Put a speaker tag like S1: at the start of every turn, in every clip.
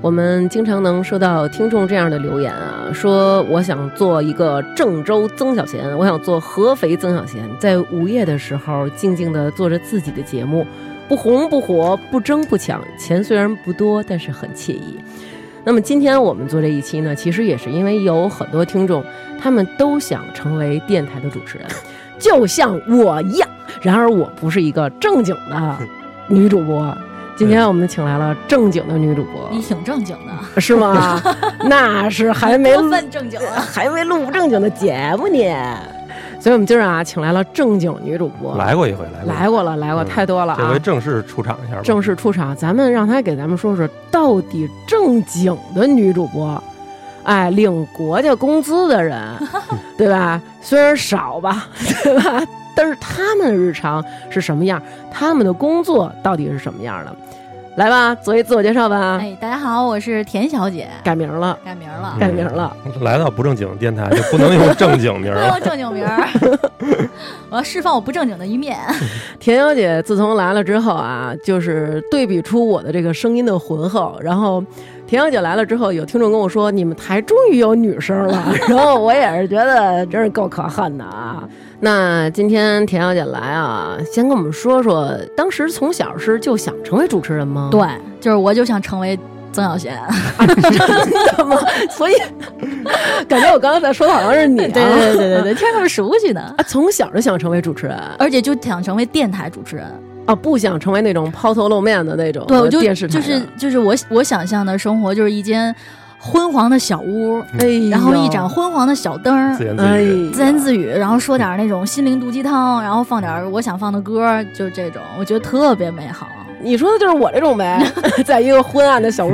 S1: 我们经常能收到听众这样的留言啊，说我想做一个郑州曾小贤，我想做合肥曾小贤，在午夜的时候静静的做着自己的节目，不红不火，不争不抢，钱虽然不多，但是很惬意。那么今天我们做这一期呢，其实也是因为有很多听众，他们都想成为电台的主持人，就像我一样。然而我不是一个正经的女主播，今天我们请来了正经的女主
S2: 你
S1: 播，
S2: 挺正经的，
S1: 是吗？那是还 没
S2: 过分正经 啊了。
S1: 还没录正经的节目呢。所以我们今儿啊，请来了正经女主播，
S3: 来过一回，来过一回，
S1: 来过了，来过
S3: 嗯
S1: 太多了
S3: 这回
S1: 啊！
S3: 正式出场一下吧。
S1: 正式出场，咱们让她给咱们说说，到底正经的女主播，哎，领国家工资的 人，对吧？虽然少吧， 对吧？但是他们的日常是什么样？他们的工作到底是什么样的？来吧，做一自我介绍吧。
S2: 哎，大家好，我是田小姐，
S1: 改名了，
S2: 改名了
S3: 嗯，
S1: 改名了，
S3: 来到不正经电台就不能用正经名
S2: 不
S3: 儿
S2: 用
S3: 了。
S2: 正经名儿，我要释放我不正经的一面。
S3: 嗯
S1: 田小姐自从来了之后啊，就是对比出我的这个声音的浑厚。然后，田小姐来了之后，有听众跟我说，你们台终于有女生了。 然后我也是觉得真是够可恨的啊。那今天田小姐来啊，先跟我们说说，当时从小是就想成为主持人吗？
S2: 对，就是我就想成为曾小贤，
S1: 真的吗？所以 感觉我刚刚在说的好像是你、啊。
S2: 对对对对对，听着那么熟悉呢。
S1: 啊，从小就想成为主持人
S2: 而且就想成为电台主持人，
S1: 啊，不想成为那种抛头露面的那种
S2: 对我就
S1: 电视台
S2: 就
S1: 的
S2: 是就是我我想象的生活就是一间昏黄的小屋，
S1: 哎呦，
S2: 然后一盏昏黄的小灯儿
S3: 自，言自
S1: 哎
S3: 语，
S1: 呀
S2: 自言自语，然后说点儿那种心灵毒鸡汤，然后放点儿我想放的歌儿，就是这种，我觉得特别美好。
S1: 你说的就是我这种呗， 在一个昏暗的小屋，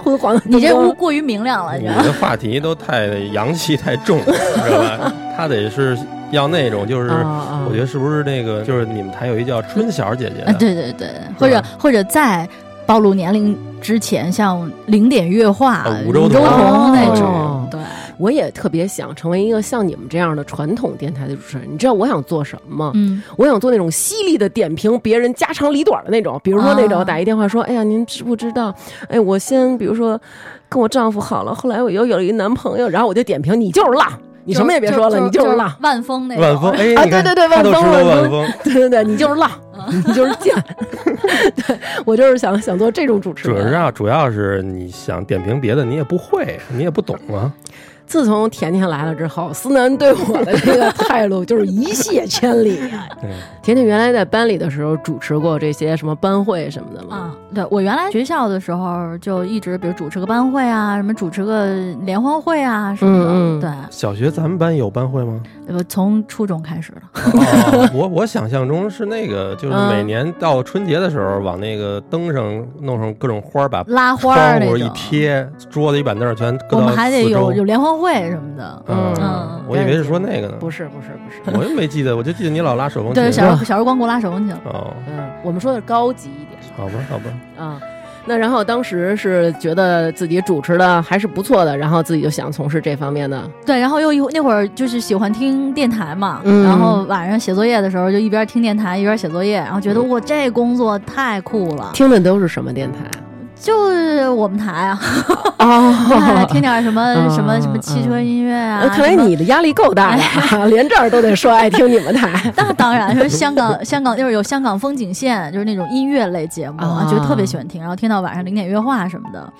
S1: 昏黄的灯光。
S2: 你这屋过于明亮
S1: 哎
S2: 了，你
S3: 你
S2: 知道吗？
S3: 的话题都太洋气太重， 知道吧？他得是要那种就是，
S1: 啊，
S3: 我觉
S1: 得
S3: 得是不是那个就是你们台有一叫春晓姐姐
S1: 哎
S2: 啊，
S3: 的，
S2: 对对对，或者或者在暴露年龄之前，像零点乐话
S3: 啊、
S2: 五
S3: 五洲
S2: 同
S3: 同
S2: 那
S1: 哦
S2: 种，对，
S1: 我也特别想成为一个像你们这样的传统电台的主持人。你知道我想做什么吗？
S2: 嗯，
S1: 我想做那种犀利的点评别人家长里短的那种，比如说那种
S2: 啊
S1: 打一电话说：“哎呀，您知不知道？哎，我先比如说跟我丈夫好了，后来我又有了一个男朋友，然后我就点评你就是浪，你什么也别说了，你
S2: 就是
S1: 浪。”
S2: 万峰那种
S3: 万峰，，哎，你
S1: 啊
S3: 看
S1: 对对对
S3: 他都
S1: 万
S3: 知
S1: 峰
S3: 道
S1: 万
S3: 万峰，
S1: 对对对，你就是 浪，你就是贱。 对我就是想想做这种主持
S3: 主要
S1: 人
S3: 是。啊，主要是你想点评别的，你也不会，你也不懂啊。
S1: 自从甜甜来了之后，思南对我的这个态度就是一泻千里啊。
S3: 对，
S1: 甜甜原来在班里的时候主持过这些什么班会什么的吗？
S2: 啊，对我原来学校的时候就一直，比如主持个班会啊，什么主持个联欢会啊什么的，
S1: 嗯嗯
S2: 对，
S3: 小学咱们班有班会吗？
S2: 我从初中开始的，
S3: 哦，我我想象中是那个，就是
S1: 嗯
S3: 每年到春节的时候，往那个灯上弄上各种花儿，把
S2: 拉花儿
S3: 窗
S2: 那
S3: 户
S2: 种，
S3: 一贴，桌子一板凳全搁
S2: 我
S3: 到
S2: 们还得
S3: 四周
S2: 有有联欢会什么的，
S3: 嗯
S2: 嗯
S3: 我以为是说那个呢，
S1: 不是不是不是，
S3: 我又没记得，我就记得你老拉手风琴。
S2: 对，小时
S1: 啊
S2: 候小时候光顾拉手风琴了。
S3: 哦，
S1: 嗯，我们说的是高级一点
S3: 好吧，好吧，
S1: 啊。
S2: 嗯
S1: 那然后当时是觉得自己主持的还是不错的，然后自己就想从事这方面的。
S2: 对，然后又一会那会儿就是喜欢听电台嘛，
S1: 嗯
S2: 然后晚上写作业的时候就一边听电台一边写作业，然后觉得哇这工作太酷了，
S1: 嗯听的都是什么电台？
S2: 就是我们台 啊，
S1: 哦
S2: 听点什么
S1: 嗯
S2: 什么什么汽车音乐啊，
S1: 呃看来
S2: 什么。。
S1: 你的压力够大呀， 连这儿都得说爱听你们台
S2: 那当然是香港，香港就是有香港风景线，就是那种音乐类节目，
S1: 啊
S2: 就特别喜欢听，然后听到晚上零点乐话什么的。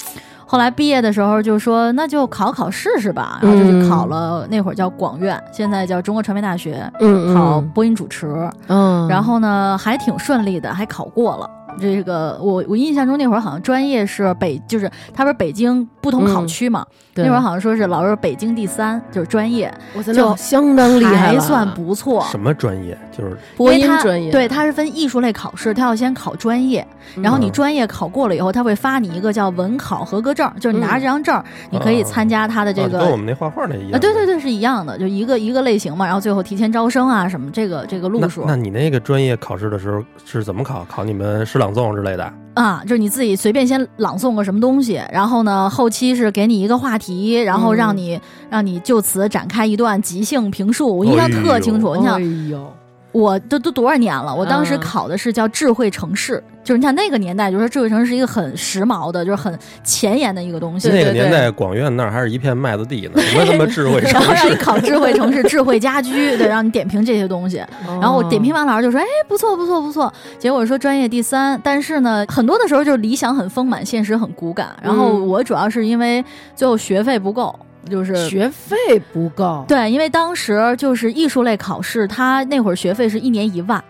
S2: 后来毕业的时候就说那就考考试试吧，然后就去
S1: 嗯
S2: 考了，那会儿叫广院，现在叫中国传媒大学，
S1: 嗯
S2: 考播音主持。
S1: 嗯
S2: 然后呢，还挺顺利的，还考过了。这个我我印象中那会儿好像专业是北，就是他不是北京不同
S1: 嗯
S2: 考区嘛，那会儿好像说是老师北京第三，就是专业，
S1: 我真
S2: 就
S1: 的相当厉害
S2: 还
S1: 了，
S2: 算不错。
S3: 什么专业？就是
S1: 播音
S2: 因为它
S1: 专业
S2: 对，它是分艺术类考试，它要先考专业，
S1: 嗯，
S2: 然后你专业考过了以后，他会发你一个叫文考合格证，就是你拿着
S1: 嗯
S2: 这张证儿，你可以参加他的这
S3: 哦
S2: 个
S3: 跟我们那画画那一样
S2: 啊，对对对，是一样的，就一个一个类型嘛，然后最后提前招生啊什么这个这个路
S3: 那
S2: 数。
S3: 那你那个专业考试的时候是怎么考？考你们诗朗诵之类的？
S2: 啊，就是你自己随便先朗诵个什么东西，然后呢，后期是给你一个话题，然后让
S3: 哦
S2: 你、让你就此展开一段即兴评述。我印象特清楚，你想
S1: 哎呦，
S2: 我都都多少年了？我当时
S1: 嗯
S2: 考的是叫智慧城市，就是你看那个年代，就是说智慧城市是一个很时髦的，就是很前沿的一个东西。
S3: 那个
S1: 对
S3: 年代广院那儿还是一片麦子地呢，什么他妈智慧
S2: 然后
S3: 城
S2: 让你
S3: 市？
S2: 考智慧城市、智慧家居，对，让你点评这些东西。然后我
S1: 哦
S2: 点评完，老师就说：“哎，不错，不错，不错。”结果说专业第三，但是呢，很多的时候就是理想很丰满，现实很骨感。然后
S1: 嗯
S2: 我主要是因为最后学费不够，就是
S4: 学费不够，
S2: 对，因为当时就是艺术类考试，他那会儿学费是一年一万，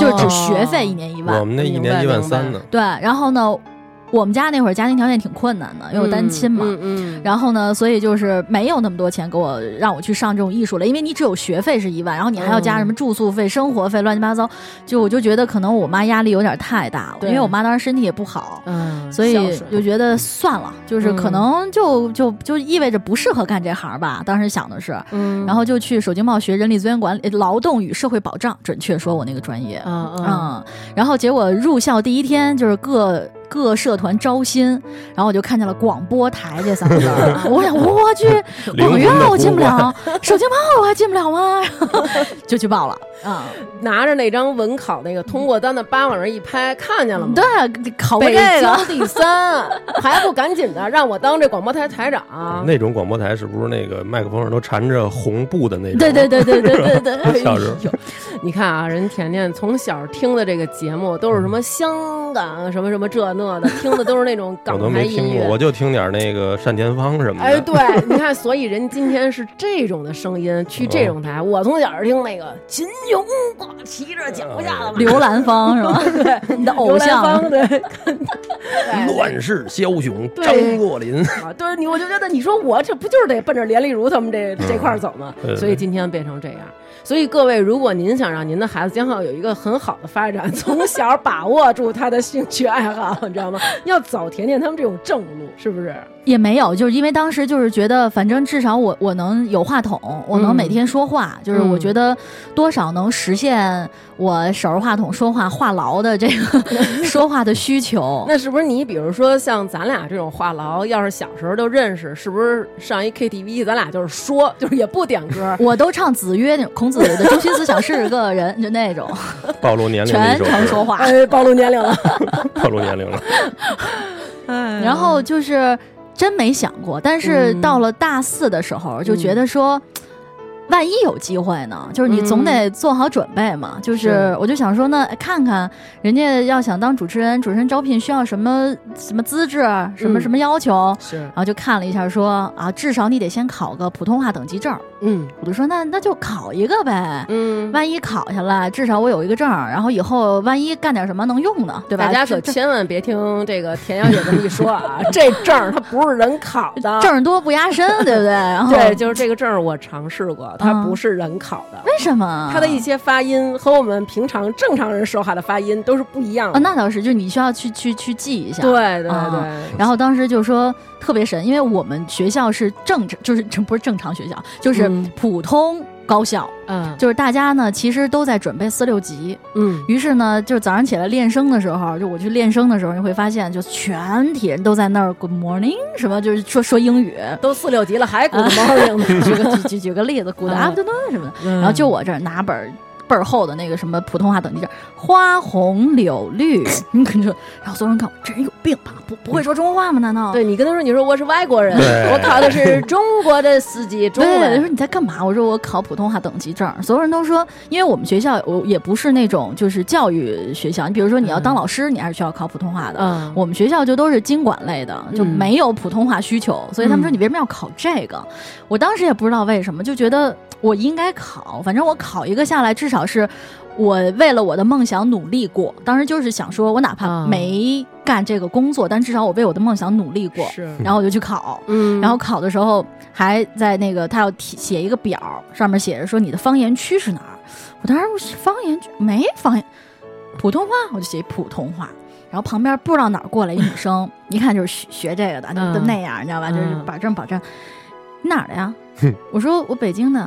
S2: 就是
S1: 哦
S2: 只学费一年一
S3: 我
S2: 万。
S3: 们那一年一万三呢，
S2: 对，然后呢，我们家那会儿家庭条件挺困难的，因为我单亲嘛。
S1: 嗯嗯，
S2: 然后呢，所以就是没有那么多钱给我让我去上这种艺术了，因为你只有学费是一万，然后你还要加什么住宿费、生活费，乱七八糟。就我就觉得可能我妈压力有点太大了，
S1: 对
S2: 因为我妈当时身体也不好，
S1: 嗯，
S2: 所
S4: 孝
S2: 以
S4: 顺
S2: 就觉得算了，就是可能就就就意味着不适合干这行吧。当时想的是，
S1: 嗯，
S2: 然后就去首经贸学人力资源管理、呃劳动与社会保障，准确说我那个专业。
S1: 啊
S2: 嗯，然后结果入校第一天就是各各社团招新，然后我就看见了广播台这三个字儿啊，我想我去
S3: 灵
S2: 广
S3: 魂
S2: 院
S3: 的
S2: 我
S3: 呼
S2: 进不
S3: 唤。
S2: 了，首经贸我还啊进不了吗？然后 就去报了啊，
S1: 嗯，拿着那张文考那个通过单的八往上一拍，看见了吗？
S2: 对，考过
S1: 北
S2: 这个
S1: 京第三，还不赶紧的让我当这广播台台长？
S3: 那种广播台是不是那个麦克风上都缠着红布的那种？
S2: 对对对对对对 对，
S3: 小时候
S2: 哎呦
S1: 你看啊，人甜甜从小听的这个节目都是什么香港什么什么这那的，听的都是那种
S3: 我
S1: 港
S3: 都
S1: 台
S3: 没听
S1: 音
S3: 过，我
S1: 乐。
S3: 就听点那个单田芳什么
S1: 哎，
S3: 的。
S1: 对，你看，所以人今天是这种的声音去这种台。我从小是听那个秦勇，骑着脚下
S3: 嗯
S1: 的马
S2: 刘兰芳是吧？你的偶
S1: 刘兰
S2: 像
S1: 芳 对，
S3: 乱世枭雄
S1: 对
S3: 张作霖，
S1: 啊，对，你我就觉得你说我这不就是得奔着连丽如他们这这块儿走吗？
S3: 嗯对对
S1: 所以今天变成这样。所以各位，如果您想让您的孩子今后有一个很好的发展， 从小把握住他的兴趣爱好，你知道吗？要走甜甜他们这种正路，是不是？
S2: 也没有，就是因为当时就是觉得，反正至少我我能有话筒，我能每天说话，
S3: 嗯
S2: 就是我觉得多少能实现我手着话筒说话话痨的这 个说话的需求。，
S1: 那是不是你比如说像咱俩这种话痨，要是小时候就认识，是不是上一 KTV 咱俩就是说，就是也不点歌
S2: 我都唱子曰那种孔子的中心思想是个人，就 那种
S3: 暴露年龄的一
S2: 全
S3: 首
S2: 程说
S3: 歌，
S2: 话。
S1: 哎，暴露年龄了。
S3: 暴露年龄了。
S1: 哎嗯
S2: 然后就是真没想过，但是到了大四的时候，就
S1: 嗯
S2: 觉得说。万一有机会呢？就是你总得做好准备嘛。就是
S1: 嗯是，
S2: 我就想说呢，看看人家要想当主持人，主持人招聘需要什么什么资质，啊什么
S1: 嗯
S2: 什么要求，
S1: 是
S2: 然，后就看了一下说，啊，至少你得先考个普通话等级证。
S1: 嗯
S2: 我就说，那那就考一个呗。
S1: 嗯，
S2: 万一考下来，至少我有一个证儿，然后以后万一干点什么能用呢，对吧？
S1: 大家可
S2: 这
S1: 千万别听这个田小姐这么一说 啊，这证儿它不是人考的，
S2: 证儿多不压身，对 不对？然后
S1: 对，就是这个证儿我尝试过，它
S2: 嗯
S1: 不是人考的，
S2: 为什么？
S1: 它的一些发音和我们平常正常人说话的发音都是不一样
S2: 啊，
S1: 的。
S2: 那倒是，就是你需要去去去记一下。
S1: 对。对
S2: 啊
S1: 对，
S2: 然后当时就说特别神，因为我们学校是正常，就是这不是正常学校，就是
S1: 嗯
S2: 普通高校，
S1: 嗯
S2: 就是大家呢其实都在准备四六级。
S1: 嗯，
S2: 于是呢，就是早上起来练声的时候，就我去练声的时候，你会发现，就全体人都在那儿 Good morning 什么，就是说说英语。
S1: 都四六级了还鼓着猫铃呢，
S2: 举个举举举个例子 ，Good
S1: 嗯
S2: afternoon 什么的。
S1: 然
S2: 然后就我这儿拿本儿倍儿厚的那个什么普通话等级证，花红柳绿，你可就，然后所有人看我，这人有病吧？不不会说中国话吗？难道？
S1: 对你跟他说，你说我是外国人，
S3: 对
S1: 我考的是中国的四级中
S2: 对，
S1: 文
S2: 说。你在干嘛？我说我考普通话等级证儿，所有人都说，因为我们学校我也不是那种就是教育学校，你比如说你要当老师，你还是需要考普通话的。
S1: 嗯
S2: 我们学校就都是经管类的，就
S1: 嗯
S2: 没有普通话需求，所以他们说
S1: 嗯
S2: 你为什么要考这个？我当时也不知道为什么，就觉得我应该考，反正我考一个下来，至少是我为了我的梦想努力过。当时就是想说，我哪怕
S1: 啊
S2: 没干这个工作，但至少我为我的梦想努力过，
S1: 是，
S2: 然后我就去考。
S1: 嗯
S2: 然后考的时候还在那个他要提写一个表儿，上面写着说你的方言区是哪儿。我当时我是方言区没方言，普通话我就写普通话。然后旁边不知道哪儿过来一女生，一看就是学学这个的，就
S1: 嗯
S2: 就那样，你知道吧？就是
S1: 嗯
S2: 保证保证。你哪儿的呀？我说我北京的。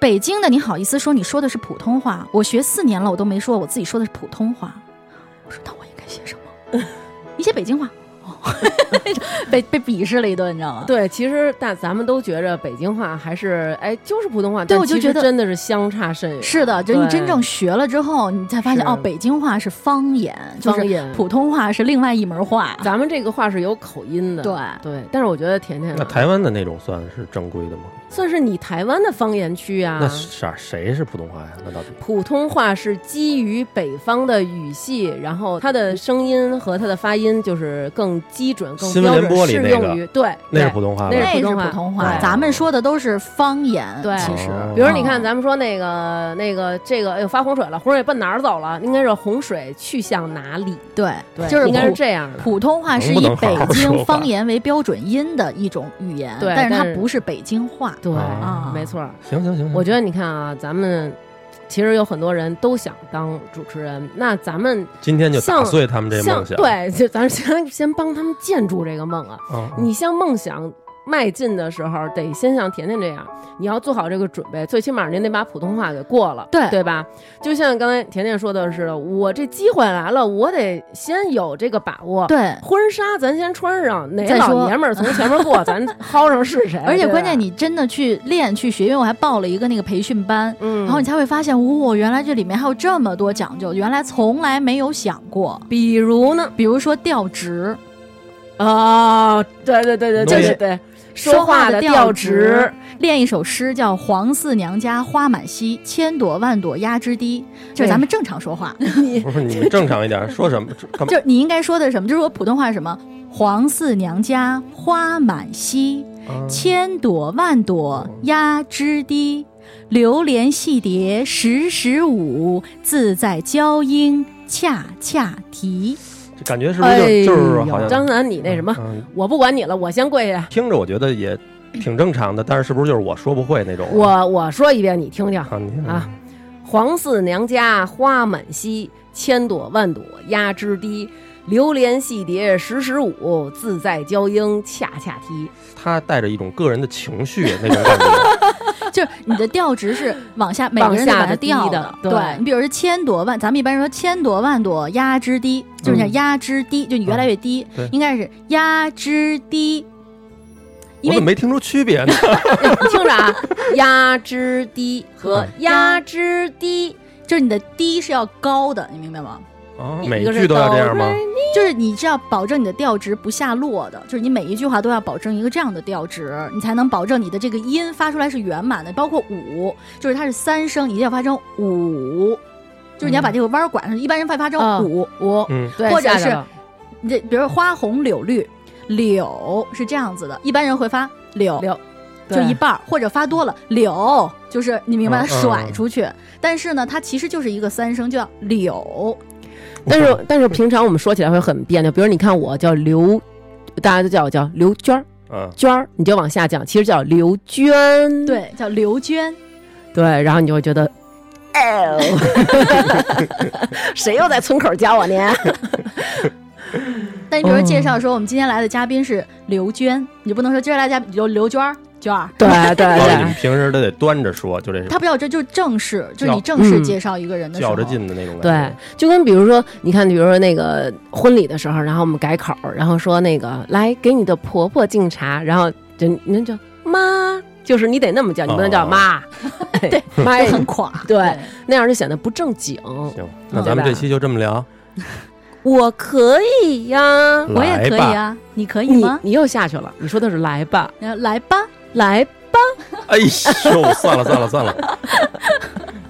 S2: 北京的，你好意思说你说的是普通话？我学四年了，我都 没说我自己说的是普通话。我说那我应该写什么？你写北京话哦， 被被鄙视了一顿，你知道吗？
S1: 对，其实大咱们都觉着北京话还是哎就是普通话，
S2: 对
S1: 但
S2: 我就
S1: 其实
S2: 觉得
S1: 真的是相差甚远。
S2: 是的，就是你
S1: 对
S2: 真正学了之后，你才发现
S1: 是
S2: 哦，北京话是方言，就
S1: 方
S2: 是
S1: 言，
S2: 普通话是另外一门话。
S1: 咱们这个话是有口音的。
S2: 对
S1: 对，但是我觉得甜甜啊
S3: 那台湾的那种算是正规的吗？
S1: 算是你台湾的方言区啊
S3: 那。啥谁是普通话呀？那到底
S1: 普通话是基于北方的语系，然后它的声音和它的发音就是更基准、更
S3: 新闻
S1: 标
S3: 联
S1: 准，
S3: 播里
S1: 适
S3: 那
S1: 用
S3: 个
S1: 于对，
S3: 那是
S1: 对
S3: 普通话吧
S1: 那？
S2: 那
S1: 是
S2: 是
S1: 普通话
S2: 普通话，
S3: 对
S2: 咱们说的都是方言。
S1: 对
S2: 其实
S3: 哦，
S1: 比如你看，
S2: 嗯
S1: 咱们说那个、那个、这个，哎呦，发洪水了，洪水奔哪儿走了？应该是洪水去向哪里？
S2: 对，
S1: 对，
S2: 就是
S1: 应该是
S2: 普
S1: 这样的。
S2: 普通话是
S3: 能不
S2: 以
S3: 能好
S2: 北
S3: 好说
S2: 京
S3: 话
S2: 方言为标准音的一种语言，
S1: 对
S2: 但是它
S1: 但是
S2: 不是北京话。
S1: 对，
S3: 啊
S1: 没错儿。
S3: 行行行行，
S1: 我觉得你看啊，咱们其实有很多人都想当主持人，那咱们
S3: 今天就打
S1: 像
S3: 碎他们这
S1: 像
S3: 梦想。
S1: 对，就咱先先帮他们建筑这个梦啊。
S3: 嗯，嗯
S1: 你向梦想迈进的时候，得先像甜甜这样，你要做好这个准备，最起码您得把普通话给过了，
S2: 对
S1: 对吧？就像刚才甜甜说的是，我这机会来了，我得先有这个把握。
S2: 对，
S1: 婚纱咱先穿上，哪
S2: 再说
S1: 老爷们儿从前面过， 咱薅上是 谁？
S2: 而且
S1: 对吧
S2: 关键，你真的去练去学，因为我还报了一个那个培训班，
S1: 嗯，
S2: 然后你才会发现，哇、原来这里面还有这么多讲究，原来从来没有想过。
S1: 比如呢？
S2: 比如说调职，
S1: 哦，对对对对对对对，
S2: 说
S1: 话
S2: 的
S1: 调
S2: 职，，练一首诗叫《黄四娘家花满蹊，千朵万朵压枝低》，就是咱们正常说话，
S3: 不是你们正常一点，说什么？这干嘛？
S2: 就是你应该说的是什么？就是我普通话是什么？黄四娘家花满蹊，
S3: 啊
S2: 千朵万朵压枝低，流连戏蝶时时舞，自在娇莺恰恰啼。
S3: 这感觉是不是就就是好像
S1: 哎张楠，你那什么，
S3: 嗯
S1: 我不管你了，我先跪下。
S3: 听着我觉得也挺正常的，但是是不是就是我说不会那种？
S1: 我我说一遍，你听听。
S3: 啊，你
S1: 啊，黄四娘家花满蹊，千朵万朵压枝低。流连戏蝶时时舞，自在娇莺恰恰啼。
S3: 他带着一种个人的情绪那种感觉，
S2: 就是你的调值是往下，每个人
S1: 往
S2: 得
S1: 下
S2: 把它
S1: 的
S2: 调
S1: 低的
S2: 对
S1: 对
S2: 你比如说千朵万，咱们一般说千朵万朵压枝低，就是叫压枝低，就你越来越低，
S3: 对
S2: 应该是压枝低。
S3: 我
S2: 因为
S3: 怎么没听出区 别呢？
S1: 你听着 啊，压枝低和压枝低，
S2: 就是你的低是要高的，你明白吗？
S3: 啊，
S1: 一
S3: 每
S1: 个是
S3: 句都要这样吗
S1: 哆？
S2: 就是你是要保证你的调值不下落的，就是你每一句话都要保证一个这样的调值，你才能保证你的这个音发出来是圆满的。包括五，就是它是三声，你一定要发成五，就是你要把这个弯儿拐上。一般人会发成五五，
S3: 嗯，
S1: 对，
S2: 或者
S1: 吓
S2: 是
S1: 着了
S2: 你这比如花红柳绿，柳是这样子的，一般人会发柳。
S1: 柳
S2: 就一半儿，或者发多了柳，就是你明
S3: 嗯
S2: 白，
S3: 嗯
S2: 甩
S3: 嗯
S2: 出去。但是呢，它其实就是一个三声，叫柳。
S1: 但 是但是平常我们说起来会很别扭，比如你看我叫刘，大家都叫我叫刘娟儿
S3: 嗯，
S1: 娟儿，你就往下讲，其实叫刘娟，
S2: 对，叫刘娟。
S1: 对，然后你就会觉得，哎呦， 谁又在村口教我呢？
S2: 但你比如介绍说，我们今天来的嘉宾是刘娟，你不能说接下来嘉宾刘刘娟儿娟儿，
S1: 对对
S3: 所以你
S1: 对
S3: 们平时都得端着说，就这
S2: 她不要这就是正式，就是你
S3: 叫
S2: 正式
S1: 嗯
S2: 介绍一个人的时候，
S3: 较着劲的那种
S1: 对
S3: 感觉。，
S1: 就跟比如说，你看，比如说那个婚礼的时候，然后我们改口，然后说那个来给你的婆婆敬茶，然后就您就妈，就是你得那么叫，你不能叫妈，对妈
S2: 就
S3: 哎
S2: 很垮。
S1: 对那样就显得不正经。
S3: 行，那咱们这期就这么聊，
S1: 我可以呀，
S2: 我也
S3: 来
S2: 可以
S3: 吧。
S2: 啊，你可以
S1: 你
S2: 吗？
S1: 你又下去了，你说的是来吧，
S2: 呃来吧，
S1: 来吧，
S3: 哎呦，算了算了算了。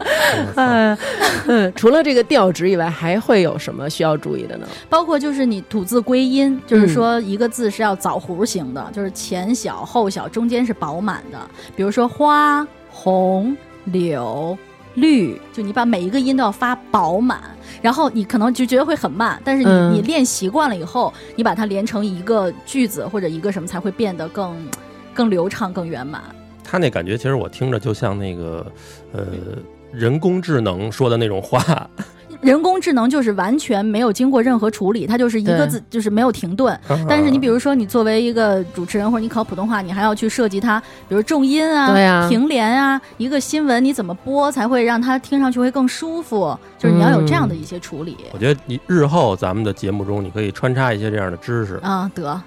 S1: 嗯、除了这个调职以外，还会有什么需要注意的呢？
S2: 包括就是你吐字归音，就是
S1: 嗯
S2: 说一个字是要枣弧形的，就是前小后小，中间是饱满的。比如说花红柳绿，就你把每一个音都要发饱满。然后你可能就觉得会很慢，但是你、
S1: 嗯
S2: 你练习惯了以后，你把它连成一个句子或者一个什么，才会变得更更流畅、更圆满。
S3: 他那感觉其实我听着就像那个呃人工智能说的那种话，
S2: 人工智能就是完全没有经过任何处理，它就是一个
S1: 对
S2: 字就是没有停顿。但是你
S1: 嗯
S2: 比如说，你作为一个主持人或者你考普通话，你还要去设计它，比如重音啊、
S1: 对啊
S2: 停连啊，一个新闻你怎么播才会让它听上去会更舒服，就是你要有这样的
S1: 嗯
S2: 一些处理。
S3: 我觉得你日后咱们的节目中，你可以穿插一些这样的知识。
S2: 啊，得，啊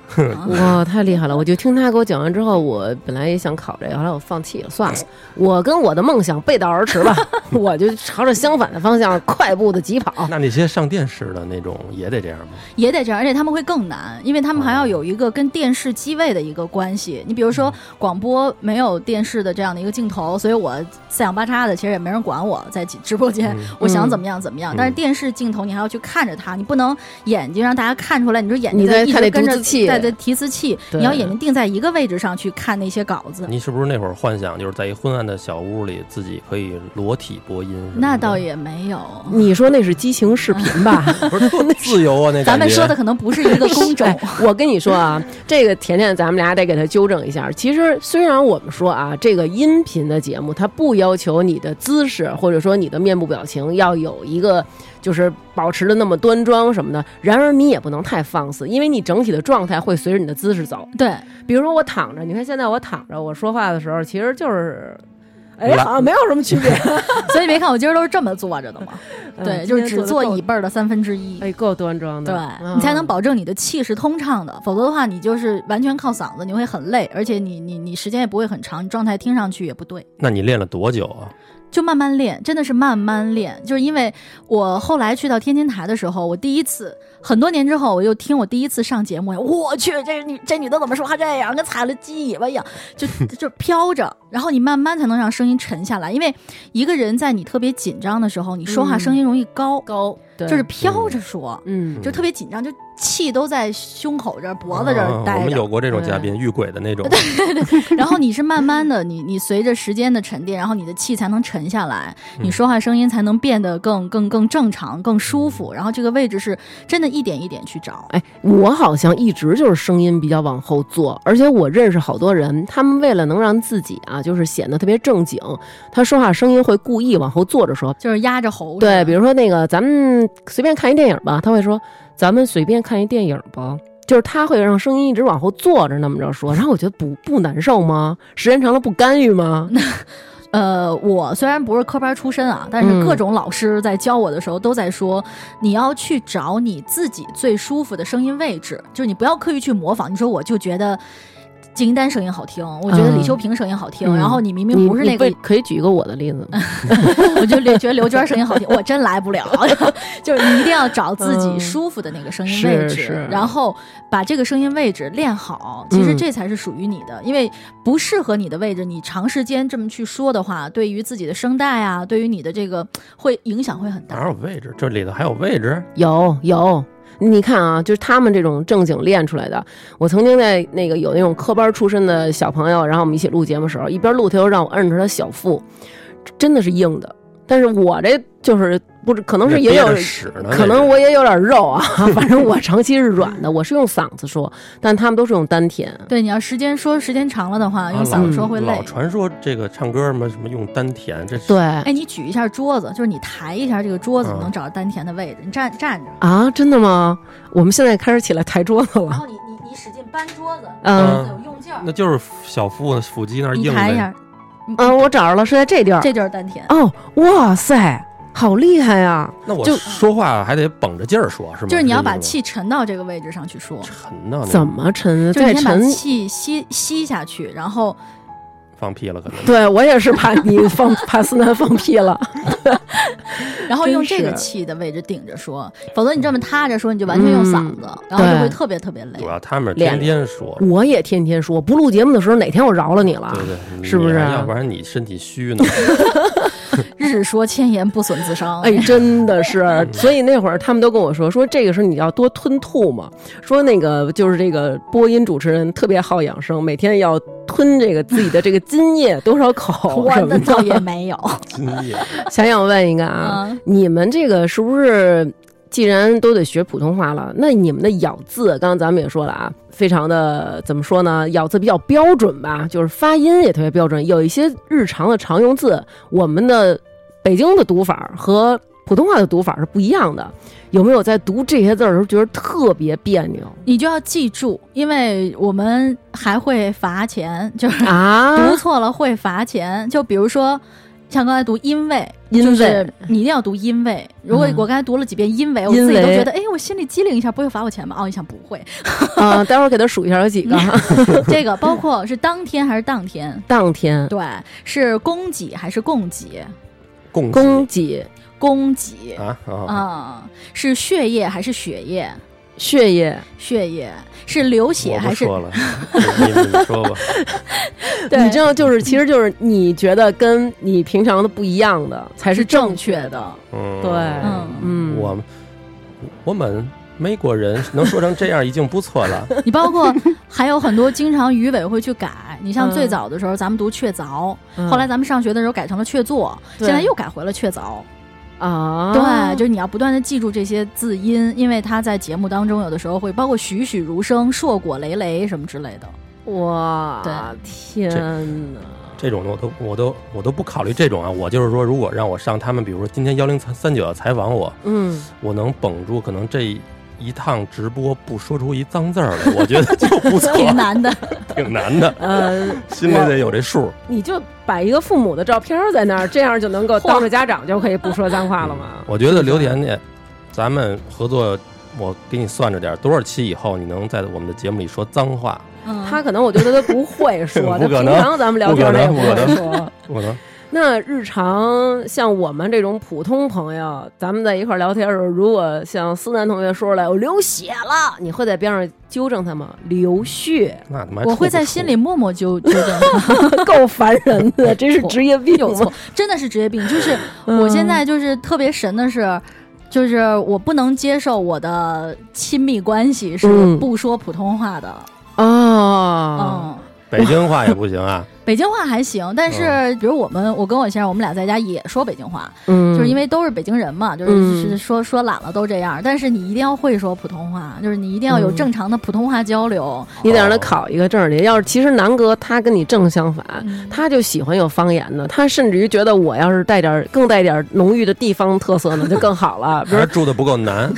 S1: 哇，太厉害了！我就听他给我讲完之后，我本来也想考这个，后来我放弃了， 算了，我跟我的梦想背道而驰吧，我就朝着相反的方向快步的疾 跑。
S3: 那那些上电视的那种也得这样吗？
S2: 也得这样，而且他们会更难，因为他们还要有一个跟电视机位的一个关系。你比如说广播没有电视的这样的一个镜头，所以我四仰八叉的，其实也没人管我在 直播间，
S3: 嗯
S2: 我想怎么样怎么样。
S3: 嗯
S2: 但是电视镜头你还要去看着它，你不能眼睛让大家看出来，你说眼睛
S1: 你在
S2: 一
S1: 看那
S2: 直跟着
S1: 读字器
S2: 在在提词器，
S1: 对嗯
S2: 你要眼睛定在一个位置上去看那些稿子。
S3: 你是不是那会儿幻想就是在一昏暗的小屋里自己可以裸体播音什么的？
S2: 那倒也没有，
S1: 你说那是激情视频 吧？
S3: 不是多自由啊，那
S2: 咱
S3: 感
S2: 们
S3: 觉
S2: 说的可能不是一个工 种
S1: 哎。我跟你说啊，这个甜甜，咱们俩得给他纠正一下。其实虽然我们说啊，这个音频的节目它不要求你的姿势或者说你的面部表情要有一个就是保持的那么端庄什么的，然而你也不能太放肆，因为你整体的状态会随着你的姿势走。
S2: 对，
S1: 比如说我躺着，你看现在我躺着，我说话的时候其实就是。哎，
S3: 懒
S1: 好像没有什么区 别。嗯
S2: 所以别看我今儿都是这么坐着的嘛，对，就是只坐椅
S1: 一，
S2: 背儿的三分之一。
S1: 哎，够端庄的，
S2: 对、
S1: 嗯
S2: 你才能保证你的气是通畅的，否则的话，你就是完全靠嗓子，你会很累，而且你你你时间也不会很长，你状态听上去也不对。
S3: 那你练了多久啊？
S2: 就慢慢练，真的是慢慢练。就是因为我后来去到天津台的时候，我第一次很多年之后，我又听我第一次上节目，我去，这女这女的怎么说话这样，跟踩了鸡尾巴一样，就 就飘着。然后你慢慢才能让声音沉下来，因为一个人在你特别紧张的时候，你说话
S1: 嗯
S2: 声音容易高，
S1: 高，对
S2: 就是飘着说。
S1: 嗯，
S2: 就特别紧张，就气都在胸口这儿、脖子这
S3: 啊
S2: 儿
S3: 我
S2: 待
S3: 们
S2: 着。
S3: 有过这种嘉宾，遇鬼的那种。
S2: 然后你是慢慢的，你你随着时间的沉淀，然后你的气才能沉下来，
S3: 嗯
S2: 你说话声音才能变得更更更正常、更舒服。然后这个位置是真的一点一点去找。
S1: 哎，我好像一直就是声音比较往后坐，而且我认识好多人，他们为了能让自己啊，就是显得特别正经，他说话声音会故意往后坐着说。
S2: 就是啊压着喉，
S1: 对，比
S2: 如
S1: 如说那个，咱们随便看一电影吧，他会说咱们随便看一电影吧，就是他会让声音一直往后坐着那么着说，然后我觉得不不难受吗？时间长了不干预吗？
S2: 呃，我虽然不是科班出身啊，但是
S1: 嗯
S2: 各种老师在教我的时候都在说，你要去找你自己最舒服的声音位置，就是你不要刻意去模仿。你说我就觉得金一丹声音好听，我觉得
S1: 嗯
S2: 李修平声音好听，
S1: 嗯
S2: 然后你明
S1: 你
S2: 明不是那
S1: 你
S2: 个
S1: 为可以举一个我的例子吗？
S2: 我就觉得刘娟声音好听，我真来不了。 就是你一定要找自己舒服的那个声音位
S1: 嗯是
S2: 置，
S1: 是
S2: 然后把这个声音位置练好。其实
S1: 嗯
S2: 这才是属于你的，因为不适合你的位置，你长时间这么去说的话，对于自己的声带啊，对于你的这个会影响会很
S3: 哪
S2: 大。
S3: 有位置？这里头还有位置？
S1: 有有，你看啊，就是他们这种正经练出来的。我曾经在那个有那种科班出身的小朋友，然后我们一起录节目的时候，一边录他又让我摁着他小腹，真的是硬的。但是我这就是不是，可能是也有
S3: 憋着屎呢
S1: 可能我也有点肉啊， 反正我长期是软的，我是用嗓子说，但他们都是用丹田。
S2: 对，你要时间说时间长了的话，
S3: 啊
S2: 用嗓子说会累
S3: 老。传说这个唱歌什么什么用丹田，这
S1: 对
S2: 哎，你举一下桌子，就是你抬一下这个桌子，
S3: 嗯
S2: 能找到丹田的位置。你站站着，
S1: 啊，真的吗？我们现在开始起来抬桌子
S2: 然
S1: 了。
S2: 后你你你使劲搬桌子，
S1: 嗯
S2: 桌子有用劲儿，
S3: 那就是小腹腹肌那儿
S2: 你
S3: 硬
S2: 抬一
S3: 呗。
S2: 下，嗯
S1: 嗯，我找着了，是在这地儿。
S2: 这就是丹田。
S1: 哦，哇塞，好厉害啊呀、
S3: 那我
S1: 就
S3: 说话还得绷着劲儿说，是吗？
S2: 就是你要把
S3: 这意思
S2: 气沉到这个位置上去说，
S3: 吗沉呢，那
S1: 怎么沉？
S2: 就是
S1: 再
S2: 你先把
S1: 沉？
S2: 气吸吸下去，然后
S3: 放屁 了可能。
S1: 对我也是怕你放怕思南放屁了。
S2: 然后
S1: 真
S2: 用这个
S1: 是
S2: 气的位置顶着说，否则你这么塌着说，你就完全用嗓子，然后
S1: 嗯对
S2: 就会特别特别累
S3: 主。要他们天天说，
S1: 我也天天说，不录节目的时候哪天我饶了你了
S3: 对？对，
S1: 是不是
S3: 你
S1: 啊
S3: 还要不然你身体虚呢？
S2: 日说千言不损自伤，
S1: 哎，真的是，
S3: 嗯
S1: 所以那会儿他们都跟我说，说这个时候你要多吞吐嘛，说那个就是这个播音主持人特别好养生，每天要吞这个自己的这个津液多少 口
S2: 我
S1: 什么
S2: 的倒也
S1: 的。
S2: 没有。
S3: 今夜
S1: 想想问一个啊，
S2: 嗯
S1: 你们这个是不是既然都得学普通话了，那你们的咬字，刚刚咱们也说了啊，非常的怎么说呢？咬字比较标准吧，就是发音也特别标准。有一些日常的常用字，我们的北京的读法和普通话的读法是不一样的。有没有在读这些字儿的时候觉得特别别扭
S2: 你就要记住，因为我们还会罚钱，就是
S1: 啊？
S2: 读错了会罚钱。就比如说，像刚才读因为，
S1: 因为
S2: 就是你一定要读因为。如果
S1: 嗯
S2: 我刚才读了几遍因为，我
S1: 因
S2: 自己都
S1: 为
S2: 觉得，哎，我心里机灵一下，不会罚我钱吗？哦，一想不 会。
S1: 啊，待会儿给他数一下有啊几个。
S2: 这个包括是当天还是当天，
S1: 当天
S2: 对，是供给还是供给，
S3: 供
S1: 供给
S2: 供给
S3: 啊
S1: 哦
S3: 啊，
S2: 啊、是血液还是血液？
S1: 血液
S2: 血液是流血
S3: 我
S2: 还
S3: 不
S2: 是
S3: 说了，你你你说吧，
S2: 对
S1: 你知道，就是其实就是你觉得跟你平常的不一样的才是
S2: 是
S1: 正
S2: 正
S1: 确
S2: 确
S1: 的
S2: 的。
S3: 嗯，
S1: 对
S2: 嗯
S1: 嗯，
S3: 我们我们美国人能说成这样已经不错 了，
S2: 你包括还有很多经常语委会去改，你像
S1: 嗯
S2: 最早的时候咱们读确凿，
S1: 嗯
S2: 后来咱们上学的时候改成了确凿，
S1: 对哦
S2: 现在又改回了确凿。
S1: 啊，
S2: 对，就是你要不断的记住这些字音，因为它在节目当中有的时候会包括栩栩如生、硕果累累什么之 类的。
S1: 哇，
S2: 对
S1: 天哪！
S3: 这种的我都我都我都不考虑这种啊，我就是说，如果让我上他们，比如说今天幺零三三九采访我，
S1: 嗯，
S3: 我能绷住，可能这一趟直播不说出一脏字儿来，我觉得就不错，
S2: 挺难的，
S3: 挺难的，
S1: 呃，
S3: 心里得有这数。
S1: 你就摆一个父母的照片在那儿，这样就能够当着家长就可以不说脏话了吗？
S3: 嗯我觉得刘甜甜，咱们合作，我给你算着点儿，多少期以后你能在我们的节目里说脏话？
S2: 嗯，
S1: 他可能我觉得他不会说，他
S3: 不可
S1: 平
S3: 能
S1: 常咱们聊天儿他也
S3: 不可能
S1: 会说。
S3: 我能
S1: 那日常像我们这种普通朋友，咱们在一块儿聊天的时候，如果像思南同学说出来我流血了，你会在边上纠正他吗？流血
S3: 那他妈
S2: 我会在
S3: 出不出
S2: 心里默默纠纠 正。
S1: 够烦人的，真是职业 病
S2: 有
S1: 吗
S2: 错？，真的是职业病。就是
S1: 嗯
S2: 我现在就是特别神的是，就是我不能接受我的亲密关系是
S1: 嗯
S2: 不说普通话的。
S1: 哦，
S2: 嗯，
S3: 北京话也不行啊，
S2: 北京话还行，但
S1: 啊
S2: 是比如我们，我跟我先生，我们俩在家也说北京话，
S1: 嗯
S2: 就是因为都是北京人嘛，就是
S1: 嗯
S2: 是说说懒了都这样。但是你一定要会说普通话，就是你一定要有
S1: 嗯
S2: 正常的普通话交流。
S1: 你得让他考一个证儿去。要是其实南哥他跟你正相反，
S2: 嗯
S1: 他就喜欢有方言的，他甚至于觉得我要是带点儿更带点儿浓郁的地方特色呢，就更好 了。比
S3: 还
S1: 如
S3: 是住的不够难。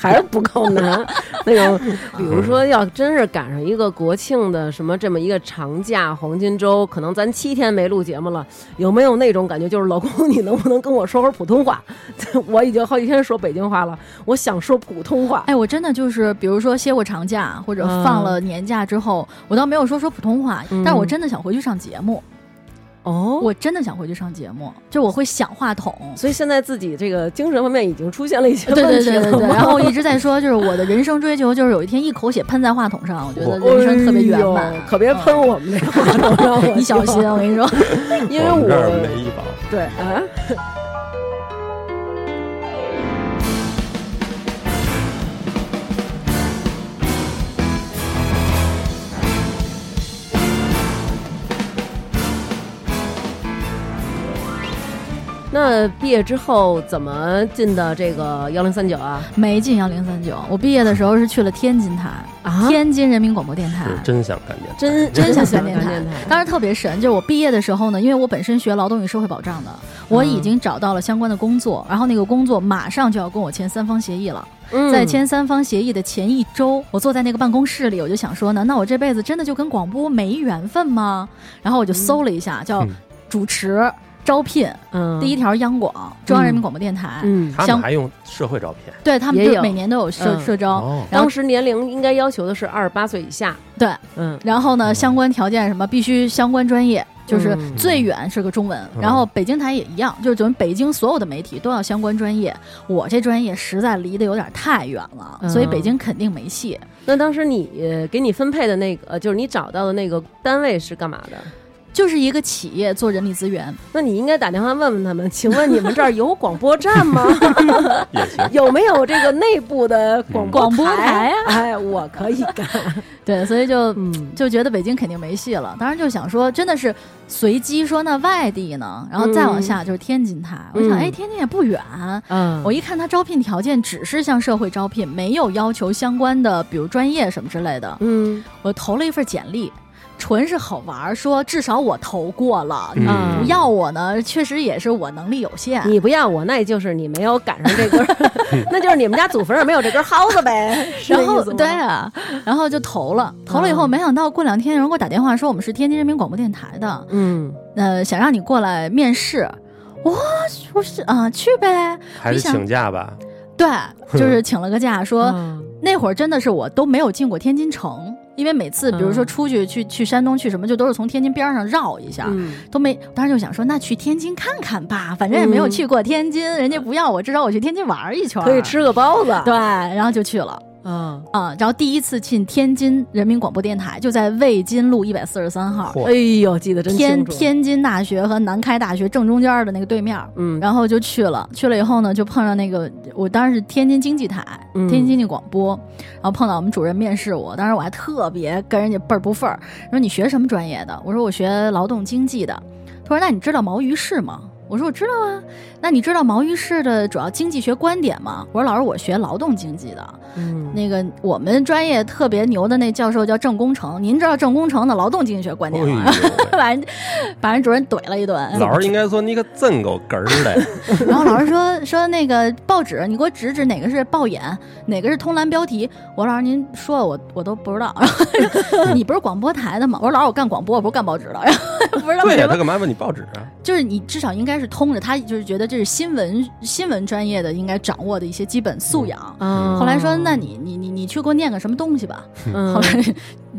S1: 还是不够难， 那种比如说要真是赶上一个国庆的什么这么一个长假黄金周，可能咱七天没录节目了，有没有那种感觉？就是老公，你能不能跟我说会儿普通话？ 我已经好几天说北京话了，我想说普通话。
S2: 哎，我真的就是，比如说歇过长假或者
S1: 嗯
S2: 放了年假之后，我倒没有说说普通话，
S1: 嗯
S2: 但是我真的想回去上节目，
S1: 哦，
S2: 我真的想回去上节目，就我会想话筒。
S1: 所以现在自己这个精神方面已经出现了一些
S2: 对对
S1: 问题啊
S2: 对
S1: 了
S2: 对对，
S1: 吗
S2: 然后我一直在说，就是我的人生追求，就是有一天一口血喷在话筒上，我觉得
S1: 哎呦
S2: 人生特别圆满。嗯
S1: 可别喷我们这话筒上，我
S2: 嗯，你小心，
S1: 啊
S2: 我跟你说。
S1: 因为
S3: 我们这儿
S1: 我
S3: 没医保。
S1: 对啊。 那毕业之后怎么进的这个幺零三九啊？
S2: 没进幺零三九，我毕业的时候是去了天津台，
S1: 啊
S2: 天津人民广播电台。
S3: 是真想干电台，
S1: 真
S2: 啊真想
S1: 想
S2: 干
S1: 干
S2: 电台
S1: 电台，
S2: 当时特别神，就是我毕业的时候呢，因为我本身学劳动与社会保障的，
S1: 嗯
S2: 我已经找到了相关的工作，然后那个工作马上就要跟我签三方协议了。
S1: 嗯
S2: 在签三方协议的前一周，我坐在那个办公室里，我就想说呢，那我这辈子真的就跟广播没缘分吗？然后我就搜了一下，叫
S3: 嗯
S2: 主持招聘，
S1: 嗯
S2: 第一条央广中央人民广播电台，
S1: 嗯，
S3: 他们
S2: 想
S3: 还用社会照片
S2: 对他们
S1: 也
S2: 就
S1: 有
S2: 每年都有社
S1: 嗯
S2: 社招，
S3: 哦，
S2: 然后
S1: 当时年龄应该要求的是二十八岁以下。
S2: 对，
S1: 嗯，
S2: 然后呢，
S3: 嗯
S2: 相关条件什么必须相关专业，就是
S1: 嗯
S2: 最远是个中文，
S3: 嗯
S2: 然后北京台也一样，就是咱们北京所有的媒体都要相关专业。我这专业实在离得有点太远了，
S1: 嗯
S2: 所以北京肯定没戏。
S1: 那当时你呃给你分配的那个，呃就是你找到的那个单位是干嘛的？
S2: 就是一个企业做人力资源，
S1: 那你应该打电话问问他们，请问你们这儿有广播站吗？
S3: 哦也行。
S1: 有没有这个内部的广播
S2: 嗯广播
S1: 台
S2: 台
S1: 啊？哎，我可以 干。
S2: 对，所以就。
S1: 嗯
S2: 就觉得北京肯定没戏了，当时就想说，真的是随机说那外地呢，然后再往下就是天津台。我想，
S1: 嗯
S2: 哎，天津也不远，
S1: 嗯
S2: 我一看他招聘条件只是向社会招聘，没有要求相关的，比如专业什么之类的。
S1: 嗯
S2: 我投了一份简历，纯是好玩儿，说至少我投过了，你
S1: 嗯
S2: 不要我呢，确实也是我能力有限。
S1: 你不要我，那也就是你没有赶上这根儿， 那就是你们家祖坟上没有这根蒿子呗。是这
S2: 然后
S1: 意思吗
S2: 对啊，然后就投了，投了以后，
S1: 嗯
S2: 没想到过两天有人给我打电话说我们是天津人民广播电台的，
S1: 嗯，
S2: 呃，想让你过来面试。我说是啊、去呗。
S3: 还是请假吧。
S2: 对，就是请了个假，说、
S1: 嗯
S2: 那会儿真的是我都没有进过天津城，因为每次比如说
S1: 嗯
S2: 出去去去山东去什么，就都是从天津边上绕一下，都没。当时就想说，那去天津看看吧，反正也没有
S1: 嗯
S2: 去过天津，人家不要我，至少我去天津玩一圈，
S1: 可以。吃个包子。
S2: 对，然后就去了。
S1: 嗯，
S2: 啊、然后第一次进天津人民广播电台，就在魏津路一百四十三号，
S3: 嚯
S1: 哎呦，记得真
S2: 天
S1: 清楚。
S2: 天津大学和南开大学正中间的那个对面儿。
S1: 嗯，
S2: 然后就去了，去了以后呢，就碰上那个我当时是天津经济台、
S1: 嗯
S2: 天津经济广播，然后碰到我们主任面试我，当时我还特别跟人家倍儿不忿儿，说你学什么专业的？我说我学劳动经济的。他说那你知道毛于轼吗？我说我知道啊。那你知道毛于轼的主要经济学观点吗？我说老师，我学劳动经济的。
S1: 嗯
S2: 那个我们专业特别牛的那教授叫郑功成，您知道郑功成的劳动经济学观
S3: 哎
S2: 点
S3: 呦
S2: 吗？
S3: 喂，
S2: 把人把人主任怼了一顿，
S3: 老师应该说你可真够哏儿的，
S2: 然后老师说说那个报纸，你给我指指哪个是报眼，哪个是通栏标题。我说老师您说我我都不知道。 然后他说你不是广播台的吗？我说老师我干广播，我不是干报纸的， 然后 不知道
S3: 对
S2: 什
S3: 呀，
S2: 么
S3: 他。干嘛问你报纸 啊？
S2: 就是你至少应该是通着，他就是觉得这是新闻新闻专业的应该掌握的一些基本素养。
S1: 嗯
S2: 后来说，那你你你你去给我念个什么东西吧。
S1: 嗯
S2: 后来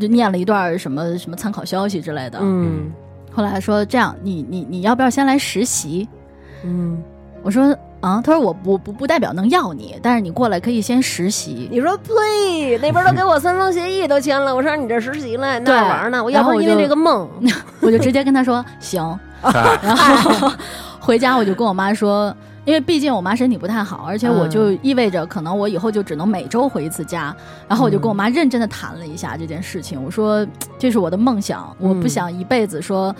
S2: 就念了一段什么什么参考消息之类的。
S1: 嗯
S2: 后来说这样，你你你要不要先来实习？
S1: 嗯，
S2: 我说啊，他说我不不不代表能要你，但是你过来可以先 实习。
S1: 你说呸，那边都给我三方协议都签了，我上你这实习来，那
S2: 对
S1: 玩呢？我要
S2: 然
S1: 不
S2: 后
S1: 是因
S2: 我
S1: 为
S2: 就
S1: 这个梦，
S2: 我就直接跟他说行，
S3: 哎
S2: 然后回家我就跟我妈说。因为毕竟我妈身体不太好，而且我就意味着可能我以后就只能每周回一次家。然后我就跟我妈认真的谈了一下这件事情，我说这是我的梦想，我不
S1: 嗯
S2: 想一辈子说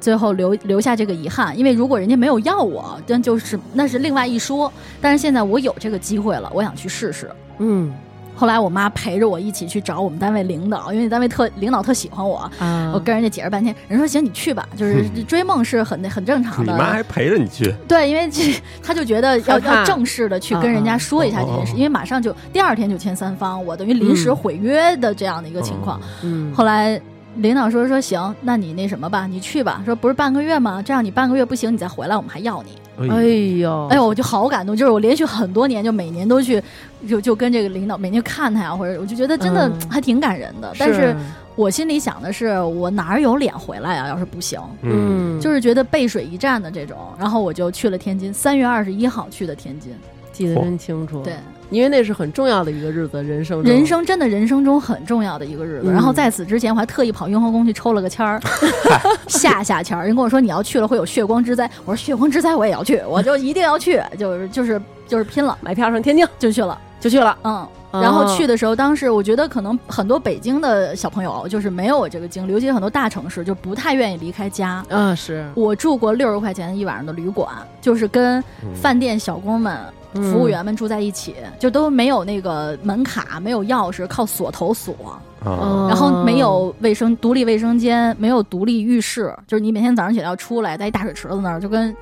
S2: 最后留留下这个遗憾。因为如果人家没有要我，那就是那是另外一说。但是现在我有这个机会了，我想去试试。
S1: 嗯
S2: 后来我妈陪着我一起去找我们单位领导，因为单位特领导特喜欢我，
S1: 啊
S2: 我跟人家解释半天，人说行你去吧，就是
S3: 嗯
S2: 追梦是很很正常
S3: 你妈
S2: 的。
S3: 还陪着你去，
S2: 对，因为这他就觉得要
S1: 害怕
S2: 要正式的去跟人家说一下这件
S3: 嗯
S2: 事，
S3: 嗯嗯
S2: 因为马上就第二天就签三方，我等于临时
S1: 嗯
S2: 毁约的这 样的一个情
S3: 哦
S2: 况。
S1: 嗯
S2: 后来领导说说行，那你那什么吧，你去吧，说不是半个月吗？这样你半个月不行，你再回来我们还要你。
S1: 哎
S3: 哎呦，
S1: 呦
S2: 哎呦，我就好感动，就是我连续很多年，就每年都去，就就跟这个领导每年看他呀，或者我就觉得真的
S1: 嗯
S2: 还挺感人的。但是我心里想的是，我哪儿有脸回来啊？要是不行，
S3: 嗯，
S2: 就是是觉得背水一战的这种。然后我就去了天津，三月二十一号去的天津。
S1: 记得真清楚，
S2: 对，，
S1: 因为那是很重要的一个日子，人生中
S2: 人生真的人生中很重要的一个日子。
S1: 嗯
S2: 然后在此之前，我还特意跑雍和宫去抽了个签儿，下下签儿。人跟我说你要去了会有血光之灾，我说血光之灾我也要去，我就一定要去，就是就是就是拼了，
S1: 买票上天津
S2: 就去了，
S1: 就去了，啊
S2: 嗯。然后去的时候，当时我觉得可能很多北京的小朋友就是没有我这个经历，尤其是很多大城市就不太愿意离开家。
S1: 啊是
S2: 我住过六十块钱一晚上的旅馆，就是跟
S3: 嗯
S2: 饭店小工们、
S1: 嗯
S2: 服务员们住在一起，就都没有那个门卡，没有钥匙，靠锁头锁，
S3: 啊，
S2: 然后没有卫生独立卫生间，没有独立浴室，就是你每天早上起来要出来，在一大水池子那儿，就跟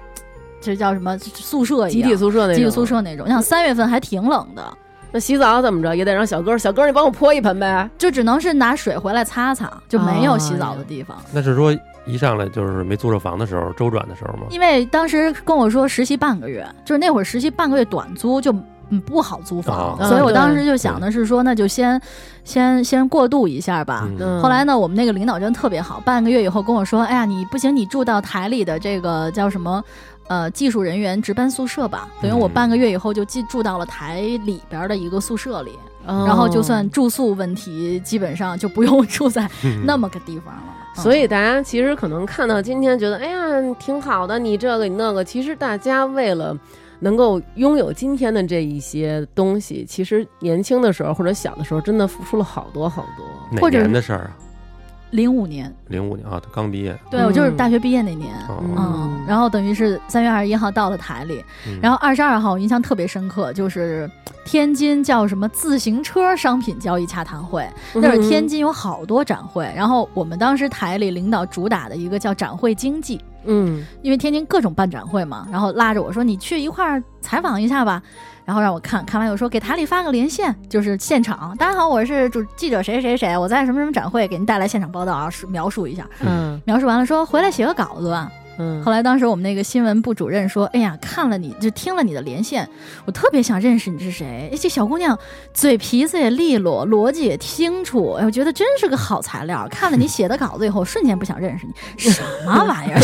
S2: 这叫什么宿舍一
S1: 集
S2: 样，
S1: 体宿舍那
S2: 集体
S1: 种
S2: 宿，舍那种。你想三月份还挺冷的，
S1: 那洗澡怎么着也得让小哥儿，小哥儿你帮我泼一盆呗，
S2: 就只能是拿水回来擦擦，就没有洗澡的地方。
S3: 那是说一上来就是没租着房的时候，周转的时候吗？
S2: 因为当时跟我说实习半个月，就是那会儿实习半个月短租就。嗯，不好租房，
S1: 啊
S2: 所以我
S1: 对
S2: 当时就想的是说，那就先，先先过渡一下吧。
S1: 嗯
S2: 后来呢，我们那个领导真特别好，半个月以后跟我说：“哎呀，你不行，你住到台里的这个叫什么，呃，技术人员值班宿舍吧。”等于我
S3: 嗯
S2: 半个月以后就寄住到了台里边的一个宿舍里，
S1: 然
S2: 然后
S1: 哦
S2: 就算住宿问题，基本上就不用住在那么个地方了。嗯
S1: 嗯所以大家其实可能看到今天觉得，哎呀，挺好的，你这个你那个。其实大家为了能够拥有今天的这一些东西，其实年轻的时候或者小的时候，真的付出了好多好多。
S3: 哪
S2: 或者
S3: 年的事儿啊？
S2: 零五年，
S3: 零五年啊，他刚毕业。
S2: 对我就是
S1: 嗯
S2: 大学毕业那年。
S3: 哦，
S2: 嗯，
S3: 嗯
S2: 然后等于是三月二十一号到了台里，然
S3: 后
S2: 后二十二号我印象特别深刻，就是天津叫什么自行车商品交易洽谈会，
S1: 嗯
S2: 那会儿天津有好多展会，然后我们当时台里领导主打的一个叫展会经济，
S1: 嗯，
S2: 因为天津各种办展会嘛，然后拉着我说你去一块儿采访一下吧，然后让我看看完又说给台里发个连线，就是现场。大家好，我是主记者谁谁谁，我在什么什么展会给您带来现场报道啊，是描述一下。
S1: 嗯
S2: 描述完了说回来写个稿子吧。
S1: 嗯，
S2: 后来当时我们那个新闻部主任说，哎呀，看了你就听了你的连线，我特别想认识你是谁。哎，这小姑娘嘴皮子也利落，逻辑也清楚，哎，我觉得真是个好材料。看了你写的稿子以后，我瞬间不想认识你，什么玩意儿？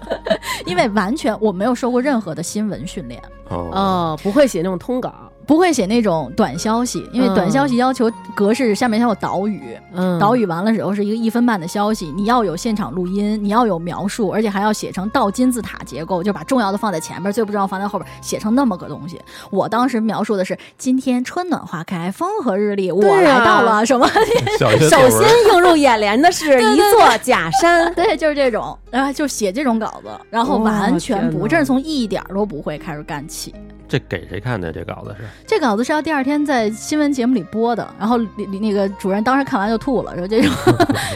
S2: 因为完全我没有受过任何的新闻训练。
S3: 哦，
S1: 哦，不会写那种通稿，
S2: 不会写那种短消息，因为短消息要求格式下面要有导语，
S1: 嗯，
S2: 岛屿完了之后是一个一分半的消息，你要有现场录音，你要有描述，而且还要写成倒金字塔结构，就把重要的放在前面，最不重要放在后边，写成那么个东西。我当时描述的是今天春暖花开，风和日丽，我
S1: 对啊
S2: 来到了什么？
S3: 小学作
S1: 首
S3: 文
S1: 先映入眼帘的是一座假山，
S2: 对，就是这种，然后就写这种稿子，然后
S1: 哦
S2: 完全
S1: 天
S2: 不，
S1: 哪
S2: 这是从一点儿都不会开始干起。
S3: 这给谁看的？这稿子是
S2: 这稿子是要第二天在新闻节目里播的，然后里里那个主任当时看完就吐了，说这种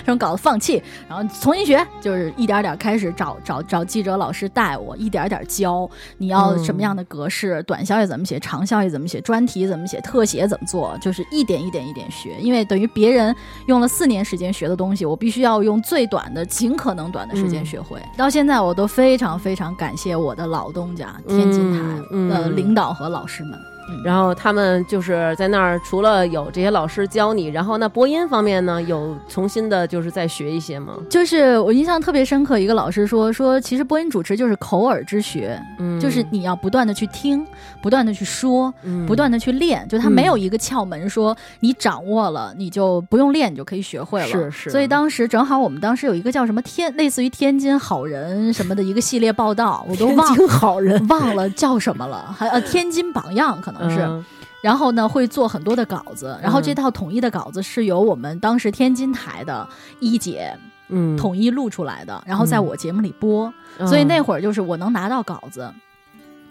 S2: 这种稿子放弃，然后重新学，就是一点点开始找 找找记者老师带我，一点点教你要什么样的格式，短消息怎么写，长消息怎么写，专题怎么写，特写怎么做，就是一点一点一点学，因为等于别人用了四年时间学的东西，我必须要用最短的、尽可能短的时间学会。到现在我都非常非常感谢我的老东家天津台
S1: 嗯嗯
S2: 的呃领导和老师们。
S1: 然后他们就是在那儿，除了有这些老师教你，然后那播音方面呢，有重新的就是再学一些吗？
S2: 就是我印象特别深刻，一个老师说说，其实播音主持就是口耳之学，
S1: 嗯，
S2: 就是你要不断的去听，不断的去说，
S1: 嗯
S2: 不断的去练，就它没有一个窍门说，你掌握了你就不用练，你就可以学会了。
S1: 是是
S2: 所以当时正好我们当时有一个叫什么天，类似于天津好人什么的一个系列报道，我都忘
S4: 津好人，
S2: 忘了叫什么了，还呃天津榜样可能是。
S1: 嗯
S2: 然后呢，会做很多的稿子，然后这套统一的稿子是由我们当时天津台的一姐
S1: 嗯，
S2: 统一录出来的，然后在我节目里播，
S1: 嗯
S2: 所以那会儿就是我能拿到稿子。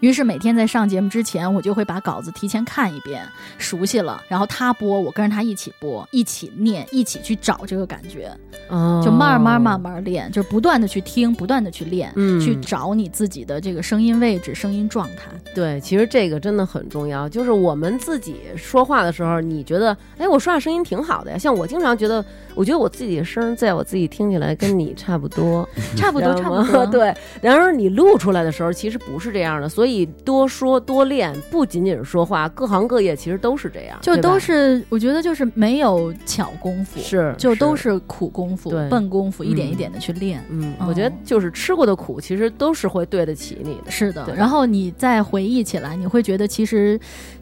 S2: 于是每天在上节目之前，我就会把稿子提前看一遍，熟悉了，然后他播，我跟着他一起播，一起念，一起去找这个感觉，
S1: 哦
S2: 就慢慢慢慢练，就是不断的去听，不断的去练，
S1: 嗯
S2: 去找你自己的这个声音位置、声音状态。
S1: 对，其实这个真的很重要。就是我们自己说话的时候，你觉得，哎，我说话声音挺好的呀。像我经常觉得，我觉得我自己的声儿在我自己听起来跟你差不多，
S2: 差不多，
S1: 知
S2: 差
S1: 道
S2: 不
S1: 嗯吗。
S2: 多，
S1: 对，然而你录出来的时候，其实不是这样的。所以多说多练，不仅仅是说话，各行各业其实都是这样，
S2: 就
S1: 对吧
S2: 都是，我觉得就是没有巧功夫，
S1: 是，
S2: 就都是苦功夫
S1: 对、
S2: 笨功夫，一点
S1: 嗯
S2: 一点的去练。
S1: 嗯，
S2: 嗯
S1: 我觉得就是吃过的苦，其实都是会对得起你的。
S2: 是的
S1: 对，
S2: 然后你再回忆起来，你会觉得其实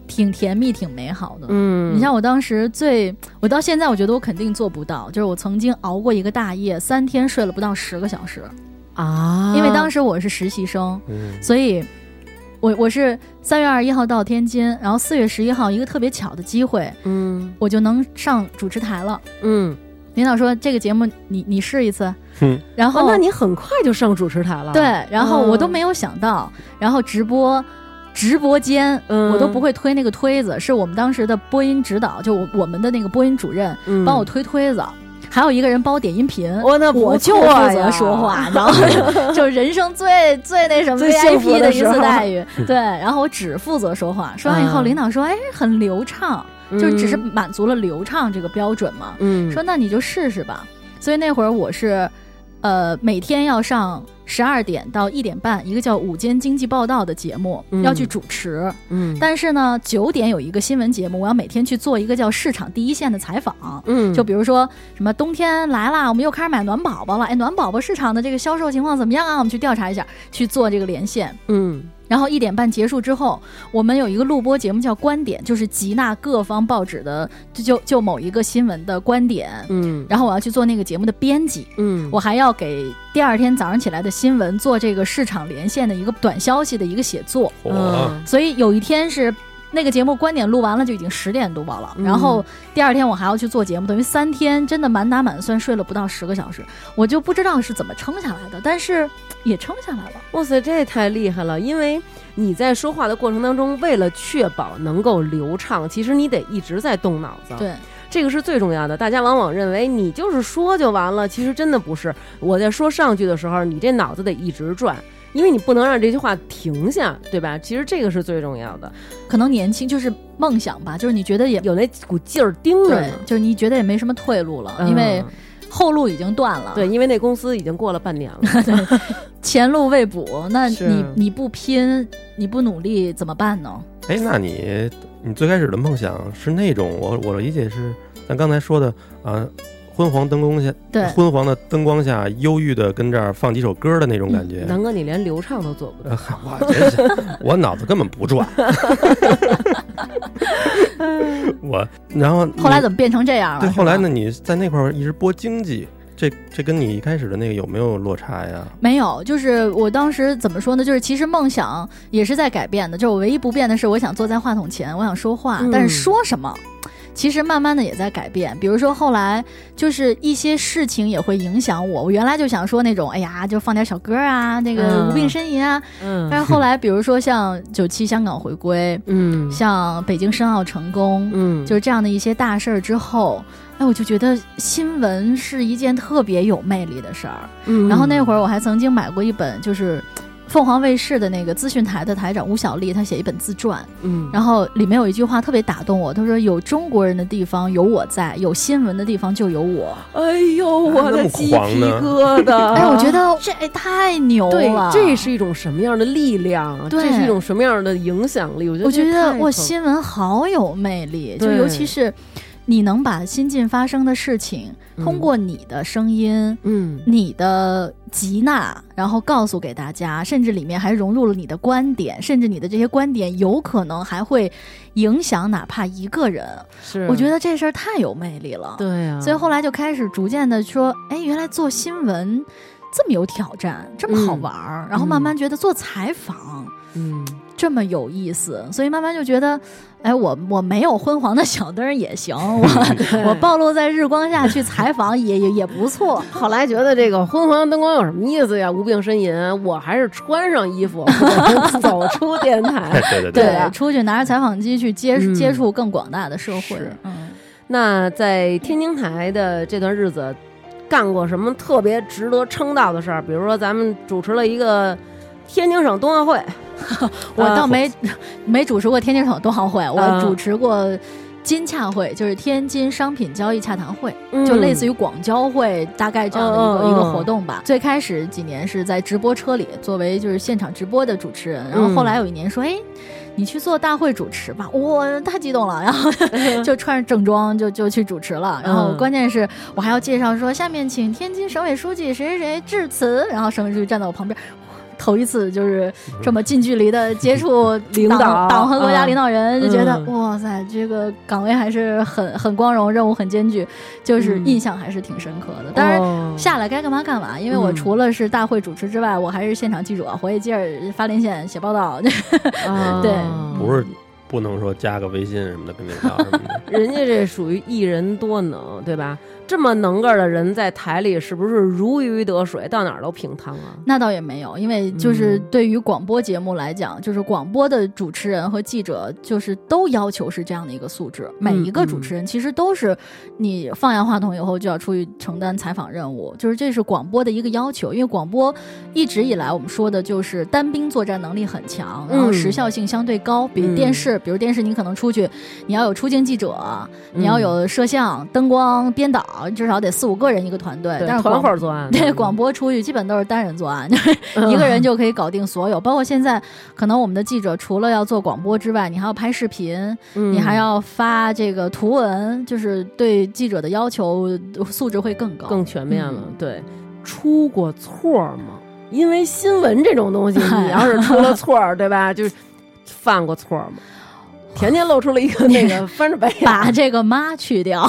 S2: 挺甜蜜、挺美好的。
S1: 嗯
S2: 你像我当时最，我到现在我觉得我肯定做不到，就是我曾经熬过一个大夜，三天睡了不到十个小时，
S1: 啊，
S2: 因为当时我是实习生，
S3: 嗯，
S2: 所以我我是三月二十一号到天津，然后四月十一号一个特别巧的机会，
S1: 嗯
S2: 我就能上主持台了。
S1: 嗯，
S2: 领导说这个节目你你试一次，
S3: 哼
S2: 然
S1: 哦
S2: 后，
S1: 那你很快就上主持台了，
S2: 对，然后我都
S1: 嗯
S2: 没有想到，然后直播。直播间，
S1: 嗯
S2: 我都不会推那个推子，是我们当时的播音指导，就我我们的那个播音主任
S1: 嗯，
S2: 帮我推推子，还有一个人帮我点音频，
S1: 我那不
S2: 我就
S1: 错
S2: 负责
S1: 呀
S2: 说话，然后 就人生最最那什么
S1: 最幸福
S2: VIP
S1: 的
S2: 一
S1: 时
S2: 次
S1: 候
S2: 待 遇，对，然后我只负责说话，说完以后，
S1: 嗯
S2: 领导说，哎，很流畅，
S1: 嗯，
S2: 就只是满足了流畅这个标准嘛，
S1: 嗯
S2: 说那你就试试吧。所以那会儿我是，呃，每天要上十二点到一点半一个叫《午间经济报道》的节目，
S1: 嗯
S2: 要去主持。
S1: 嗯，
S2: 但是呢，九点有一个新闻节目，我要每天去做一个叫市场第一线的采访。
S1: 嗯
S2: 就比如说什么冬天来啦，我们又开始买暖宝宝了，哎，暖宝宝市场的这个销售情况怎么样啊？我们去调查一下，去做这个连线。
S1: 嗯
S2: 然后一点半结束之后，我们有一个录播节目叫《观点》，就是集纳各方报纸的就就就某一个新闻的观点。
S1: 嗯
S2: 然后我要去做那个节目的编辑，
S1: 嗯，
S2: 我还要给第二天早上起来的新闻做这个市场连线的一个短消息的一个写作。
S3: 火，
S2: 所以有一天是那个节目观点录完了就已经十点多了，然后第二天我还要去做节目，等于三天真的满打满算睡了不到十个小时，我就不知道是怎么撑下来的，但是也撑下来了。
S1: 哇塞，这也太厉害了！因为你在说话的过程当中，为了确保能够流畅，其实你得一直在动脑子。，
S2: 对，
S1: 这个是最重要的。大家往往认为你就是说就完了，其实真的不是。我在说上句的时候，你这脑子得一直转，因为你不能让这句话停下，对吧？其实这个是最重要的，
S2: 可能年轻就是梦想吧，就是你觉得也
S1: 有那股劲儿盯着
S2: 对
S1: 呢，。
S2: 就是你觉得也没什么退路了，
S1: 嗯
S2: 因为后路已经断了，
S1: 对，，因为那公司已经过了半年了，
S2: 前路未卜，那
S1: 是
S2: 你你不拼，你不努力怎么办呢？
S3: 哎，那你你最开始的梦想是那种我我理解是咱刚才说的啊，昏黄灯光下，
S2: 对
S3: 昏黄的灯光下，忧郁的跟这儿放几首歌的那种感
S2: 嗯
S3: 觉。
S1: 南哥你连流畅都做不到。
S3: 呃 我真是，我脑子根本不转。 我然后
S2: 后来
S3: 你
S2: 怎么变啊成这样了？
S3: 对
S2: 是吧
S3: 后来呢？？你在那块儿一直播经济，这这跟你一开始的那个有没有落差 呀？
S2: 没有，就是我当时怎么说呢？就是其实梦想也是在改变的，就是我唯一不变的是，我想坐在话筒前，我想说话，
S1: 嗯
S2: 但是说什么，其实慢慢的也在改变。比如说后来就是一些事情也会影响我，我原来就想说那种，哎呀，就放点小歌啊，那个
S1: 嗯
S2: 无病呻吟啊。
S1: 嗯
S2: 但是后来，比如说像九七香港回归，
S1: 嗯
S2: 像北京申奥成功，
S1: 嗯，
S2: 就是这样的一些大事儿之后，哎，我就觉得新闻是一件特别有魅力的事儿。
S1: 嗯
S2: 然后那会儿我还曾经买过一本，就是凤凰卫视的那个资讯台的台长吴小莉，她写一本自传，
S1: 嗯，
S2: 然后里面有一句话特别打动我，她说：“有中国人的地方有我在，有新闻的地方就有我。
S1: 哎呦，我的鸡皮疙瘩！
S2: 哎，我觉得这太牛
S1: 对
S2: 了，，
S1: 这是一种什么样的力量？啊
S2: 对
S1: 这是一种什么样的影响力？我觉得，
S2: 我觉得
S1: 我
S2: 哇，新闻好有魅力，就
S1: 对
S2: 尤其是你能把新近发生的事情通过你的声音。
S1: 嗯
S2: 你的集纳，然后告诉给大家，甚至里面还融入了你的观点，甚至你的这些观点有可能还会影响哪怕一个人。
S1: 是，啊
S2: 我觉得这事儿太有魅力了，
S1: 对啊，
S2: 所以后来就开始逐渐的说，哎，原来做新闻这么有挑战，这么好玩儿，然后慢慢觉得做采访。
S1: 嗯
S2: 这么有意思，所以慢慢就觉得，哎，我我没有昏黄的小灯儿也行， 我我暴露在日光下去采访也也也不错。
S1: 后来觉得这个昏黄灯光有什么意思呀？无病呻吟，我还是穿上衣服走出电台。
S3: 对对
S1: 对
S3: 对，
S1: 啊
S2: 出去拿着采访机去接、
S1: 嗯
S2: 接触更广大的社会
S1: 是。
S2: 嗯，
S1: 那在天津台的这段日子，干过什么特别值得称道的事儿？比如说，咱们主持了一个天津省冬奥会，
S2: 我
S1: 啊
S2: 倒没、 没主持过天津省冬奥会，
S1: 啊
S2: 我主持过金洽会，就是天津商品交易洽谈会，就类似
S1: 于
S2: 于广交会大概这样的一个、
S1: 嗯嗯嗯嗯
S2: 一个活动吧。最开始几年是在直播车里作为就是现场直播的主持人，然后
S1: 嗯
S2: 后来有一年说，哎。你去做大会主持吧，我、太激动了，然后 就穿着正装就就去主持了，然后
S1: 嗯
S2: 关键是我还要介绍说，下面请天津省委书记谁谁谁致辞，然后省委书记站在我旁边，哇头一次就是这么近距离的接触
S1: 领导
S2: 党党和国家
S1: 嗯
S2: 领导人，就觉得、
S1: 嗯
S2: 哇塞，这个岗位还是很很光荣，任务很艰巨，就是
S1: 嗯
S2: 印象还是挺深刻的。当然。
S1: 哦
S2: 下来该干嘛干嘛，因为我
S1: 嗯
S2: 除了是大会主持之外，我还是现场记者，活跃劲儿发连线、写报道，
S1: 啊
S2: 对哦
S3: 不是不能说加个微信什么的跟领导什么 的。
S1: 人家这属于一人多能，对吧？这么能个儿的人在台里是不是如鱼得水，到哪儿都平摊啊？
S2: 那倒也没有，因为就是
S1: 嗯
S2: 对于广播节目来讲，就是广播的主持人和记者，就是都要求是这样的一个素质。每
S1: 嗯
S2: 一个主持人其实都是，你放下话筒以后就要出去承担采访任务，就是这是广播的一个要求。因为广播一直以来我们说的就是单兵作战能力很强，然后
S1: 嗯
S2: 时效性相对高，比
S1: 嗯
S2: 电视，比如电视你可能出去，你要有出镜记者，
S1: 嗯
S2: 你要有摄像、灯光、编导，至少得四五个人一个团队
S1: 对，
S2: 但是
S1: 团
S2: 广
S1: 伙儿作案，
S2: 对广播出去基本都是单人作案， 就是
S1: 嗯
S2: 一个人就可以搞定所有。包括现在，可能我们的记者除了要做广播之外，你还要拍视频，
S1: 嗯
S2: 你还要发这个图文，就是对记者的要求素质会更 高。
S1: 更全面了
S2: 嗯。
S1: 对，出过错儿吗？因为新闻这种 东西，
S2: 嗨
S1: 你要是出了错儿，对吧？就是犯过错儿吗？甜甜露出了一个那 个翻着白眼，
S2: 把这个妈去 掉，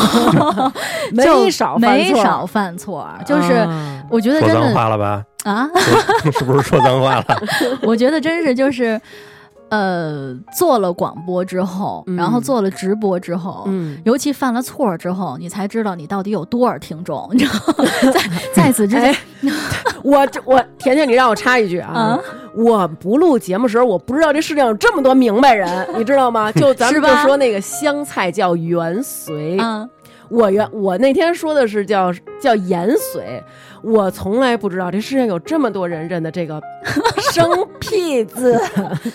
S1: 没
S2: 就
S1: 少犯
S2: 没
S1: 错儿
S2: 少，犯错，就是。
S1: 啊
S2: 我觉得
S3: 说
S2: 真
S3: 脏
S2: 的
S3: 话了吧？
S2: 啊，
S3: 是不是说脏话了？
S2: 我觉得真是就是，呃做了广播之后，
S1: 嗯
S2: 然后做了直播之后，
S1: 嗯，
S2: 尤其犯了错儿之后，你才知道你到底有多少听众，你知道吗？在在此之
S1: 哎
S2: 前，
S1: 我这我甜甜，你让我插一句啊
S2: 啊，
S1: 我不录节目时候，我不知道这世界上有这么多明白人，你知道吗？就咱们
S2: 是
S1: 就
S2: 吧
S1: 说那个香菜叫元髓，
S2: 嗯，
S1: 我原我那天说的是叫叫盐髓，我从来不知道这世界有这么多人认得这个 生僻字，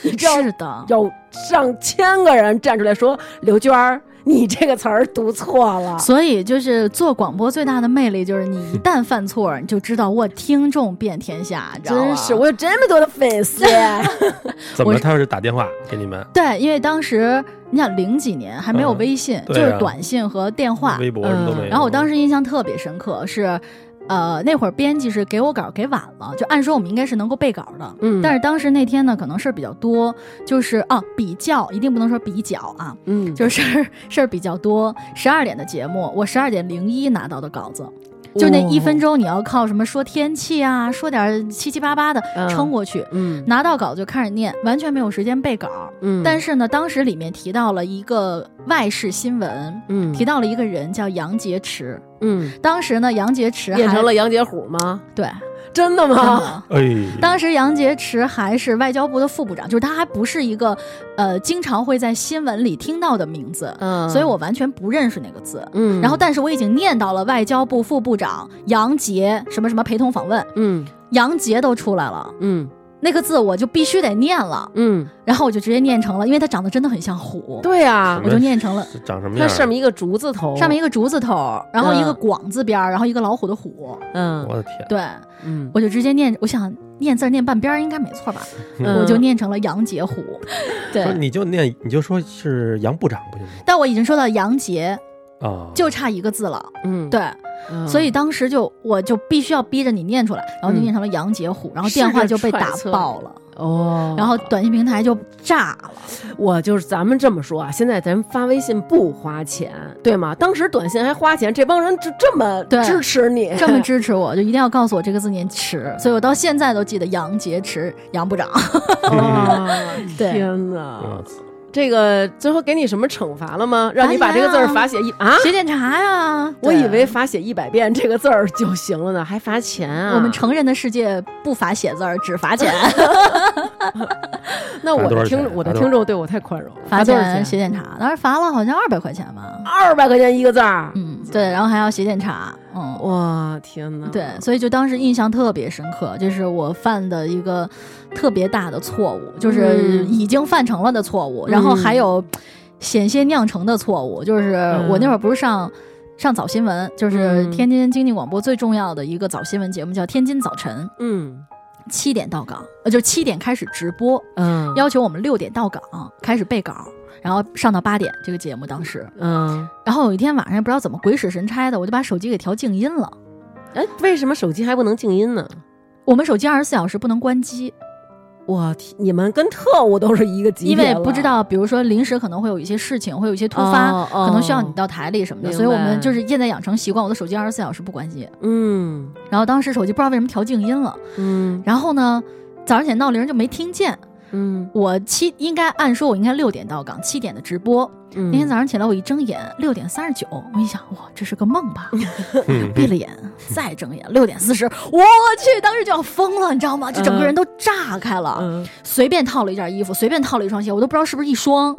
S1: 你知道
S2: 是的，
S1: 有上千个人站出来说刘娟儿，你这个词儿读错了。
S2: 所以就是做广播最大的魅力就是你一旦犯错儿，你就知道我听众遍天下，你知道吗
S1: 真是，我有这么多的粉丝，
S2: 啊
S3: 怎么
S2: 我
S3: 了
S2: 是
S3: 他是打电话给你们？
S2: 对，因为当时你想零几年还没有
S3: 嗯
S2: 微信，就
S3: 对啊
S2: 是短信和电话，嗯
S3: 微博什么都没有。
S2: 然后我当时印象特别深刻是，呃，那会儿编辑是给我稿儿给晚了，就按说我们应该是能够背稿儿的，
S1: 嗯
S2: 但是当时那天呢，可能事儿比较多，就是啊，比较一定不能说比较啊，
S1: 嗯，
S2: 就是事儿事儿比较多。十二点的节目，我十二点零一拿到的稿
S1: 哦
S2: 子，就
S1: 嗯
S2: 那一分钟你要靠什么说天气啊，说点儿七七八八的
S1: 嗯
S2: 撑过去，
S1: 嗯
S2: 拿到稿就开始念，完全没有时间背稿儿。
S1: 嗯，
S2: 但
S1: 是
S2: 是呢，当时里面提到了一个外事新闻，
S1: 嗯
S2: 提到了一个人叫杨洁篪。
S1: 嗯
S2: 当时呢，杨洁篪
S1: 变
S2: 还嗯
S1: 成了杨洁虎吗？
S2: 对，
S1: 真的
S2: 真
S1: 吗？
S2: 的
S3: 哎，
S2: 当时杨洁篪还是外交部的副部长，就是他还不是一个呃经常会在新闻里听到的名字，
S1: 嗯
S2: 所以我完全不认识那个字。
S1: 嗯，
S2: 然后，但是我已经念到了外交部副部长杨洁什么什么陪同访问，
S1: 嗯
S2: 杨洁都出来了，
S1: 嗯
S2: 那个字我就必须得念了，
S1: 嗯，
S2: 然后我就直接念成了，因为它长得真的很像虎，
S1: 对啊
S3: 什，
S2: 我就念成了
S3: 这长什么
S1: 它
S3: 样？啊
S1: 上面一个竹字头，
S2: 上面一个竹字头，然后一个
S1: 嗯
S2: 广字边儿，然后一个老虎的虎，
S1: 嗯
S3: 我的天，
S2: 对，
S1: 嗯，
S2: 我就直接念，我想念字儿念半边儿应该没错吧，
S1: 嗯
S2: 我就念成了杨洁虎，
S3: 说
S2: 对。
S3: 你就念，你就说是杨部长不就行吗？
S2: 但我已经说到杨洁，
S3: 啊，
S2: 就差一个字了，
S1: 嗯，
S2: 对，
S1: 嗯，
S2: 所以当时就我就必须要逼着你念出来，然后
S1: 嗯
S2: 就念成了杨洁虎，然后电话就被打爆了，
S1: 哦，
S2: 然后短信平台就炸了，
S1: 我就是咱们这么说啊，现在咱们发微信不花钱，对吗？当时短信还花钱，这帮人就这么
S2: 对
S1: 支持你，
S2: 这 么支持我，就一定要告诉我这个字念迟，所以我到现在都记得杨洁篪杨 部长，
S1: 哇
S3: 嗯
S2: 对
S1: 天
S3: 我
S1: 哪！
S3: 操，
S1: 这个最后给你什么惩罚了吗？
S2: 哎
S1: 让你把这个字儿罚写一啊？
S2: 写检查呀，
S1: 我
S2: 对
S1: 以为。罚写一百遍这个字儿就行了呢，还罚钱啊？
S2: 我们成人的世界不罚写字儿，只罚钱，
S1: 那我
S3: 罚多
S1: 的
S3: 少
S1: 听
S3: 钱
S1: 我的
S3: 罚多
S1: 听众对我太宽容了，
S2: 罚
S1: 多少
S2: 钱
S1: 钱？
S2: 写检查，当时罚了好像二百块钱吧。
S1: 二百块钱一个字儿，
S2: 嗯，对，然后还要写检查，嗯，
S1: 哇天哪！
S2: 对，所以就当时印象特别深刻，这是我犯的一个特别大的错误，就是
S1: 嗯
S2: 已经犯成了的错误，然后还有险些酿成的错误，就是我那会儿不是上。上早新闻就是
S1: 嗯
S2: 天津经济广播最重要的一个早新闻节目，叫《天津早晨
S1: 嗯》，
S2: 七点到岗，呃，就七点开始直播，
S1: 嗯
S2: 要求我们六点到岗开始背稿，然后上到八点。这个节目当时，
S1: 嗯，
S2: 然后有一天晚上也不知道怎么鬼使神差的，我就把手机给调静音了。
S1: 哎，为什么手机还不能静音呢？
S2: 我们手机二十四小时不能关机，
S1: 我天，你们跟特务都是一个级别
S2: 因
S1: 了，
S2: 为不知道，比如说临时可能会有一些事情，会有一些突发，
S1: 哦哦
S2: 可能需要你到台里什么的，
S1: 明
S2: 所以我
S1: 白
S2: 们就是现在养成习惯，我的手机二十四小时不关机。
S1: 嗯
S2: 然后当时手机不知道为什么调静音了，
S1: 嗯
S2: 然后呢，早上起来闹铃就没听见。
S1: 嗯
S2: 我七应该按说我应该六点到岗，七点的直播。
S1: 嗯，
S2: 那天早上起来我一睁眼六点三十九，我一想哇这是个梦吧，
S3: 嗯
S2: 闭了眼再睁眼六点四十，我去，当时就要疯了，你知道吗？就整个人都炸开了。
S1: 嗯
S2: 随便套了一件衣服，随便套了一双鞋，我都不知道是不是一 双，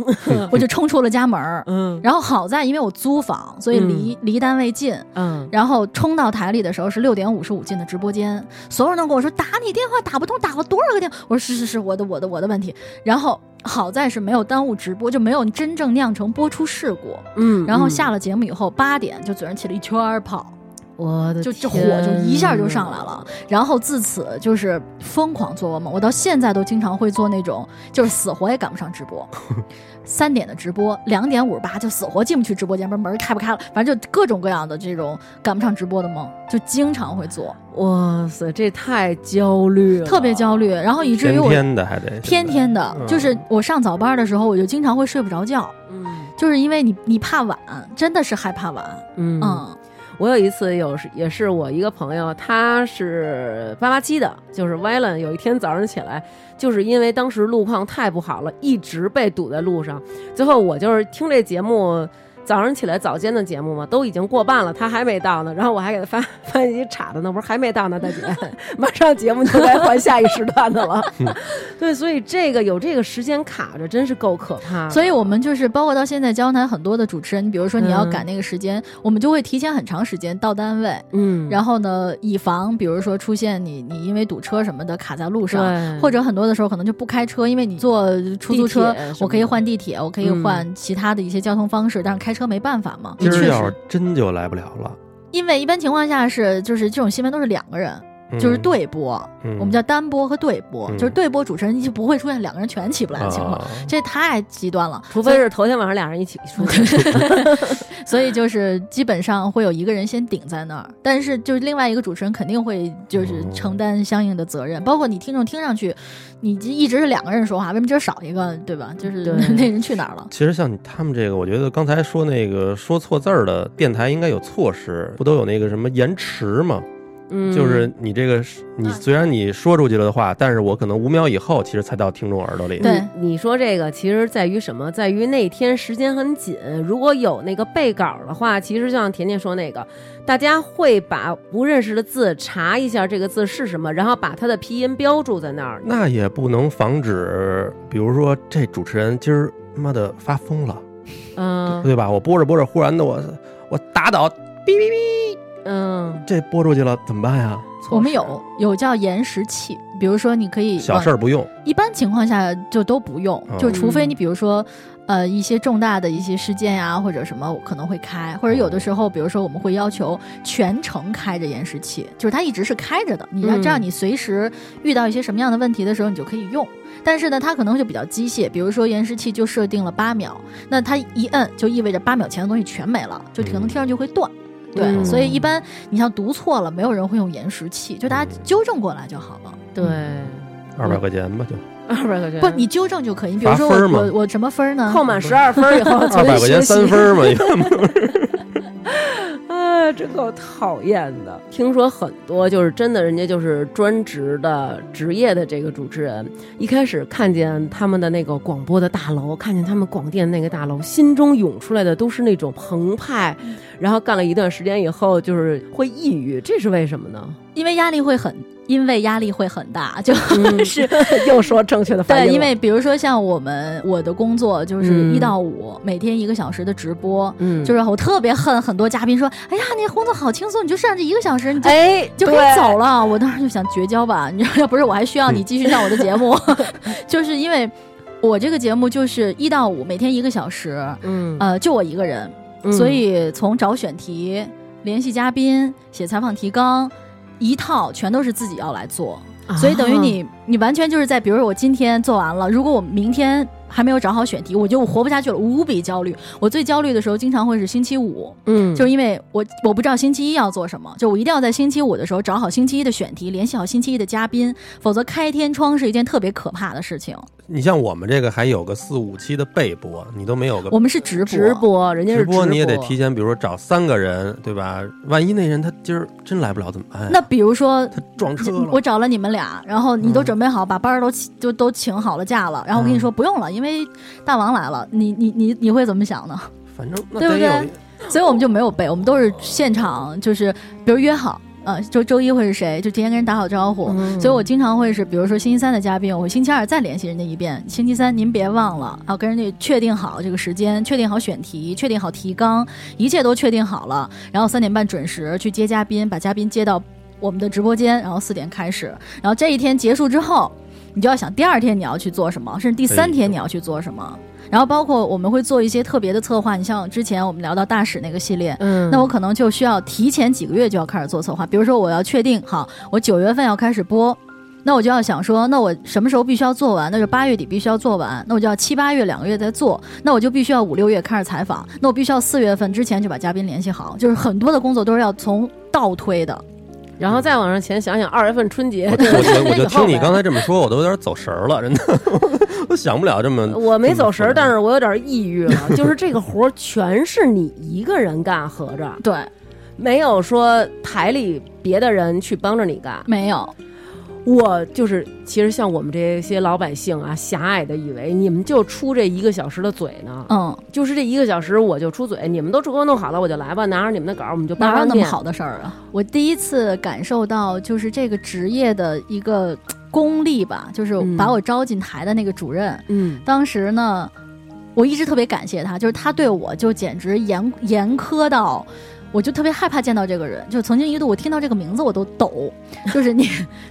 S2: 我就冲出了家门儿。
S1: 嗯
S2: 然后好在因为我租房，所以离、离单位近。
S1: 嗯，
S2: 然后冲到台里的时候是六点五十五进的直播间，所有人都跟我说打你电话打不通，打了多少个电话？我说是是是，我的我的我的问题。然后好在是没有耽误直播，就没有真正酿成播出事故。
S1: 嗯
S2: 然后下了节目以后，八点就嘴上起了一圈儿泡，
S1: 我的
S2: 就这火
S1: 天
S2: 就一下就上来了，然后自此就是疯狂做噩梦，我到现在都经常会做那种就是死活也赶不上直播，三点的直播，两点五十八就死活进不去直播间，门门开不开了，反正就各种各样的这种赶不上直播的梦，就经常会做，
S1: 呐，哇塞，这太焦虑了，
S2: 特别焦虑，然后以至于
S3: 天
S2: 我
S3: 天的还得
S2: 天天的，
S3: 嗯
S2: 就是我上早班的时候，我就经常会睡不着觉，
S1: 嗯。
S2: 就是因为你你怕晚，真的是害怕晚，
S1: 嗯
S2: 嗯，
S1: 我有一次有是也是我一个朋友，他是八八七的，就是 v y l a n 有一天早上起来，就是因为当时路况太不好了，一直被堵在路上。最后我就是听这节目。早上起来早间的节目嘛，都已经过半了，他还没到呢。然后我还给他发 发信息岔的呢，我说还没到呢， 大姐，马上节目就该换下一时段的了。对，所以这个有这个时间卡着，真是够可怕的。
S2: 所以我们就是包括到现在，江南很多的主持人，比如说你要
S1: 嗯
S2: 赶那个时间，我们就会提前很长时间到单位，
S1: 嗯，
S2: 然后呢，以防比如说出现你你因为堵车什么的卡在路上，
S1: 对，
S2: 或者很多的时候可能就不开车，因为你坐出租车
S1: 地铁什么的，
S2: 我可以换地铁，我可以
S1: 嗯
S2: 换其他的一些交通方式，但是开车没办法嘛。
S3: 今
S2: 确
S3: 儿要
S2: 实
S3: 是，真就来不了了，
S2: 因为一般情况下是就是这种新闻都是两个人，就是
S3: 嗯，
S2: 对播，
S3: 嗯
S2: 我们叫单播和对播，
S3: 嗯
S2: 就是对播主持人就不会出现两个人全起不来的情况，
S3: 啊
S2: 这太极端了。
S1: 除非是头天晚上俩人一起出去。
S2: 所以就是基本上会有一个人先顶在那儿，但是就是另外一个主持人肯定会就是承担相应的责任，包括你听众听上去，你这一直是两个人说话，为什么今儿少一个，对吧？就是
S1: 对
S2: 那人去哪儿了？
S3: 其实像你他们这个，我觉得刚才说那个说错字儿的电台应该有措施，不都有那个什么延迟吗？
S1: 嗯，
S3: 就是你这个是你
S2: 啊
S3: 虽然你说出去了的话，但是我可能五秒以后其实才到听众耳朵里。
S2: 对
S1: 你你说这个其实在于什么？在于那天时间很紧，如果有那个背稿的话，其实就像甜甜说那个，大家会把不认识的字查一下这个字是什么，然后把它的拼音标注在那儿。
S3: 那也不能防止，比如说这主持人今儿妈的发疯了，
S1: 嗯
S3: 对吧？我播着播着，忽然的我我打倒，哔哔哔，
S1: 嗯，
S3: 这播出去了怎么办呀？
S2: 我们有有叫延时器，比如说你可以
S3: 小事
S2: 儿，
S3: 儿不用，
S2: 一般情况下就都不用，
S3: 哦
S2: 就除非你比如说。呃，一些重大的一些事件呀、啊或者什么，我可能会开，
S3: 哦
S2: 或者有的时候，比如说我们会要求全程开着延时器，就是它一直是开着的，你要
S1: 嗯
S2: 这样，你随时遇到一些什么样的问题的时候，你就可以用。但是呢，它可能就比较机械，比如说延时器就设定了八秒，那它一摁就意味着八秒前的东西全没了，就可能
S3: 嗯
S2: 听上去会断。对，
S1: 嗯
S2: 所以一般你像读错了，没有人会用延时器，就大家纠正过来就好了。
S1: 对，
S3: 二百块钱吧就。
S1: 二百块钱
S2: 不，你纠正就可以。比如说
S3: 罚分
S2: 我
S3: 儿吗
S2: 我我什么分儿呢？
S1: 扣满十二分以后，
S3: 二百块钱三分儿嘛，
S1: 啊，真够讨厌的。听说很多就是真的，人家就是专职的职业的这个主持人，一开始看见他们的那个广播的大楼，看见他们广电那个大楼，心中涌出来的都是那种澎湃。然后干了一段时间以后，就是会抑郁，这是为什么呢？
S2: 因为压力会很，因为压力会很大， 就。
S1: 是又说正 确的发音
S2: 对，
S1: 了
S2: 因为比如说像我们我的工作就是
S1: 嗯
S2: 一到五、每天一个小时的直播，
S1: 嗯，
S2: 就是我特别恨很多嘉宾说，哎呀，你工作好轻松，你就上这一个小时你就、
S1: 哎，
S2: 就可
S1: 对
S2: 以走了。我当时就想绝交吧， 你知道，要不是我还需要你继续上我的节目， 就是因为我这个节目就是一到五每天一个小时，
S1: 嗯，
S2: 呃，就我一个人，
S1: 嗯
S2: 所以从找选题、联系嘉宾、写采访提纲，一套全都是自己要来做。
S1: 啊
S2: 所以等于你，你完全就是在，比如说我今天做完了，如果我明天还没有找好选题，我就活不下去了，无比焦虑。我最焦虑的时候，经常会是星期五，
S1: 嗯，
S2: 就是因为我我不知道星期一要做什么，就我一定要在星期五的时候找好星期一的选题，联系好星期一的嘉宾，否则开天窗是一件特别可怕的事情。
S1: 呃
S3: 你像我们这个还有个四五期的备播，你都没有个
S2: 我们是直播，
S1: 直播，人家是
S3: 直
S1: 播
S3: 你也得提前，比如说找三个人，对吧？万一那人他今儿真来不了怎么办呀？
S2: 那比如说
S3: 他撞车
S2: 就
S3: 了，
S2: 我找了你们俩，然后你都
S3: 嗯
S2: 准备好，把班儿都请就都请好了假了，然后我跟你说不用了，因为大王来了，你你你你会怎么想呢？
S3: 反正那
S2: 对不
S3: 得有
S2: 对所以我们就没有背，我们都是现场，就是比如约好，呃，周周一会是谁，就提前跟人打好招呼。
S1: 嗯
S2: 所以我经常会是，比如说星期三的嘉宾，我会星期二再联系人家一遍，星期三您别忘了，啊，跟人家确定好这个时间，确定好选题，确定好提纲，一切都确定好了，然后三点半准时去接嘉宾，把嘉宾接到我们的直播间，然后四点开始，然后这一天结束之后，你就要想第二天你要去做什么，甚至第三天你要去做什么。然后包括我们会做一些特别的策划，你像之前我们聊到大使那个系列，
S1: 嗯，
S2: 那我可能就需要提前几个月就要开始做策划。比如说，我要确定好，我九月份要开始播，那我就要想说，那我什么时候必须要做完？那就八月底必须要做完，那我就要七八月两个月再做，那我就必须要五六月开始采访，那我必须要四月份之前就把嘉宾联系好。就是很多的工作都是要从倒推的。
S1: 然后再往上前想想，二月份春 节，
S3: 我我觉得我就听你刚才这么说，我都有点走神儿了，真的，我想不了这么。
S1: 我没走神儿，
S3: 这么
S1: 但是我有点抑郁了。就是这个活儿全是你一个人干，合着
S2: 对，
S1: 没有说台里别的人去帮着你干。
S2: 没有，
S1: 我就是，其实像我们这些老百姓啊，狭隘的以为你们就出这一个小时的嘴呢，
S2: 嗯，
S1: 就是这一个小时我就出嘴，你们都给我弄好了，我就来吧，拿着你们的稿儿我们就
S2: 哪有
S1: 扒
S2: 那
S1: 拉
S2: 么
S1: 面。
S2: 好的事儿啊？我第一次感受到就是这个职业的一个功力吧，就是
S1: 嗯
S2: 把我招进台的那个主任，
S1: 嗯
S2: 当时呢，我一直特别感谢他，就是他对我就简直严严苛到。我就特别害怕见到这个人，就曾经一度我听到这个名字我都抖，就是你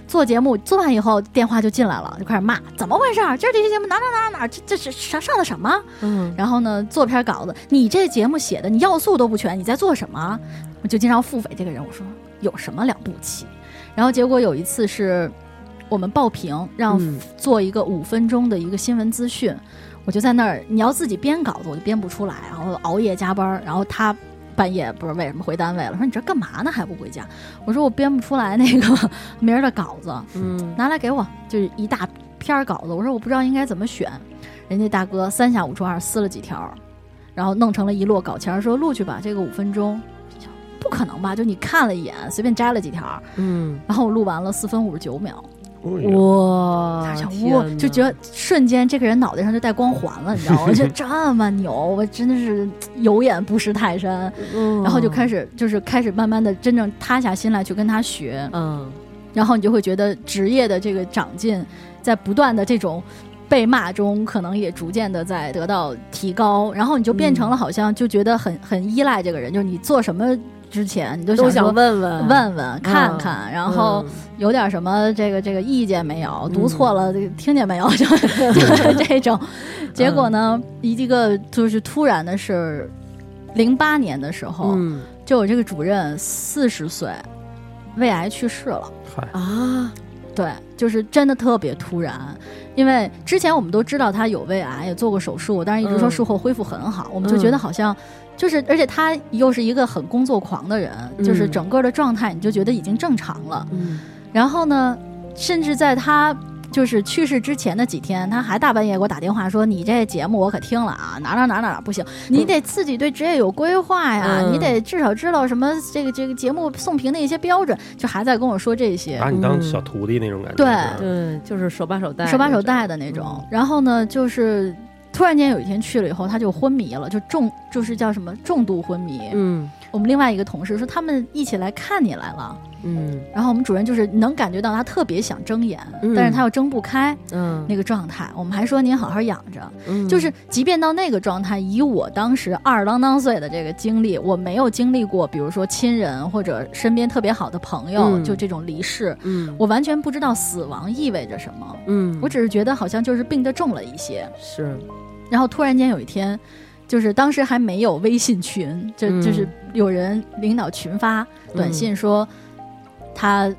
S2: 做节目做完以后电话就进来了，就开始骂，怎么回事儿？今儿这期节目哪哪哪哪哪，这这是上上的什么？
S1: 嗯，
S2: 然后呢，做篇稿子，你这节目写的，你要素都不全，你在做什么？我就经常腹诽这个人，我说有什么了不起？然后结果有一次是我们报评，让
S1: 嗯
S2: 做一个五分钟的一个新闻资讯，我就在那儿，你要自己编稿子，我就编不出来，然后熬夜加班儿，然后他。半夜不知道为什么回单位了，说你这干嘛呢还不回家？我说我编不出来那个 明儿的稿子，
S1: 嗯
S2: 拿来给我，就是一大篇儿稿子。我说我不知道应该怎么选，人家大哥三下五除二撕了几条，然后弄成了一摞稿签儿，说录去吧，这个五分钟。不可能吧？就你看了一眼，随便摘了几条，
S1: 嗯，
S2: 然后我录完了四分五十九秒，
S3: 哎
S1: 哇啊
S2: 大家哇，就觉
S1: 得
S2: 得瞬间这个人脑袋上就带光环了，你知道吗？我觉得这么牛，我真的是有眼不识泰山。然后就开
S1: 始
S2: 始就是开始慢慢的真正塌下心来去跟他学，
S1: 嗯
S2: 然后你就会觉得职业的这个长进，在不断的这种被骂中，可能也逐渐的在得到提高，然后你就变成了好像就觉得很很依赖这个人，就是你做什么之前，你都
S1: 都
S2: 想
S1: 想
S2: 说
S1: 问问嗯
S2: 问问看看，然后有点什么这个这个意见没有，读错了这个听见没有，就就是这种。结果呢，一个就是突然的是。零八年的时候，
S1: 嗯
S2: 就我这个主任四十岁，胃癌去世了。
S3: 嗨，
S1: 啊
S2: 对，就是真的特别突然，因为之前我们都知道他有胃癌，也做过手术，但是一直说
S1: 嗯
S2: 术后恢复很好，我们就觉得好像就是，而且他又是一个很工作狂的人，就是
S1: 嗯
S2: 整个的状态你就觉得已经正常了。
S1: 嗯
S2: 然后呢，甚至在他就是去世之前的几天，他还大半夜给我打电话说：“你这节目我可听了啊，哪哪哪哪哪不行，你得自己对职业有规划呀，
S1: 嗯
S2: 你得至少知道什么这个这个节目送评的一些标准。”就还在跟我说这些。
S3: 把你当小徒弟那种感觉。
S2: 对
S3: 是吧
S1: 对，就是手把手带嗯
S2: 手把手带
S1: 带
S2: 的那种。然后呢，就是突然间有一天去了以后，他就昏迷了，就重就是叫什么重度昏迷。
S1: 嗯
S2: 我们另外一个同事说他们一起来看你来了，
S1: 嗯
S2: 然后我们主任就是能感觉到他特别想睁眼，
S1: 嗯
S2: 但是他又睁不开
S1: 嗯
S2: 那个状态。我们还说您好好养着，
S1: 嗯
S2: 就是即便到那个状态，以我当时二十啷当岁的这个经历，我没有经历过，比如说亲人或者身边特别好的朋友、
S1: 嗯
S2: 就这种离世，
S1: 嗯
S2: 我完全不知道死亡意味着什么。
S1: 嗯
S2: 我只是觉得好像就是病得重了一些，
S1: 是
S2: 然后突然间有一天，就是当时还没有微信群，就、
S1: 嗯
S2: 就是有人领导群发短信说、他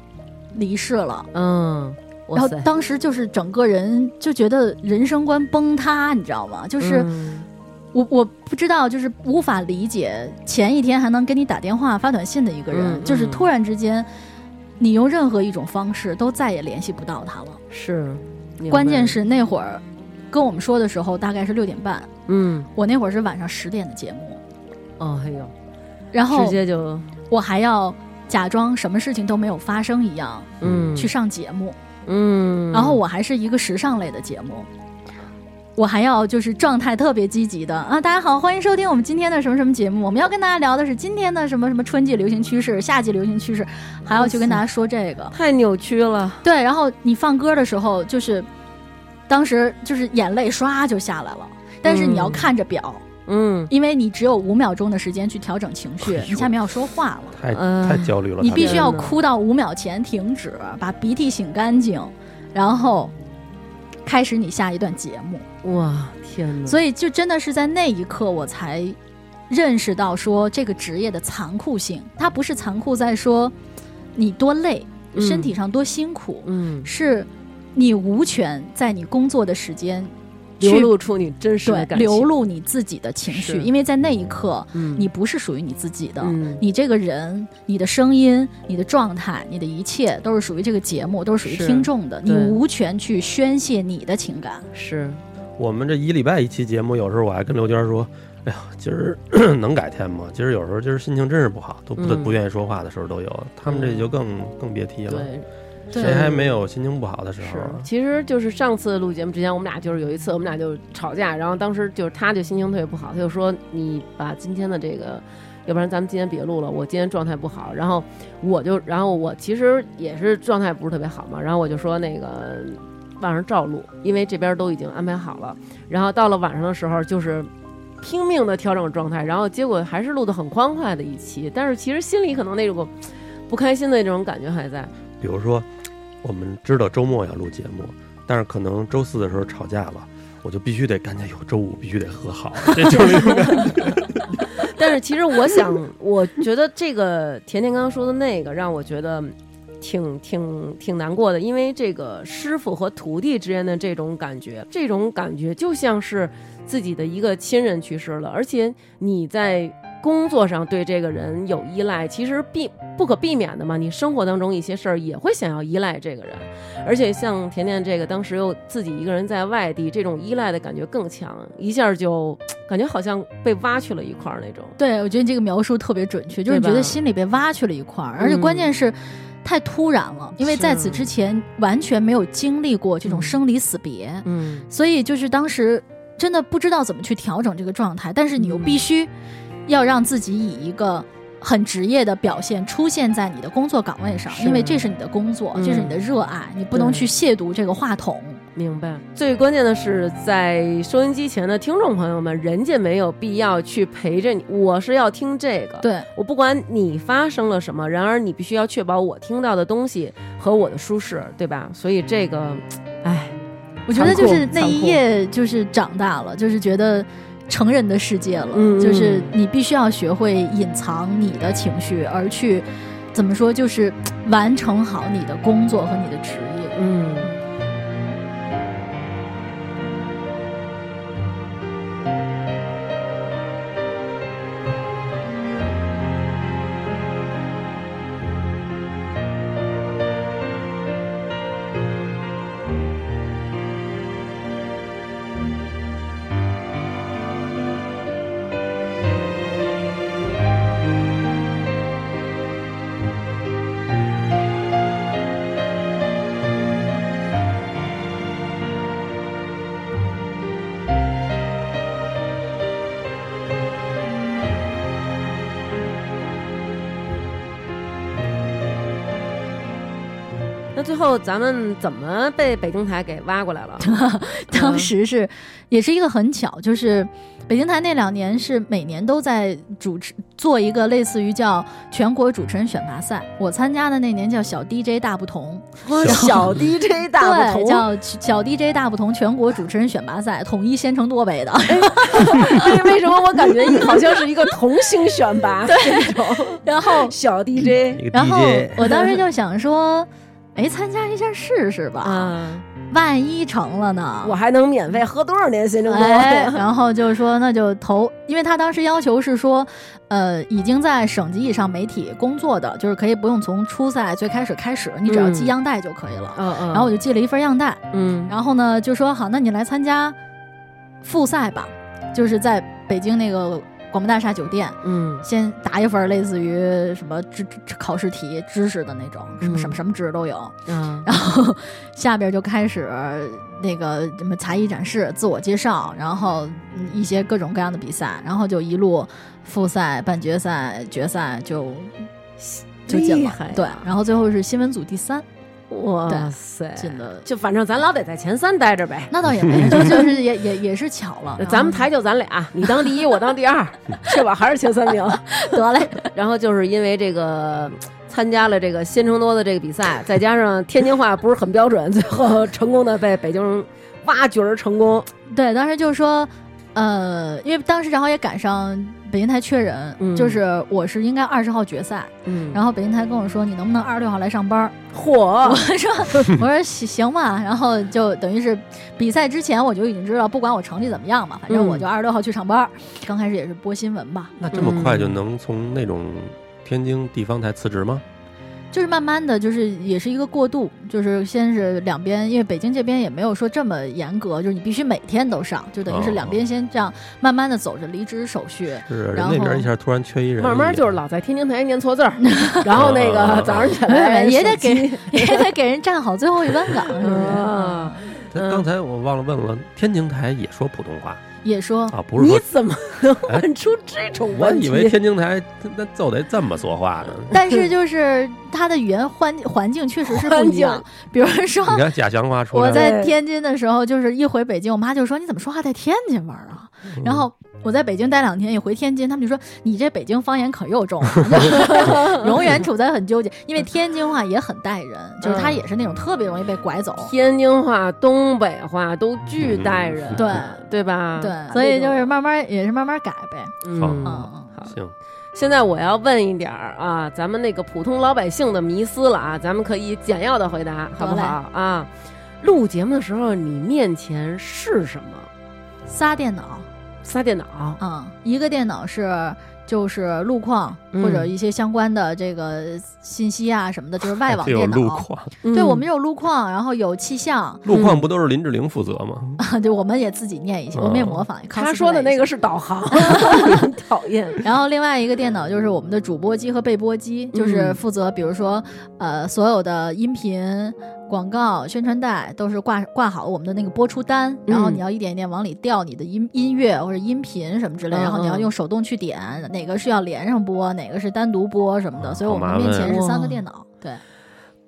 S2: 离世了，
S1: 嗯，
S2: 然后当时就是整个人就觉得人生观崩塌，你知道吗？就
S1: 就是嗯
S2: 我我不知道，就是无法理解前一天还能给你打电话发短信的一个人，
S1: 嗯
S2: 就是
S1: 嗯
S2: 突然之间，你用任何一种方式都再也联系不到他了。
S1: 是，明白
S2: 关键是那会儿跟我们说的时候大概是六点半，
S1: 嗯
S2: 我那会儿是晚上十点的节目，
S1: 哦哎呦，
S2: 然后
S1: 直接就
S2: 我还要假装什么事情都没有发生一样
S1: 嗯
S2: 去上节目，
S1: 嗯，
S2: 然后我还是一个时尚类的节目。我还要就是状态特别积极的啊！大家好，欢迎收听我们今天的什么什么节目。我们要跟大家聊的是今天的什么什么春季流行趋势、夏季流行趋势，还要去跟大家说这个。
S1: 太扭曲了，
S2: 对，然后你放歌的时候，就是当时就是眼泪唰就下来了，但是你要
S1: 嗯
S2: 看着表，
S1: 嗯
S2: 因为你只有五秒钟的时间去调整情绪
S3: 哎，呦
S2: 你下面要说话了，
S3: 太
S1: 呃
S3: 太焦虑了。
S2: 你
S3: 他
S2: 必须要
S1: 天哪
S2: 哭到五秒前停止，把鼻涕擤干净，然后开始你下一段节目。
S1: 嗯哇天哪，
S2: 所以就真的是在那一刻，我才认识到说这个职业的残酷性，它不是残酷在说你多累，
S1: 嗯
S2: 身体上多辛苦，
S1: 嗯
S2: 是你无权在你工作的时间
S1: 流
S2: 去
S1: 露出你真实
S2: 对
S1: 的感情，
S2: 流露你自己的情绪，
S1: 是
S2: 因为在那一刻。
S1: 嗯
S2: 你不是属于你自己的，
S1: 嗯
S2: 你这个人、你的声音、你的状态、你的一切都是属于这个节目，都是属于
S1: 是
S2: 听众的，你
S1: 对
S2: 无权去宣泄你的情感。
S1: 是
S3: 我们这一礼拜一期节目，有时候我还跟刘娟说：“哎呀，今儿 能改天吗？今儿有时候今儿心情真是不好，都不、
S1: 嗯
S3: 不愿意说话的时候都有。他们这就更更别提了，
S1: 对，
S2: 对
S3: 谁还没有心情不好的时候
S1: 是
S3: 啊，？
S1: 其实就是上次录节目之前，我们俩就是有一次，我们俩就吵架，然后当时就是他就心情特别不好，他就说你把今天的这个，要不然咱们今天别录了，我今天状态不好。然后我就，然后我其实也是状态不是特别好嘛，然后我就说那个晚上照录，因为这边都已经安排好了。然后到了晚上的时候，就是。拼命的调整状态，然后结果还是录的很欢快的一期，但是其实心里可能那种不开心的那种感觉还在。
S3: 比如说，我们知道周末要录节目，但是可能周四的时候吵架了，我就必须得赶紧有周五必须得和好，这就是一个
S1: 但是其实我想，我觉得这个甜甜刚刚说的那个，让我觉得挺挺挺难过的，因为这个师傅和徒弟之间的这种感觉，这种感觉就像是自己的一个亲人去世了，而且你在。工作上对这个人有依赖，其实避不可避免的嘛。你生活当中一些事儿也会想要依赖这个人，而且像甜甜这个当时又自己一个人在外地，这种依赖的感觉更强，一下就感觉好像被挖去了一块儿那种。
S2: 对，我觉得你这个描述特别准确，就
S1: 对
S2: 是你觉
S1: 吧嗯
S2: 得心里被挖去了一块儿，而且关键是。太突然了，因为在此
S1: 是
S2: 之前完全没有经历过这种
S1: 嗯
S2: 生离死别，
S1: 嗯，
S2: 所以就是当时真的不知道怎么去调整这个状态，但是你又
S1: 嗯
S2: 必须要让自己以一个很职业的表现出现在你的工作岗位上，
S1: 是
S2: 因为这是你的工作，
S1: 嗯
S2: 这是你的热爱，你不能
S1: 对
S2: 去亵渎这个话筒。
S1: 明白。最关键的是，在收音机前的听众朋友们，人家没有必要去陪着你，我是要听这个。，
S2: 对，
S1: 我不管你发生了什么，然而你必须要确保我听到的东西和我的舒适，对吧？所以这个，哎，
S2: 我觉得
S1: 残
S2: 就
S1: 酷
S2: 是那一夜就是长大了，就是觉得成人的世界了，
S1: 嗯
S2: 就是你必须要学会隐藏你的情绪，而去怎么说，就是嘖完成好你的工作和你的职业。
S1: 嗯。那最后咱们怎么被北京台给挖过来 了？嗯
S2: 当时是，也是一个很巧，就是北京台那两年是每年都在主持做一个类似于叫全国主持人选拔赛，我参加的那年叫小 DJ 大不同，
S1: 小 DJ 大不
S2: 对，
S1: 同，
S2: 叫小 DJ 大不同全国主持人选拔赛，统一先成多北的。
S1: 哎为为什么我感觉你好像是一个童星选拔那种
S2: 然后，
S1: 小 DJ
S3: 一个
S2: 然后嗯
S3: DJ，
S2: 我当时就想说，哎，参加一下试试吧，
S1: 啊？
S2: 万一成了呢？
S1: 我还能免费喝多少年新中国？
S2: 哎，然后就说那就投，因为他当时要求是说，呃，已经在省级以上媒体工作的，就是可以不用从初赛最开始开始，你只要寄
S1: 嗯
S2: 样带就可以了。
S1: 嗯嗯，
S2: 然后我就寄了一份样带，
S1: 嗯，
S2: 然后呢就说好，那你来参加复赛吧，就是在北京那个广播大厦酒店。
S1: 嗯
S2: 先答一份类似于什么知知考试题知识的那种，什么什么
S1: 嗯
S2: 什么知识都有。
S1: 啊
S2: 然后下边就开始那个什么才艺展示、自我介绍，然后嗯一些各种各样的比赛，然后就一路复赛、半决赛、决赛就就进
S1: 厉
S2: 了
S1: 害啊。
S2: 对，然后最后是新闻组 第三
S1: 哇塞，
S2: 进的，
S1: 就反正咱老得在前三待着呗。
S2: 那倒也没，就就是也也也是巧了。嗯然后
S1: 咱们台就咱俩，你当第一，我当第二，确保还是前三名。
S2: 得嘞，
S1: 然后就是因为这个参加了这个新成多的这个比赛，再加上天津话不是很标准，最后成功的被北京挖掘儿成功。
S2: 对，当时就说，呃，因为当时正好也赶上北京台缺人，
S1: 嗯
S2: 就是我是应该二十号决赛，
S1: 嗯，
S2: 然后北京台跟我说你能不能二十六号来上班儿。我
S1: 火，
S2: 说 我说行行吧，然后就等于是比赛之前我就已经知道，不管我成绩怎么样嘛，反
S1: 嗯
S2: 正我就二十六号去上班儿。刚开始也是播新闻吧，
S3: 那这么快就能从那种天津地方台辞职吗？
S2: 就是慢慢的就是也是一个过渡，就是先是两边，因为北京这边也没有说这么严格，就是你必须每天都上，就等于是两边先这样慢慢的走着离职手 续，
S3: 是人
S2: 然
S3: 那边
S2: 后
S3: 一下突然缺一人，
S1: 慢慢就是老在天津台念错字儿，然后那
S3: 啊啊啊
S1: 个
S3: 啊
S1: 早上起来
S2: 也得
S1: 手机
S2: 也得给人站好最后一班岗，是不是？
S1: 啊，
S3: 他
S1: 嗯
S3: 刚才我忘了问了，天津台也说普通话
S2: 也说
S3: 啊，不是
S1: 哦你
S3: 说
S1: 怎么能
S3: 哎
S1: 问出这种
S3: 我
S1: 问题？
S3: 以为天津台那就得这么说话呢。
S2: 但是就是 它的语言环环境确实是不
S1: 环
S2: 一样
S1: 境。
S2: 比如说，
S1: 哦
S3: 你看贾祥华出
S2: 我
S3: 来了，
S2: 在
S1: 对
S2: 天津的时候，就是一回北京，我妈就说：“你怎么说话在天津味儿啊？”
S3: 嗯
S2: 然后我在北京待两天，一回天津，他们就说：“你这北京方言可又重 了，永远处在很纠结。”因为天津话也很带人，就是它也是那种特别容易被拐走。
S1: 天津话、东北话都巨带人，
S3: 嗯
S2: 对
S1: 对吧？
S2: 对，所以就是慢慢也是慢慢改呗。
S3: 好
S1: 嗯，
S2: 嗯，
S1: 好
S3: 行，
S1: 现在我要问一点儿啊，咱们那个普通老百姓的迷思了啊，咱们可以简要的回答，好不好啊？录节目的时候，你面前是什么？
S2: 仨电脑，
S1: 仨电脑，
S2: 嗯，一个电脑是。就是路况
S1: 嗯
S2: 或者一些相关的这个信息啊什么的，就是外网
S3: 还有
S2: 电脑。
S3: 路况，
S2: 对
S1: 嗯
S2: 我们有路况，然后有气象，
S3: 路况不都是林志玲负责 吗？
S2: 对，我们也自己念一些，我
S3: 嗯
S2: 们也模仿。
S1: 他说的那个是导航， 讨厌。
S2: 然后另外一个电脑就是我们的主播机和备播机，就是
S1: 嗯
S2: 负责，比如说，呃，所有的音频、广告、宣传带都是挂挂好我们的那个播出单，然后
S1: 嗯
S2: 你要一点一点往里调你的音音乐或者音频什么之类，然后你要
S1: 嗯嗯
S2: 用手动去点哪个是要连上播，哪个是单独播什么的，所以我
S3: 啊好麻烦
S2: 们面前是
S1: 哇
S2: 三个电脑，对，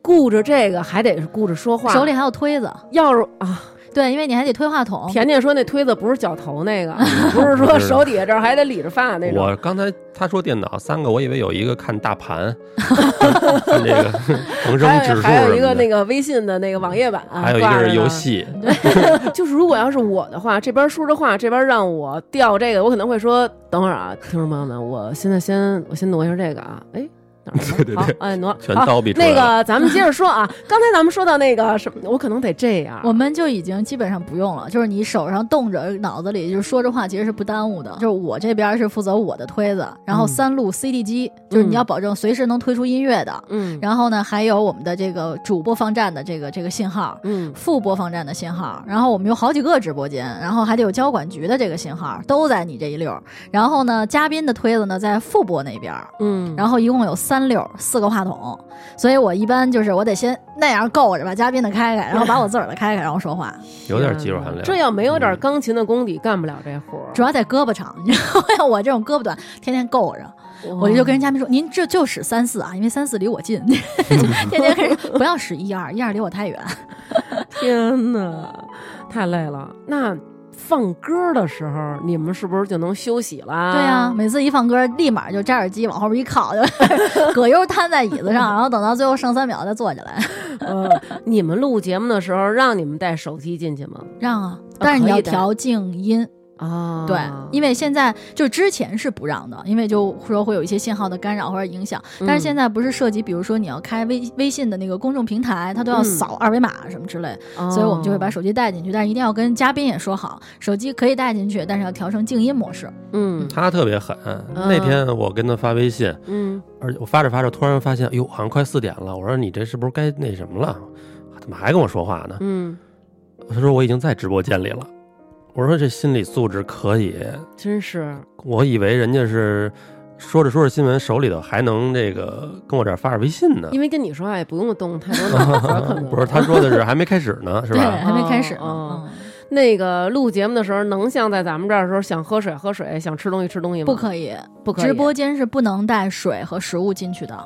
S1: 顾着这个还得顾着说话，
S2: 手里哦还有推子，
S1: 要是啊，
S2: 对，因为你还得推话筒，
S1: 甜甜说那推子不是脚头那个，不是说手底下这儿还得理着发那种。
S3: 嗯我刚才他说电脑三个，我以为有一个看 大盘，看这个 恒生
S1: 还
S3: 指
S1: 有
S3: 数
S1: 还有一
S3: 什
S1: 个
S3: 么的
S1: 那个微信的那个网页版、 啊
S3: 还有一个是 游戏，
S1: 就是如果要是我的话，这边说着话，这边让我调这个，我可能会说：“等会儿啊，听众朋友们，我现在先我先挪一下这个啊。”哎，哪 儿挪
S3: 对对对
S1: 好，哎，挪
S3: 全
S1: 好
S3: 叨逼出来
S1: 那
S3: 了。
S1: 个，咱们接着说啊，刚才咱们说到那个什么，我可能得这样。
S2: 我们就已经基本上不用了，就是你手上动着，脑子里就是说着话，其实是不耽误的。就是我这边是负责我的推子，然后
S1: 嗯
S2: 三路 CD 机，就是你要保证随时能推出音乐的。
S1: 嗯
S2: 然后呢，还有我们的这个主播放站的这个这个信号。
S1: 嗯
S2: 副播放站的信号，然后我们有好几个直播间，然后还得有交管局的这个信号，都在你这一溜儿。然后呢，嘉宾的推子呢在副播那边儿，
S1: 嗯，
S2: 然后一共有三溜儿四个话筒，所以我一般就是我得先那样够着把嘉宾的开 开，然后把我自个儿的开开，然后说话。
S3: 有点技术含量
S1: 这要没有点钢琴的功底，干不了这活儿。
S2: 主要在胳膊长，你知道吗？我这种胳膊短，天天够着，
S1: 哦
S2: 我就跟人嘉宾说：“您这就使三四啊，因为三四离我近， 天天跟人不要使一二，一二离我太远。
S1: 天哪，太累了。那放歌的时候，你们是不是就能休息啦？
S2: 对啊呀、每次一放歌，立马就摘耳机往后边一靠，就 葛优瘫在椅子上，然后等到最后剩三秒再坐起来，
S1: 呃，你们录节目的时候让你们带手机进去吗？
S2: 让啊。但是
S1: 哦
S2: 你
S1: 可
S2: 要
S1: 以的
S2: 调静音，
S1: 啊
S2: 对，因
S1: 为
S2: 为现在就之前是不让的，因为就说会有一些信号的干扰或者影响。但是
S1: 嗯
S2: 现在不是涉及，比如说你要开微微信的那个公众平台，它都要
S1: 嗯
S2: 扫二维码什么之类的，
S1: 哦
S2: 所以我们就会把手机带进去，但是一定要跟嘉宾也说好，手机可以带进去，但是要调成静音模式。
S1: 嗯
S3: 他特别狠，那天我跟他发微信，
S1: 嗯
S3: 而且我发着发着突然发现，哟，好像快四点了。我说你这是不是该那什么了？怎么还跟我说话呢？
S1: 嗯，
S3: 他说我已经在直播间里了。我说这心理素质可以，
S1: 真是
S3: 我以为人家是说着说着新闻，手里头还能这个跟我这儿发着微信呢。
S1: 因为跟你说话也不用动太多脑 子，可能
S3: 不是，他说的是还没开始呢，是
S2: 对，
S3: 吧？
S2: 还没开始呢。
S1: 哦
S2: 嗯
S1: 那个录节目的时候，能像在咱们这儿的时候想喝水喝水，想吃东西吃东西吗？
S2: 不可以，
S1: 不可以，
S2: 直播间是不能带水和食物进去的，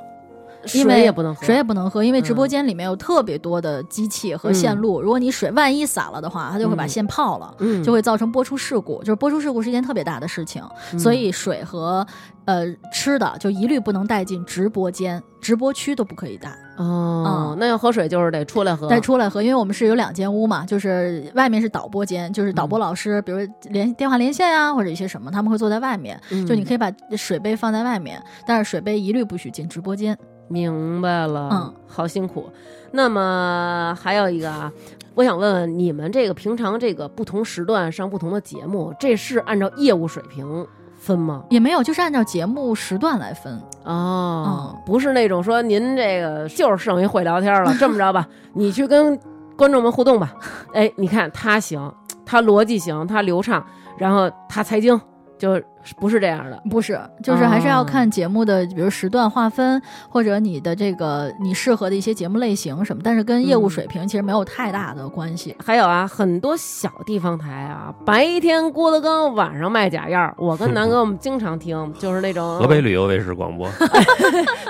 S2: 因为
S1: 水也不能喝，
S2: 水也不能喝，因为
S1: 嗯
S2: 直播间里面有特别多的机器和
S1: 嗯
S2: 线路，如果你水万一洒了的话，它就会把
S1: 嗯
S2: 线泡了。
S1: 嗯
S2: 就会造成播出事故，就是播出事故是一件特别大的事情，
S1: 嗯
S2: 所以水和呃吃的就一律不能带进直播间、直播区都不可以带，
S1: 哦，那要喝水就是得出来喝，
S2: 嗯带出来喝，因为我们是有两间屋嘛，就是外面是导播间，就是导
S1: 嗯
S2: 播老师，比如连电话连线啊或者一些什么，他们会坐在外面，
S1: 嗯
S2: 就你可以把水杯放在外面，但是水杯一律不许进直播间。
S1: 明白了，
S2: 嗯，
S1: 好辛苦。那么还有一个啊，我想问问你们这个平常这个不同时段上不同的节目，这是按照业务水平分吗？
S2: 也没有，就是按照节目时段来分。
S1: 哦
S2: 嗯，
S1: 不是那种说您这个就是剩一会聊天了，这么着吧，你去跟观众们互动吧。哎，你看他行，他逻辑行，他流畅，然后他财经，就是不是这样的。
S2: 不是，就是还是
S1: 哦
S2: 要看节目的，比如时段划分，或者你的这个你适合的一些节目类型什么，但是跟业
S1: 嗯
S2: 务水平其实没有太大的关系。
S1: 还有啊，很多小地方台啊，白天郭德纲，晚上卖假药。我跟南哥我们经常听，就是那种
S3: 河北旅游卫视广播、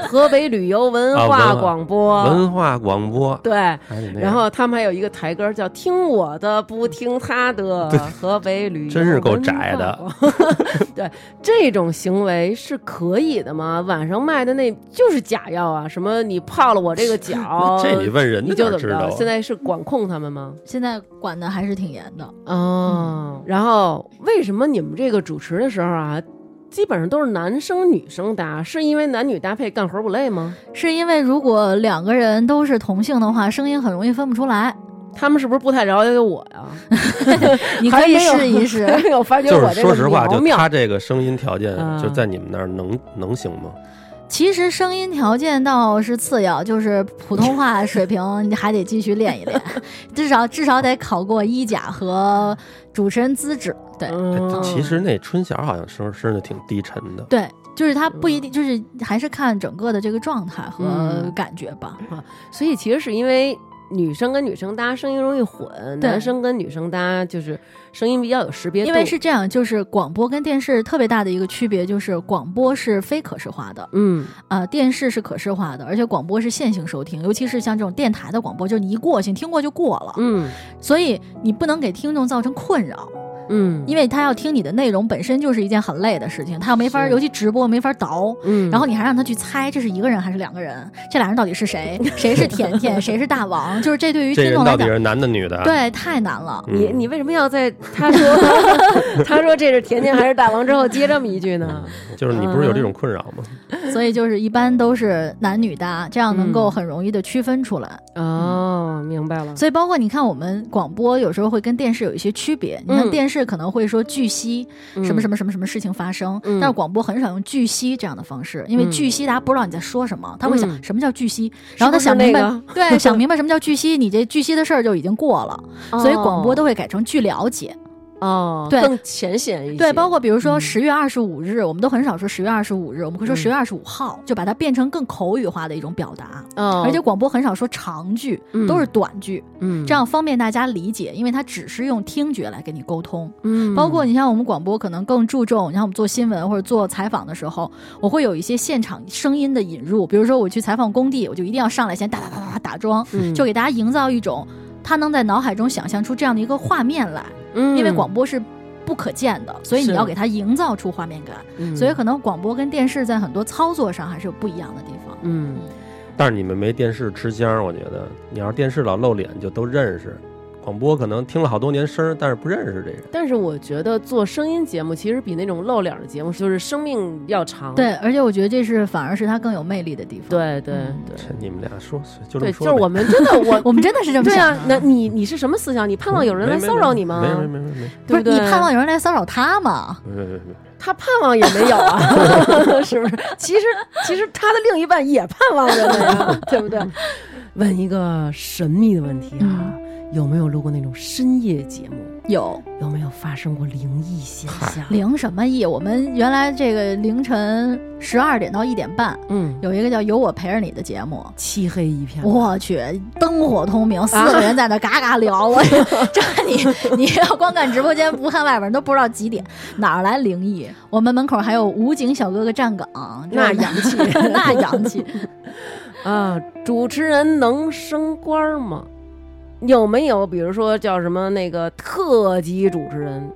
S1: 河北旅游文
S3: 啊文
S1: 化
S3: 化
S1: 广播，
S3: 文哎化广播，
S1: 对，
S3: 还得那
S1: 然
S3: 样
S1: 后他们还有一个台歌叫《听我的不听他的》，河北旅游
S3: 真是够窄的
S1: 文化广播。 对，这种行为是可以的吗？晚上卖的那就是假药啊，什么你泡了我这个脚，
S3: 这你问人
S1: 你就
S3: 家哪
S1: 怎
S3: 知
S1: 么
S3: 道
S1: 着？
S3: 啊？
S1: 现在是管控他们吗？
S2: 现在管的还是挺严的，
S1: 哦，然后为什么你们这个主持的时候啊？基本上都是男生女生搭，是因为男女搭配干活不累吗？
S2: 是因为如果两个人都是同性的话，声音很容易分不出来。
S1: 他们是不是不太了解我呀？
S2: 你可以试一试，
S1: 还没 有发觉
S3: 就
S1: 我
S3: 是
S1: 这
S3: 说
S1: 个
S3: 实话，
S1: 苗
S3: 就
S1: 苗
S3: 他这个声音条件
S1: 嗯，
S3: 就在你们那儿能能行吗？
S2: 其实声音条件倒是次要，就是普通话水平你还得继续练一练， 至少至少得考过一甲和主持人资质。对、
S1: 嗯
S3: 哎其实那春晓好像声声就挺低沉的，
S2: 对，就是他不一定，就是还是看整个的这个状态和
S1: 嗯
S2: 感觉吧。
S1: 所以其实是因为女生跟女生搭声音容易混，
S2: 对
S1: 男生跟女生搭就是声音比较有识别度，
S2: 因为是这样，就是广播跟电视特别大的一个区别，就是广播是非可视化的，
S1: 嗯
S2: 啊、电视是可视化的，而且广播是线性收听，尤其是像这种电台的广播，就是你一过去，你听过就过了，
S1: 嗯
S2: 所以你不能给听众造成困扰。
S1: 嗯，
S2: 因
S1: 为
S2: 为他要听你的内容本身就是一件很累的事情，他又没法儿，
S1: 是
S2: 尤其直播没法儿倒。
S1: 嗯，
S2: 然后你还让他去猜这是一个人还是两个人，这俩人到底是谁？谁是甜甜，谁是大王？就是这对于
S3: 这
S2: 听
S3: 人
S2: 众
S3: 到
S2: 来
S3: 底
S2: 讲，
S3: 是男的女
S1: 啊
S3: 的？，啊
S2: 对太难了。
S3: 嗯
S1: 你你为什么要在他说 他说这是甜甜还是大王之后接这么一句呢？
S3: 就是你不是有这种困扰吗？
S2: 所以就是一般都是男女搭，这样能够很容易的区分出来。
S1: 哦，明白了，
S2: 所以包括你看我们广播有时候会跟电视有一些区别，你看
S1: 嗯
S2: 电视可能会说据悉什么什
S1: 么
S2: 么什么什么事情发生，
S1: 嗯
S2: 但是广播很少用据悉这样的方式，因为
S1: 嗯
S2: 据悉大家不知道你在说什么，他会想、
S1: 嗯
S2: 什么叫据悉，然后他
S1: 是
S2: 想
S1: 不是
S2: 明白，
S1: 那个
S2: 对，想明白什么叫据悉，你这据悉的事儿就已经过 了，所以广播都会改成据了解。
S1: 哦
S2: 对
S1: 更浅显一些，
S2: 对，包括比如说
S1: 嗯
S2: 十月二十五日，我们都很少说十月二十五日，我们会说
S1: 嗯
S2: 十月二十五号，就把它变成更口语化的一种表达。
S1: 哦，
S2: 而且广播很少说长句，
S1: 嗯
S2: 都是短句，
S1: 嗯
S2: 这样方便大家理解，因为它只是用听觉来跟你沟通。
S1: 嗯
S2: 包括你像我们广播可能更注重，你像我们做新闻或者做采访的时候，我会有一些现场声音的引入，比如说我去采访工地，我就一定要上来先打打打打打桩，
S1: 嗯
S2: 就给大家营造一种他能在脑海中想象出这样的一个画面来，
S1: 嗯
S2: 因为广播是。不可见的，所以你
S1: 是
S2: 要给它营造出画面感，
S1: 嗯
S2: 所以可能广播跟电视在很多操作上还是有不一样的地方。
S1: 嗯
S3: 但是你们没电视吃香，我觉得你要是电视老露脸就都认识，广播可能听了好多年声儿，但是不认识这人。
S1: 但是我觉得做声音节目其实比那种露脸儿的节目就是生命要长。
S2: 对，而且我觉得这是反而是它更有魅力的地方。，
S1: 对对
S2: 嗯
S1: 对
S3: 这你们俩说就这
S1: 对，
S3: 么
S1: 就
S3: 说
S1: 是
S3: 呗
S1: 我们真的我
S2: 我们真的是这 么
S1: 对
S2: 想
S1: 啊
S2: 的。，
S1: 那你你是什么思想？你盼望有人来
S3: 嗯没没
S1: 骚扰你吗？
S3: 没没没没没
S2: 不
S1: 对
S2: 是
S1: 对
S2: 你盼望有人来骚扰他吗？
S3: 没没没没，
S1: 他盼望也没有 啊，是不是？其实其实他的另一半也盼望着呢 呀，对不对？问一个神秘的问题啊，
S2: 嗯
S1: 有没有录过那种深夜节目？
S2: 有
S1: 有没有发生过灵异现象？
S2: 零什么意？我们原来这个凌晨十二点到一点半，
S1: 嗯，
S2: 有一个叫《有我陪着你》的节目。
S1: 漆黑一片。
S2: 我去，灯火通明，四个人在那嘎嘎聊，
S1: 啊
S2: 我这你你要光看直播间不看外边都不知道几点，哪儿来灵异？我们门口还有武警小哥哥站岗，
S1: 那
S2: 这
S1: 洋气
S2: 那洋气。
S1: 啊，主持人能升官吗？有没有比如说叫什么那个特级主持人、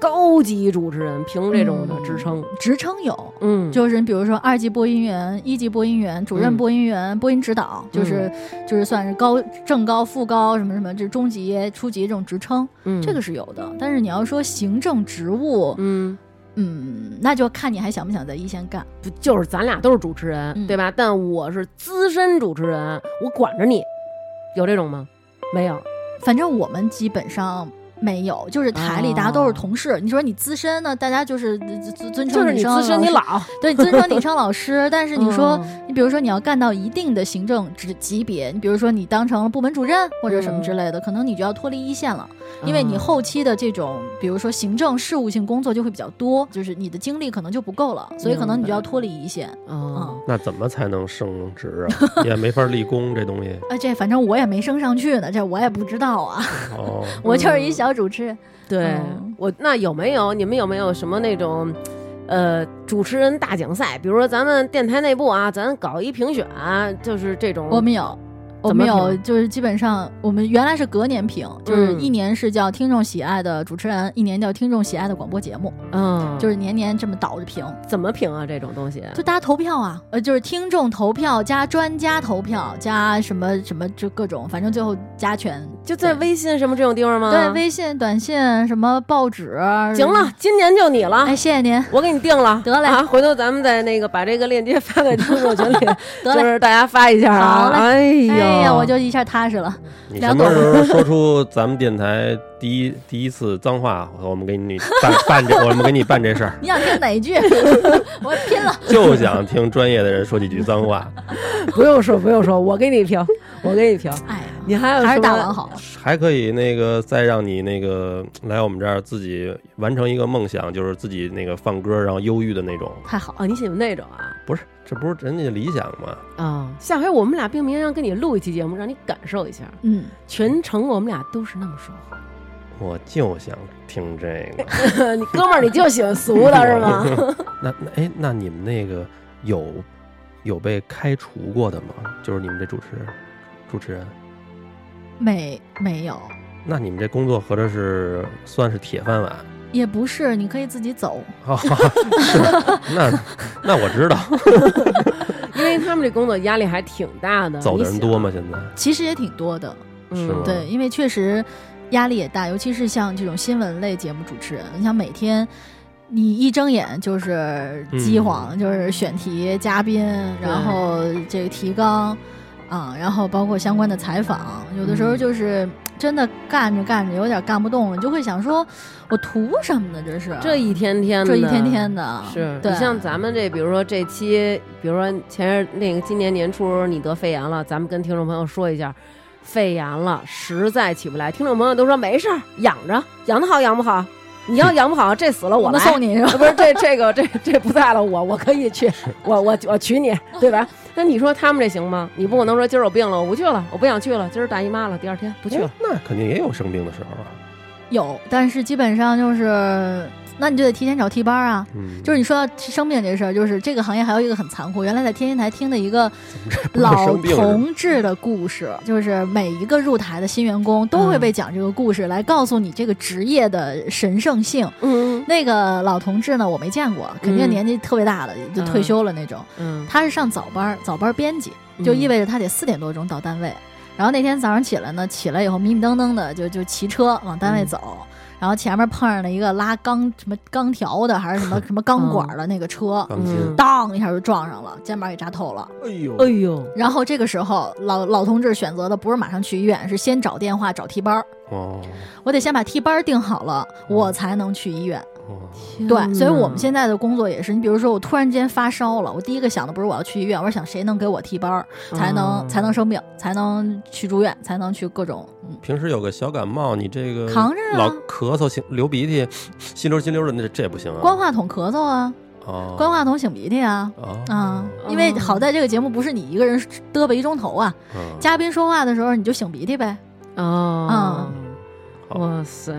S1: 高级主持人，凭这种的职称？
S2: 职称有，
S1: 嗯，
S2: 嗯就是你比如说二级播音员、一级播音员、主任
S1: 嗯
S2: 播音员、播音指导，就是就是算是高正高、副高什么什么，就是中级、初级这种职称，
S1: 嗯
S2: 这个是有的。但是你要说行政职务，
S1: 嗯，
S2: 嗯，那就看你还想不想在一线干。
S1: 不就是咱俩都是主持人、
S2: 嗯
S1: 对吧？但我是资深主持人，我管着你，有这种吗？没有。
S2: 反正我们基本上没有，就是台里大家都是同事。你说你资深呢，大家就是呃
S1: 哦
S2: 尊尊
S1: 就
S2: 称
S1: 是你
S2: 称
S1: 自身
S2: 老
S1: 你
S2: 师
S1: 老，
S2: 对，尊称 你称老师，但是你说，
S1: 嗯
S2: 你比如说你要干到一定的行政职级别，你比如说你当成了部门主任或者什么之类的，可能你就要脱离一线了，因为你
S1: 嗯
S2: 后期的这种，比如说行政事务性工作就会比较多，就是你的精力可能就不够了，所以可能你就要脱离一线。嗯
S1: 哦，
S3: 那怎么才能升职 啊？也没法立功这东西。
S2: 啊，这反正我也没升上去呢，这我也不知道啊，
S3: 哦，
S1: 嗯
S2: 我就是一小主持人。
S1: 对
S2: 嗯
S1: 我那有没有你们有没有什么那种？呃，主持人大奖赛，比如说咱们电台内部啊，咱搞一评选，就是这种。
S2: 我们有，
S1: 嗯
S2: 我
S1: 怎么
S2: 们有，
S1: 评
S2: 就是基本上我们原来是隔年评，就是
S1: 嗯
S2: 一年是叫听众喜爱的主持人，一年叫听众喜爱的广播节目，
S1: 嗯，
S2: 就是是年年这么倒着评，
S1: 怎么评啊？这种东西，
S2: 就大家投票啊，呃，就是听众投票加专家投票加什么什么这各种，反正最后加权。
S1: 就在微信什么这种地方吗？
S2: 对微信、短信、什么报纸，
S1: 嗯
S2: 啊
S1: 行了，，啊今年就你了。
S2: 哎，谢谢您，
S1: 我给你定了，
S2: 得嘞
S1: 啊！回头咱们再那个把这个链接发在听 众群里，
S2: 得
S1: 就
S2: 嘞，
S1: 是大家发一下啊
S2: 好。嘞
S1: 哎呀，
S2: 哎呀，我就一下踏实了。
S3: 你
S2: 梁
S3: 什
S2: 总
S3: 么时候说出咱们电台第一第一次脏话，我们给你办办这，我们给你办这事儿，
S2: 你想听哪一句？ 我拼了。
S3: 就想听专业的人说几句脏话。
S1: 不用说，不用说，我给你 评，我给你评。
S2: 哎呀，
S1: 你还有什
S2: 还是
S1: 么
S2: 大王好。
S3: 还可以那个再让你那个来我们这儿自己完成一个梦想，就是自己那个放歌，然后忧郁的那种。
S2: 太好了，
S1: 哦，你喜欢那种啊？
S3: 不是，这不是人家的理想吗？
S1: 啊，下回我们俩并明让跟你录一期节目，让你感受一下，
S2: 嗯，
S1: 全程我们俩都是那么说 话。
S3: 我就想听这 个。
S1: 你哥们儿，你就喜欢俗 的是吗？
S3: 那那哎，那你们那个有有被开除过的吗？就是你们这主持人主持人，
S2: 没没有，
S3: 那你们这工作合着是算是铁饭碗？
S2: 也不是，你可以自己走。
S3: 哦，是，那那我知道，
S1: 因为他们这工作压力还挺大的，
S3: 走的人
S1: 你想
S3: 多吗？现在
S2: 其实也挺多的，
S3: 是吗
S1: 嗯，
S2: 对，因为确实压力也大，尤其是像这种新闻类节目主持人，你想每天。你一睁眼就是饥荒，
S1: 嗯
S2: 就是选题、嘉宾，然后这个提纲，啊，然后包括相关的采访，有的时
S1: 嗯
S2: 候就是真的干着干着有点干不动了，你就会想说，我图什么呢？这是
S1: 这一天天的，
S2: 这一天天的，
S1: 是
S2: 对，
S1: 啊你像咱们这，比如说这期，比如说前日那个今年年初你得肺炎了，咱们跟听众朋友说一下，肺炎了，实在起不来，听众朋友都说没事儿，养着，养得好养不好，你要养不好，这死了
S2: 我
S1: 我
S2: 们
S1: 来。
S2: 送你是吧？
S1: 不是这这个这这不在了，我我可以去，我我我娶你，对吧？那你说他们这行吗？你不可能说今儿我病了，我不去了，我不想去了，今儿大姨妈了，第二天不去了。
S3: 哎那肯定也有生病的时候啊。
S2: 有，但是基本上就是，那你就得提前找替班儿啊。
S3: 嗯，
S2: 就是你说到生病这事儿，就是这个行业还有一个很残酷。原来在天津台听的一个
S3: 不是
S2: 老
S3: 生病是
S2: 同志的故事，就是每一个入台的新员工都
S3: 嗯
S2: 会被讲这个故事，来告诉你这个职业的神圣性。
S1: 嗯
S2: 那个老同志呢，我没见过，肯定
S1: 嗯
S2: 年纪特别大了，就退休了那种。
S1: 嗯，
S2: 他是上早班儿，早班儿编辑，就意味着他得四点多钟到单位。然后那天早上起来呢，起来以后迷迷瞪瞪的就就骑车往单位走，然后前面碰上了一个拉钢什么钢条的还是什么什么钢管的那个车，
S3: 钢筋，
S1: 嗯
S2: 当一下就撞上了，肩膀给扎透了。
S3: 哎呦
S1: 哎呦，
S2: 然后这个时候老老同志选择的不是马上去医院，是先找电话找替班儿，
S3: 哦
S2: 我得先把替班儿定好了，我才能去医院。
S3: 哦，
S1: 嗯
S2: 对，所以我们
S1: 在
S2: 现在的工作也是，你比如说我突然间发烧了，我第一个想的不是我要去医院，我是想谁能给我替班儿，才
S1: 哦
S2: 能、
S1: 嗯
S2: 才能生病，才能去住院，才能去各种嗯
S3: 平时有个小感冒，你这个
S2: 扛着啊
S3: 老咳嗽、擤流鼻涕、吸溜吸溜的，那这也不行啊。
S2: 关话筒咳嗽啊，
S3: 哦，
S2: 关话筒擤鼻涕啊。
S3: 哦
S2: 啊，因为
S1: 哦
S2: 好在这个节目不是你一个人嘚吧一钟头啊，
S3: 嗯
S2: 嘉宾说话的时候你就擤鼻涕呗。
S4: 嗯
S1: 哦，
S3: 好
S1: 哇塞，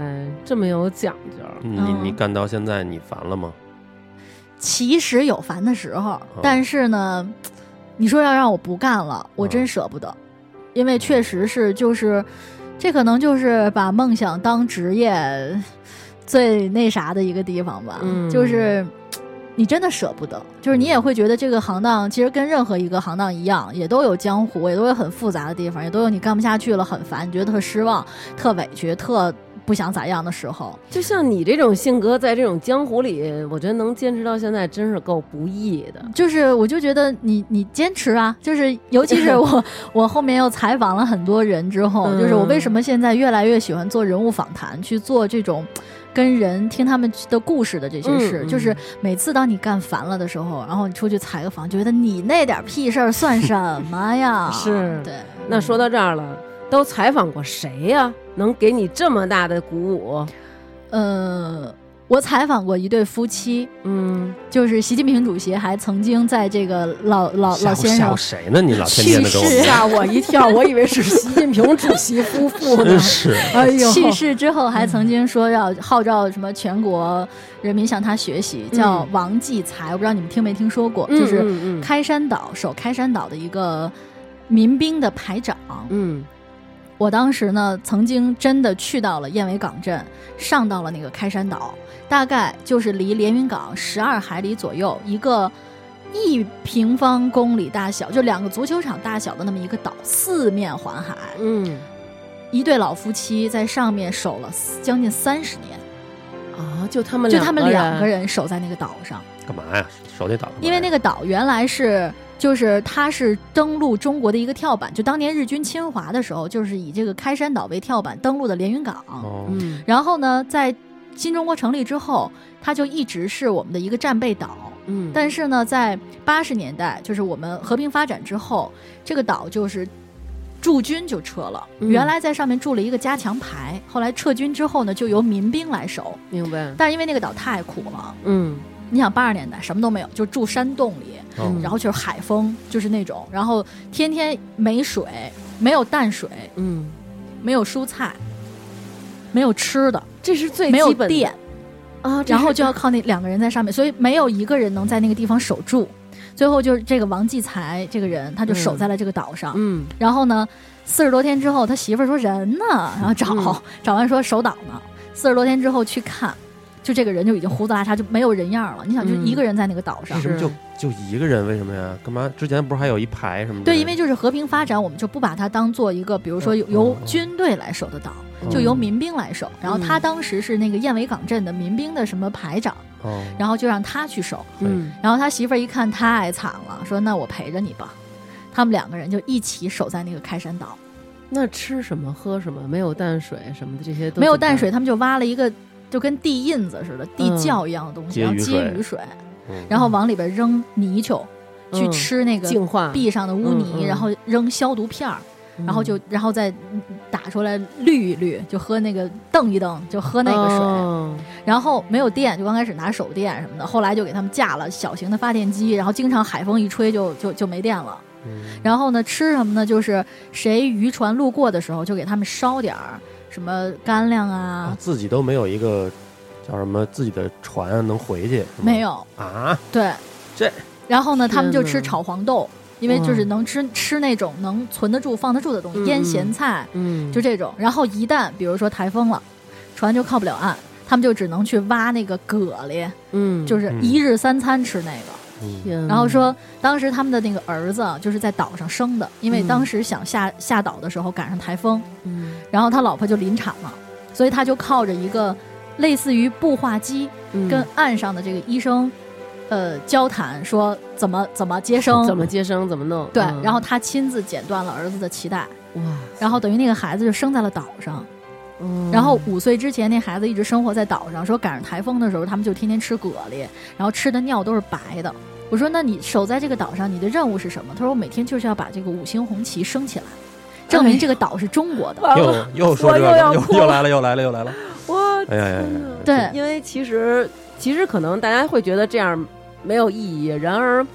S1: 这么有讲究儿。
S3: 你你
S2: 嗯
S3: 干到现在，你烦了吗？
S2: 其实有烦的时候，但是呢，你说要让我不干了，我真
S3: 嗯
S2: 舍不得，因为确实是就是，这可能就是把梦想当职业最那啥的一个地方吧，
S1: 嗯
S2: 就是。你真的舍不得，就是你也会觉得这个行当其实跟任何一个行当一样，也都有江湖，也都有很复杂的地方，也都有你干不下去了很烦，你觉得特失望、特委屈、特不想咋样的时候，
S1: 就像你这种性格，在这种江湖里，我觉得能坚持到现在，真是够不易的。
S4: 嗯
S2: 就是我就觉得你你坚持 啊，就是尤其是我 我后面又采访了很多人之后，
S1: 嗯
S2: 就是我为什么现在越来越喜欢做人物访谈，去做这种。跟人听他们的故事的这些事，
S1: 嗯嗯
S2: 就是每次当你干烦了的时候，然后你出去采个访，觉得你那点屁事儿算什么呀？
S1: 是
S2: 对，
S1: 那说到这儿了，都采访过谁呀、能给你这么大的鼓舞？
S2: 呃，我采访过一对夫妻，
S1: 嗯，
S2: 就是习近平主席还曾经在这个老老老
S3: 吓唬
S2: 先
S3: 吓
S2: 生
S3: 唬谁呢？你老天
S2: 去
S3: 天的跟我
S2: 世
S3: 们
S4: 吓我一跳，我以为是习近平主席夫妇呢
S3: 真。是
S4: 哎呦，
S2: 去世之后，
S1: 嗯
S2: 还曾经说要号召什么全国人民向他学习，叫王继才。我不知道你们听没听说过，就
S1: 嗯
S2: 是
S1: 嗯嗯
S2: 开山岛守开山岛的一个民兵的排长。
S1: 嗯
S2: 我当时呢，曾经真的去到了燕尾港镇，上到了那个开山岛，大概就是离连云港十二海里左右，一个一平方公里大小，就两个足球场大小的那么一个岛，四面环海。
S1: 嗯
S2: 一对老夫妻在上面守了将近三十年，
S1: 啊，就他们
S2: 就他们两
S1: 个
S2: 个人守在那个岛上，
S3: 干嘛呀？手得挡。
S2: 因为那
S3: 个
S2: 个岛原来是就是它是登陆中国的一个跳板，就当年日军侵华的时候，就是以这个开山岛为跳板登陆的连云港。
S3: 哦，
S1: 嗯
S2: 然后呢，在新中国成立之后，它就一直是我们的一个战备岛。
S1: 嗯，
S2: 但是呢，在八十年代，就是我们和平发展之后，这个岛就是驻军就撤了。
S1: 嗯
S2: 原来在上面驻了一个加强排，后来撤军之后呢，就由民兵来守。
S1: 明白，
S2: 但是因为那个岛太苦了，
S1: 嗯
S2: 你想八十年代什么都没有，就住山洞里，
S3: 哦
S1: 嗯
S2: 然后就是海风，就是那种，然后天天没水，没有淡水，
S1: 嗯，
S2: 没有蔬菜，没有吃的，
S1: 这是最
S2: 没有
S1: 基本的
S2: 电。
S1: 啊，这
S2: 然后
S1: 是
S2: 就要靠那两个人在上面，所以没有一个人能在那个地方守住。最后就是这个王继才这个人，他就守在了这个岛上。
S1: 嗯
S2: 然后呢，四十多天之后，他媳妇儿说人呢，然后找、
S1: 嗯
S2: 找完说守岛呢。四十多天之后去看，就这个人就已经胡子拉碴，就没有人样了。你想，就
S1: 嗯
S2: 一个人在那个岛上
S3: 为。什么就就一个人？为什么呀？干嘛？之前不是还有一排什么的？
S2: 对，因为就是和平发展，我们就不把它当做一个，比
S1: 哦
S2: 如说由
S3: 嗯
S2: 由
S3: 嗯
S2: 军队来守的岛，就由民兵来守。然后他
S1: 嗯
S2: 当时是那个燕尾港镇的民兵的什么排长，
S3: 哦，
S2: 然后就让他去守。
S1: 嗯
S2: 然后他媳妇儿一看他挨惨了，说：“那我陪着你吧。”他们两个人就一起守在那个开山岛，
S1: 那吃什么喝什么？没有淡水什么的这些都
S2: 没有
S1: 怎么
S2: 淡
S1: 办
S2: 水，，他们就挖了一个就跟地印子似的、地窖一样的东西，
S3: 接
S2: 然后
S3: 雨
S2: 接
S3: 水
S2: 雨水，
S3: 嗯
S2: 然后往里边扔泥鳅，去
S1: 嗯
S2: 吃那个
S1: 净化，
S2: 地上的污泥，
S1: 嗯嗯
S2: 然后扔消毒片儿，
S1: 嗯
S2: 然后就然后再打出来滤一滤，就喝那个瞪一瞪，就喝那个水。
S1: 哦
S2: 然后没有电，就刚开始拿手电什么的，后来就给他们架了小型的发电机，然后经常海风一吹就就就没电了。
S3: 嗯
S2: 然后呢，吃什么呢？就是谁渔船路过的时候，就给他们烧点儿什么干粮啊
S3: 哦，自己都没有一个叫什么自己的船能回去，是吗
S2: 没有。
S3: 啊？
S2: 对，
S3: 这。
S2: 然后呢，他们就
S1: 天
S2: 吃
S1: 哪
S2: 炒黄豆，因为就是
S1: 哇
S2: 能吃吃那种能存得住、放得住的东西，
S1: 嗯
S2: 腌
S1: 嗯
S2: 咸菜
S1: 嗯，
S2: 就这种。然后一旦比如说台风了，船就靠不了岸，他们就只能去挖那个蛤蜊，
S1: 嗯
S2: 就是
S3: 嗯
S2: 一日三餐吃那个。
S3: 嗯，
S1: 天，
S2: 然后说，当时他们的那个儿子啊就是在岛上生的，因为
S1: 嗯
S2: 当时想下下岛的时候赶上台风，
S1: 嗯
S2: 然后他老婆就临产了，所以他就靠着一个类似于步话机
S1: 嗯
S2: 跟岸上的这个医生，呃，交谈说怎么怎么接生，
S1: 怎么接生怎么弄，
S2: 嗯对，
S1: 嗯
S2: 然后他亲自剪断了儿子的脐带，
S1: 哇，
S2: 然后等于那个孩子就生在了岛上，
S1: 嗯
S2: 然后五岁之前那孩子一直生活在岛上，说赶上台风的时候他们就天天吃蛤蜊，然后吃的尿都是白的。我说那你守在这个岛上，你的任务是什么？他说我每天就是要把这个五星红旗升起来，证
S1: 哎
S2: 明这个岛是中国的。
S3: 又又说这
S1: 我又
S3: 个，
S1: 要
S3: 又
S1: 哭
S3: 又来了，又来了，又 来了。
S1: 哇，
S3: 哎呀呀呀！呀
S2: 对，
S1: 因为其实其实可能大家会觉得这样没有意义，然而。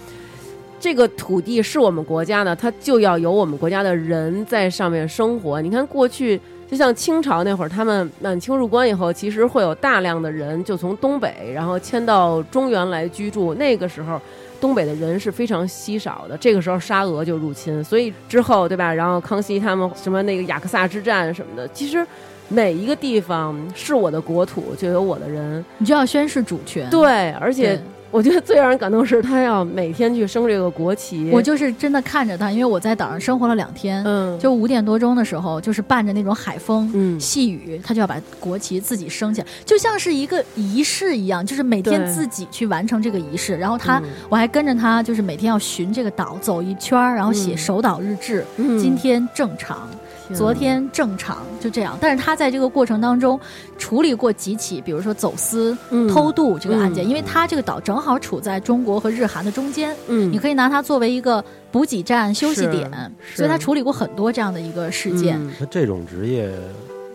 S1: 这个土地是我们国家的，它就要有我们国家的人在上面生活。你看，过去就像清朝那会儿，他们满清入关以后，其实会有大量的人就从东北，然后迁到中原来居住。那个时候，东北的人是非常稀少的。这个时候，沙俄就入侵，所以之后，对吧？然后康熙他们什么那个雅克萨之战什么的，其实每一个地方是我的国土，就有我的人。
S2: 你就要宣誓主权。
S1: 对，而
S2: 嗯对
S1: 且我觉得最让人感动是他要每天去升这个国旗，
S2: 我就是真的看着他，因为我在岛上生活了两天，
S1: 嗯
S2: 就五点多钟的时候，就是伴着那种海风、
S1: 嗯
S2: 细雨，他就要把国旗自己升起来，就像是一个仪式一样，就是每天
S1: 对
S2: 自己去完成这个仪式。然后他，
S1: 嗯
S2: 我还跟着他，就是每天要巡这个岛走一圈儿，然后写
S1: 嗯
S2: 守岛日志，
S1: 嗯
S2: 今天正常。昨天正常就这样，但是他在这个过程当中处理过几起，比如说走私、
S1: 嗯
S2: 偷渡这个案件，
S1: 嗯
S2: 因为他这个岛正好处在中国和日韩的中间，
S1: 嗯
S2: 你可以拿它作为一个补给站、休息
S1: 是
S2: 点，
S1: 是
S2: 所以他处理过很多这样的一个事件。
S1: 嗯
S3: 那这种职业，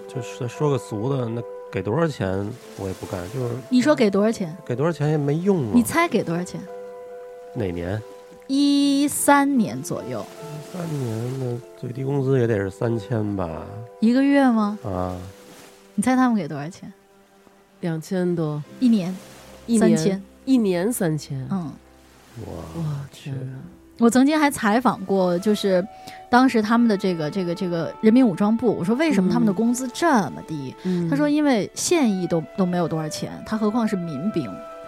S3: 就是说个俗的，那给多少钱我也不干，就是
S2: 你说给多少钱？
S3: 给多少钱也没用啊。
S2: 你猜给多少钱？
S3: 哪年？
S2: 一三年左右，
S3: 三年的最低工资也得是三千吧？
S2: 一个月吗？
S3: 啊，
S2: 你猜他们给多少钱？
S1: 两千多，
S2: 一年，
S1: 一
S2: 三
S1: 年
S2: 千。
S1: 一年三千，
S2: 嗯，
S3: 哇，
S1: 哇天啊哪！
S2: 我曾经还采访过，就是当时他们的这个这个这个人民武装部，我说为什么他们的
S1: 嗯
S2: 工资这么低？
S1: 嗯
S2: 他说因为现役都都没有多少钱，他何况是民兵？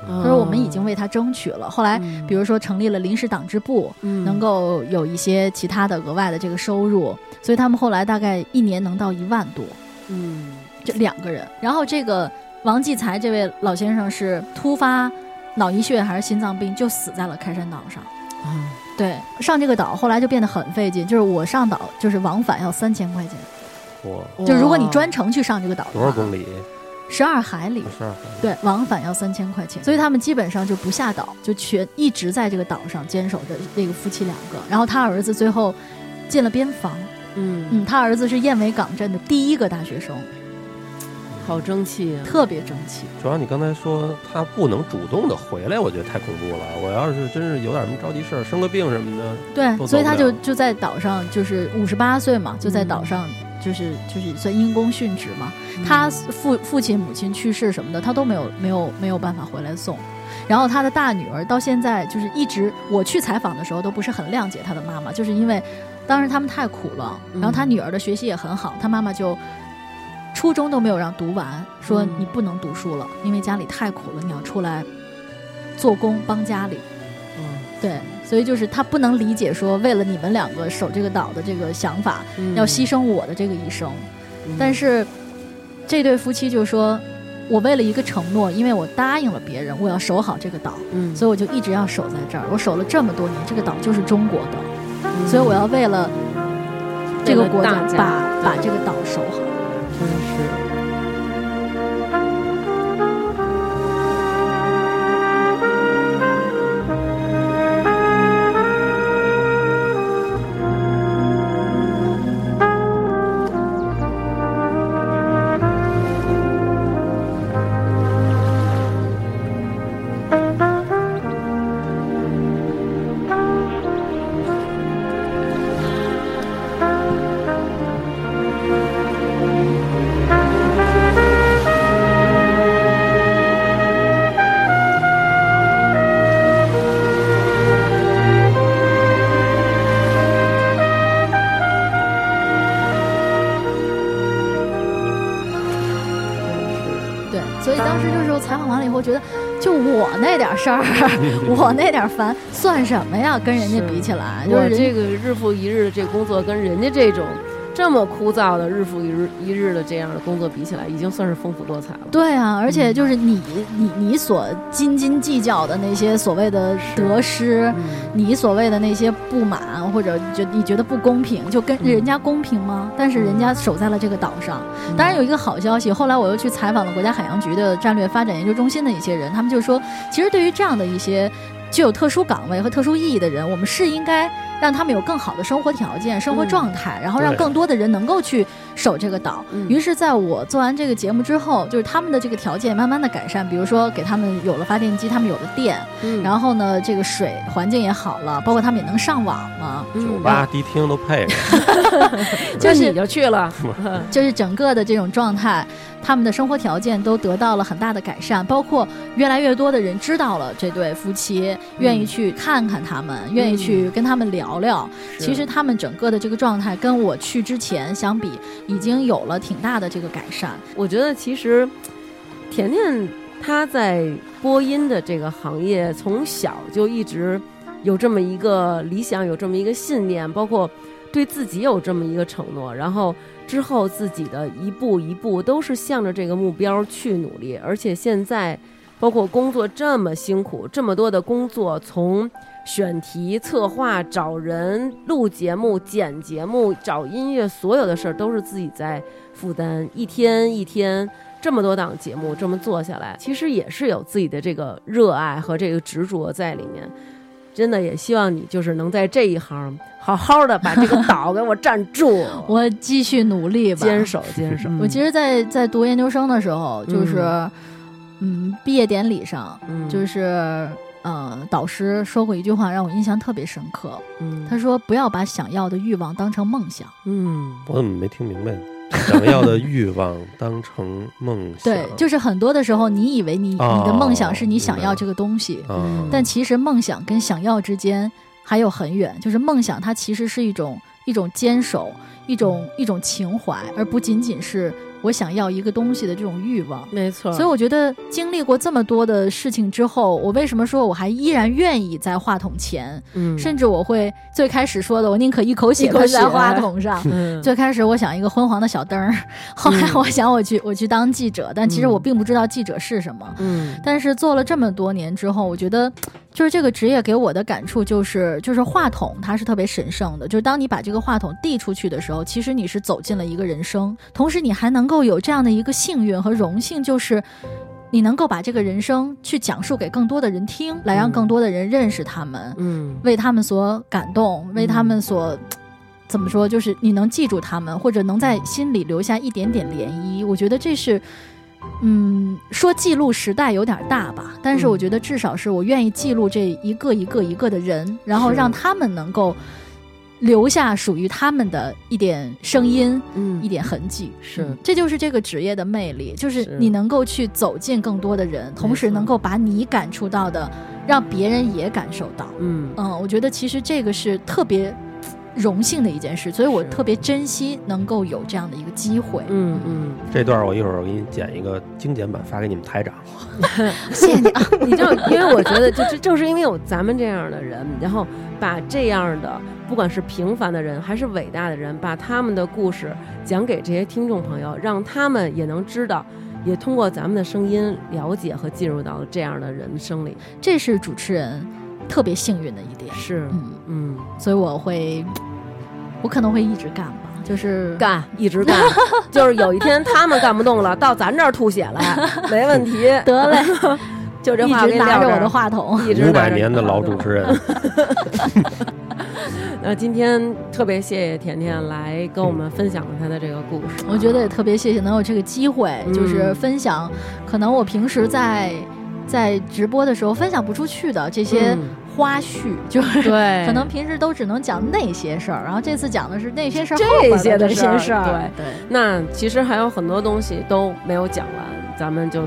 S1: 他
S2: 他说我们已经为他争取了。后来，
S1: 嗯
S2: 比如说成立了临时党支部，能够有一些其他的额外的这个收入，所以他们后来大概一年能到一万多，
S1: 嗯
S2: 这两个人。然后这个王继才这位老先生是突发脑溢血还是心脏病，就死在了开山岛上。
S1: 啊
S2: 对，上这个岛后来就变得很费劲，就是我上岛就是往返要三千块钱，
S3: 哇，
S2: 就如果你
S1: 哇
S2: 专程去上这个岛的
S3: 多少
S2: 话，
S3: 公里？
S2: 十二海里
S3: 二，十二海里。
S2: 对，往返要三千块钱，所以他们基本上就不下岛，就全一直在这个岛上坚守着这个夫妻两个。然后他儿子最后进了边防，
S1: 嗯
S2: 嗯，他儿子是燕尾港镇的第一个大学生，
S1: 好争气啊，
S2: 特别争气。
S3: 主要你刚才说他不能主动的回来，我觉得太恐怖了。我要是真是有点什么着急事儿，生个病什么的，
S2: 对
S3: 都，
S2: 所以
S3: 走
S2: 他
S3: 不
S2: 就
S3: 了
S2: 就在岛上，就是五十八岁嘛，就在岛上，就是就是算因公殉职嘛。他父父亲母亲去世什么的，他都没有没有没有办法回来送。然后他的大女儿到现在就是一直，我去采访的时候都不是很谅解他的妈妈，就是因为当时他们太苦了。然后他
S1: 嗯
S2: 女儿的学习也很好，他妈妈就初中都没有让读完，说
S1: 嗯
S2: 你不能读书了，因为家里太苦了，你要出来做工帮家里。
S1: 嗯
S2: 对，所以就是他不能理解说为了你们两个守这个岛的这个想法，要牺，牲我的这个一生。
S1: 嗯
S2: 但是这对夫妻就说，我为了一个承诺，因为我答应了别人，我要守好这个岛，
S1: 嗯，
S2: 所以我就一直要守在这儿。我守了这么多年，这个岛就是中国的，所以我要为了这个国
S1: 为
S2: 家
S1: 了大家
S2: 把把这个岛守好。
S1: 嗯真是
S2: 对，所以当时就是我采访完了以后，觉得就我那点事 儿，我那点烦，算什么呀？跟人家比起来，就是
S1: 我
S2: 人家
S1: 这个日复一日的这工作，跟人家这种这么枯燥的日复一日一日的这样的工作比起来，已经算是丰富多彩了。
S2: 对啊，而且就是你、你你所斤斤计较的那些所谓的得失，
S1: 嗯，
S2: 你所谓的那些不满或者觉你觉得不公平，就跟
S1: 嗯
S2: 人家公平吗？但是人家守在了这个岛上。
S1: 嗯
S2: 当然有一个好消息，后来我又去采访了国家海洋局的战略发展研究中心的一些人，他们就说，其实对于这样的一些。具有特殊岗位和特殊意义的人，我们是应该让他们有更好的生活条件、生活
S1: 嗯
S2: 状态，然后让
S3: 对
S2: 更多的人能够去守这个岛。
S1: 嗯
S2: 于是，在我做完这个节目之后，就是他们的这个条件慢慢的改善，比如说给他们有了发电机，他们有了电，
S1: 嗯，
S2: 然后呢，这个水环境也好了，包括他们也能上网了，
S1: 嗯
S3: 酒吧、迪厅都配 上，
S1: 那
S2: 就是
S1: 你就去了，
S2: 就是整个的这种状态，他们的生活条件都得到了很大的改善，包括越来越多的人知道了这对夫妻，愿意去看看他们，愿意去跟他们聊聊。其实他们整个的这个状态跟我去之前相比，已经有了挺大的这个改善。
S1: 我觉得其实甜甜他在播音的这个行业从小就一直有这么一个理想，有这么一个信念，包括对自己有这么一个承诺，然后之后自己的一步一步都是向着这个目标去努力，而且现在。包括工作这么辛苦，这么多的工作，从选题、策划、找人、录节目、剪节目、找音乐，所有的事儿都是自己在负担。一天一天，这么多档节目这么做下来，其实也是有自己的这个热爱和这个执着在里面。真的也希望你就是能在这一行好好的把这个岛给我站住，
S2: 我继续努力吧。
S1: 坚守坚守。
S2: 我其实在，在读研究生的时候，就是
S1: 嗯
S2: 嗯，毕业典礼上，
S1: 嗯
S2: 就是呃，导师说过一句话，让我印象特别深刻。
S1: 嗯
S2: 他说：“不要把想要的欲望当成梦想。
S1: 嗯
S3: 我怎么没听明白呢？想要的欲望当成梦想，
S2: 对，就是很多的时哦候，你以为你、你的梦想是你想要这个东西，
S3: 啊，
S2: 但其实梦想跟想要之间还有很远。就是梦想，它其实是一种一种坚守，一种一种情怀，而不仅仅是我想要一个东西的这种欲望。
S1: 没错。
S2: 所以我觉得经历过这么多的事情之后，我为什么说我还依然愿意在话筒前，
S1: 嗯
S2: 甚至我会最开始说的，我宁可一 口
S1: 一
S2: 血
S1: 口
S2: 喷在
S1: 血
S2: 话 筒上。
S1: 嗯
S2: 最开始我想一个昏黄的小灯儿，后来
S1: 嗯
S2: 我想我去我去当记者，但其实
S1: 嗯
S2: 我并不知道记者是什么。
S1: 嗯
S2: 但是做了这么多年之后，我觉得就是这个职业给我的感触就是，就是话筒它是特别神圣的，就是当你把这个话筒递出去的时候，其实你是走进了一个人生，同时你还能够有这样的一个幸运和荣幸，就是。你能够把这个人生去讲述给更多的人听，来让
S1: 嗯
S2: 更多的人认识他们，
S1: 嗯
S2: 为他们所感动，为他们所、怎么说，就是你能记住他们，或者能在心里留下一点点涟漪。我觉得这是，嗯，说记录时代有点大吧，但是
S1: 嗯
S2: 我觉得至少是我愿意记录这一个一个一个的人，然后
S1: 是
S2: 让他们能够留下属于他们的一点声音，
S1: 嗯
S2: 一点痕迹。
S1: 是
S2: 嗯这就是这个职业的魅力，就是
S1: 是
S2: 你能够去走进更多的人，同时
S1: 错
S2: 能够把你感触到的，让别人也感受到。
S1: 嗯
S2: 嗯，我觉得其实这个是特别荣幸的一件事，所以我
S1: 是
S2: 特别珍惜能够有这样的一个机会。
S1: 嗯嗯。
S3: 这段我一会儿我给你剪一个精简版发给你们台长。
S2: 谢谢你 啊，
S1: 你知道，因为我觉得就，就正是因为有咱们这样的人，然后把这样的，不管是平凡的人还是伟大的人，把他们的故事讲给这些听众朋友，让他们也能知道，也通过咱们的声音了解和进入到这样的人生里。
S2: 这是主持人特别幸运的一点。
S1: 是，
S2: 嗯，
S1: 嗯，
S2: 所以我会，我可能会一直干吧，就是
S1: 干，一直 干，就是有一天他们干不动了，到咱这儿吐血 来，没问题。
S2: 得 嘞，
S1: 就这
S2: 一
S1: 话
S2: 直
S1: 给
S2: 拿着
S1: 撂这
S2: 我
S1: 儿
S2: 的，话筒。
S1: 一直
S3: 五
S1: 拿
S3: 百
S1: 着
S3: 年
S1: 你
S3: 的
S1: 话
S3: 老
S1: 筒
S3: 主持人，
S1: 那今天特别谢谢甜甜来跟我们分享了她的这个故事啊，
S2: 我觉得也特别谢谢能有这个机会，
S1: 嗯
S2: 就是分享，可能我平时在在直播的时候分享不出去的这些
S1: 嗯
S2: 花絮，就是
S1: 对
S2: 可能平时都只能讲那些事儿，然后这次讲的是那些事儿
S1: 这
S2: 后边
S1: 些的
S2: 这
S1: 事儿
S2: 些事儿，对
S1: 那其实还有很多东西都没有讲完，咱们就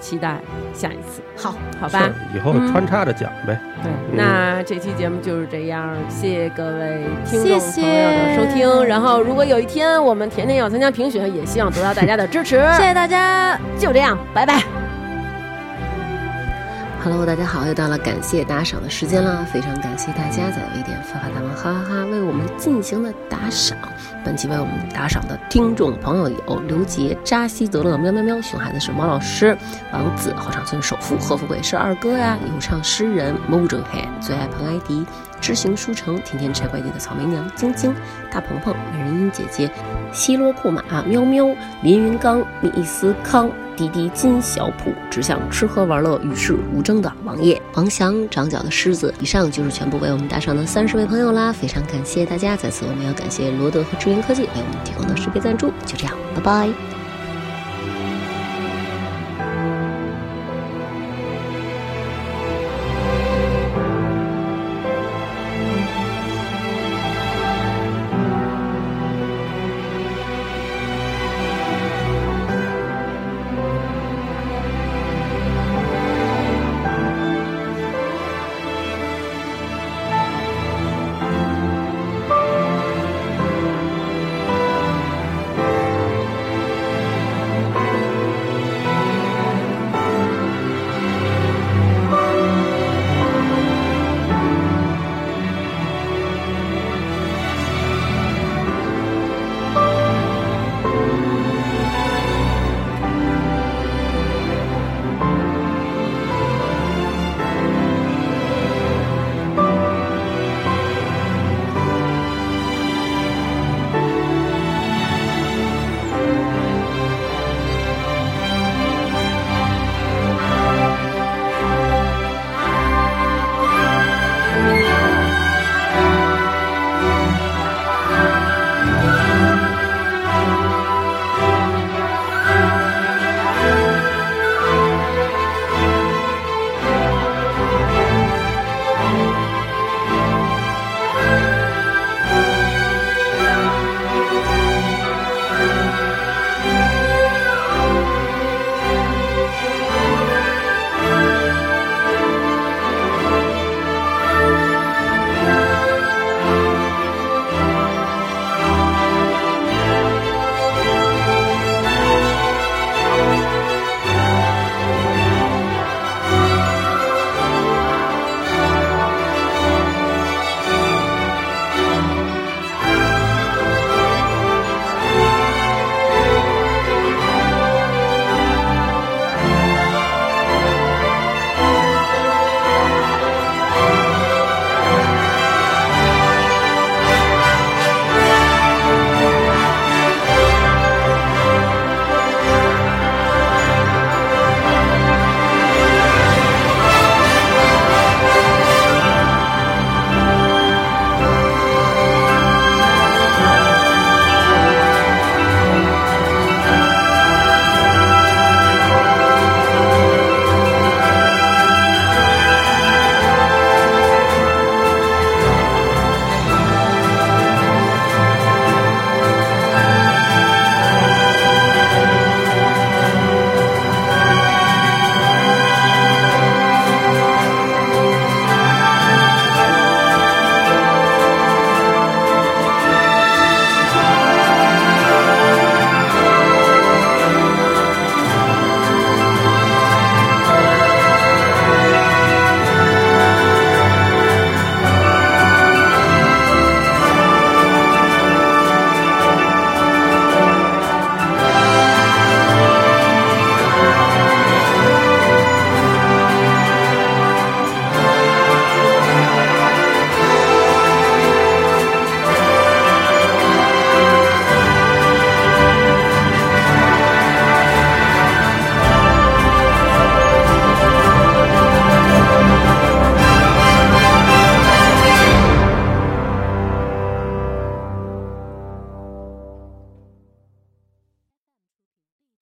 S1: 期待下一次，
S2: 好，
S1: 好吧？
S3: 是以后穿插着讲呗。
S1: 对，那这期节目就是这样，谢谢各位听众
S2: 谢
S1: 朋友的收听。
S2: 谢
S1: 然后，如果有一天我们甜甜要参加评选，也希望得到大家的支持。
S2: 谢谢大家。
S1: 就这样，拜拜。
S4: Hello，大家好，又到了感谢打赏的时间啦！非常感谢大家在微店发发大王哈哈哈为我们进行的打赏。本期为我们打赏的听众朋友有刘杰、扎西德勒、喵喵喵、熊孩子是毛老师、王子、后场村首富、贺富贵是二哥呀、有唱诗人 Modern Head、最爱彭艾迪、知行书城、天天拆快递的草莓娘、晶晶、大鹏鹏、美人音姐姐、西罗库马、喵喵、林云刚、密伊斯康、滴滴金小普，只想吃喝玩乐与世无争的王爷、王翔、长角的狮子。以上就是全部为我们打赏的三十位朋友啦，非常感谢大家！在此我们要感谢罗德和智源科技为我们提供的识别赞助。就这样，拜拜。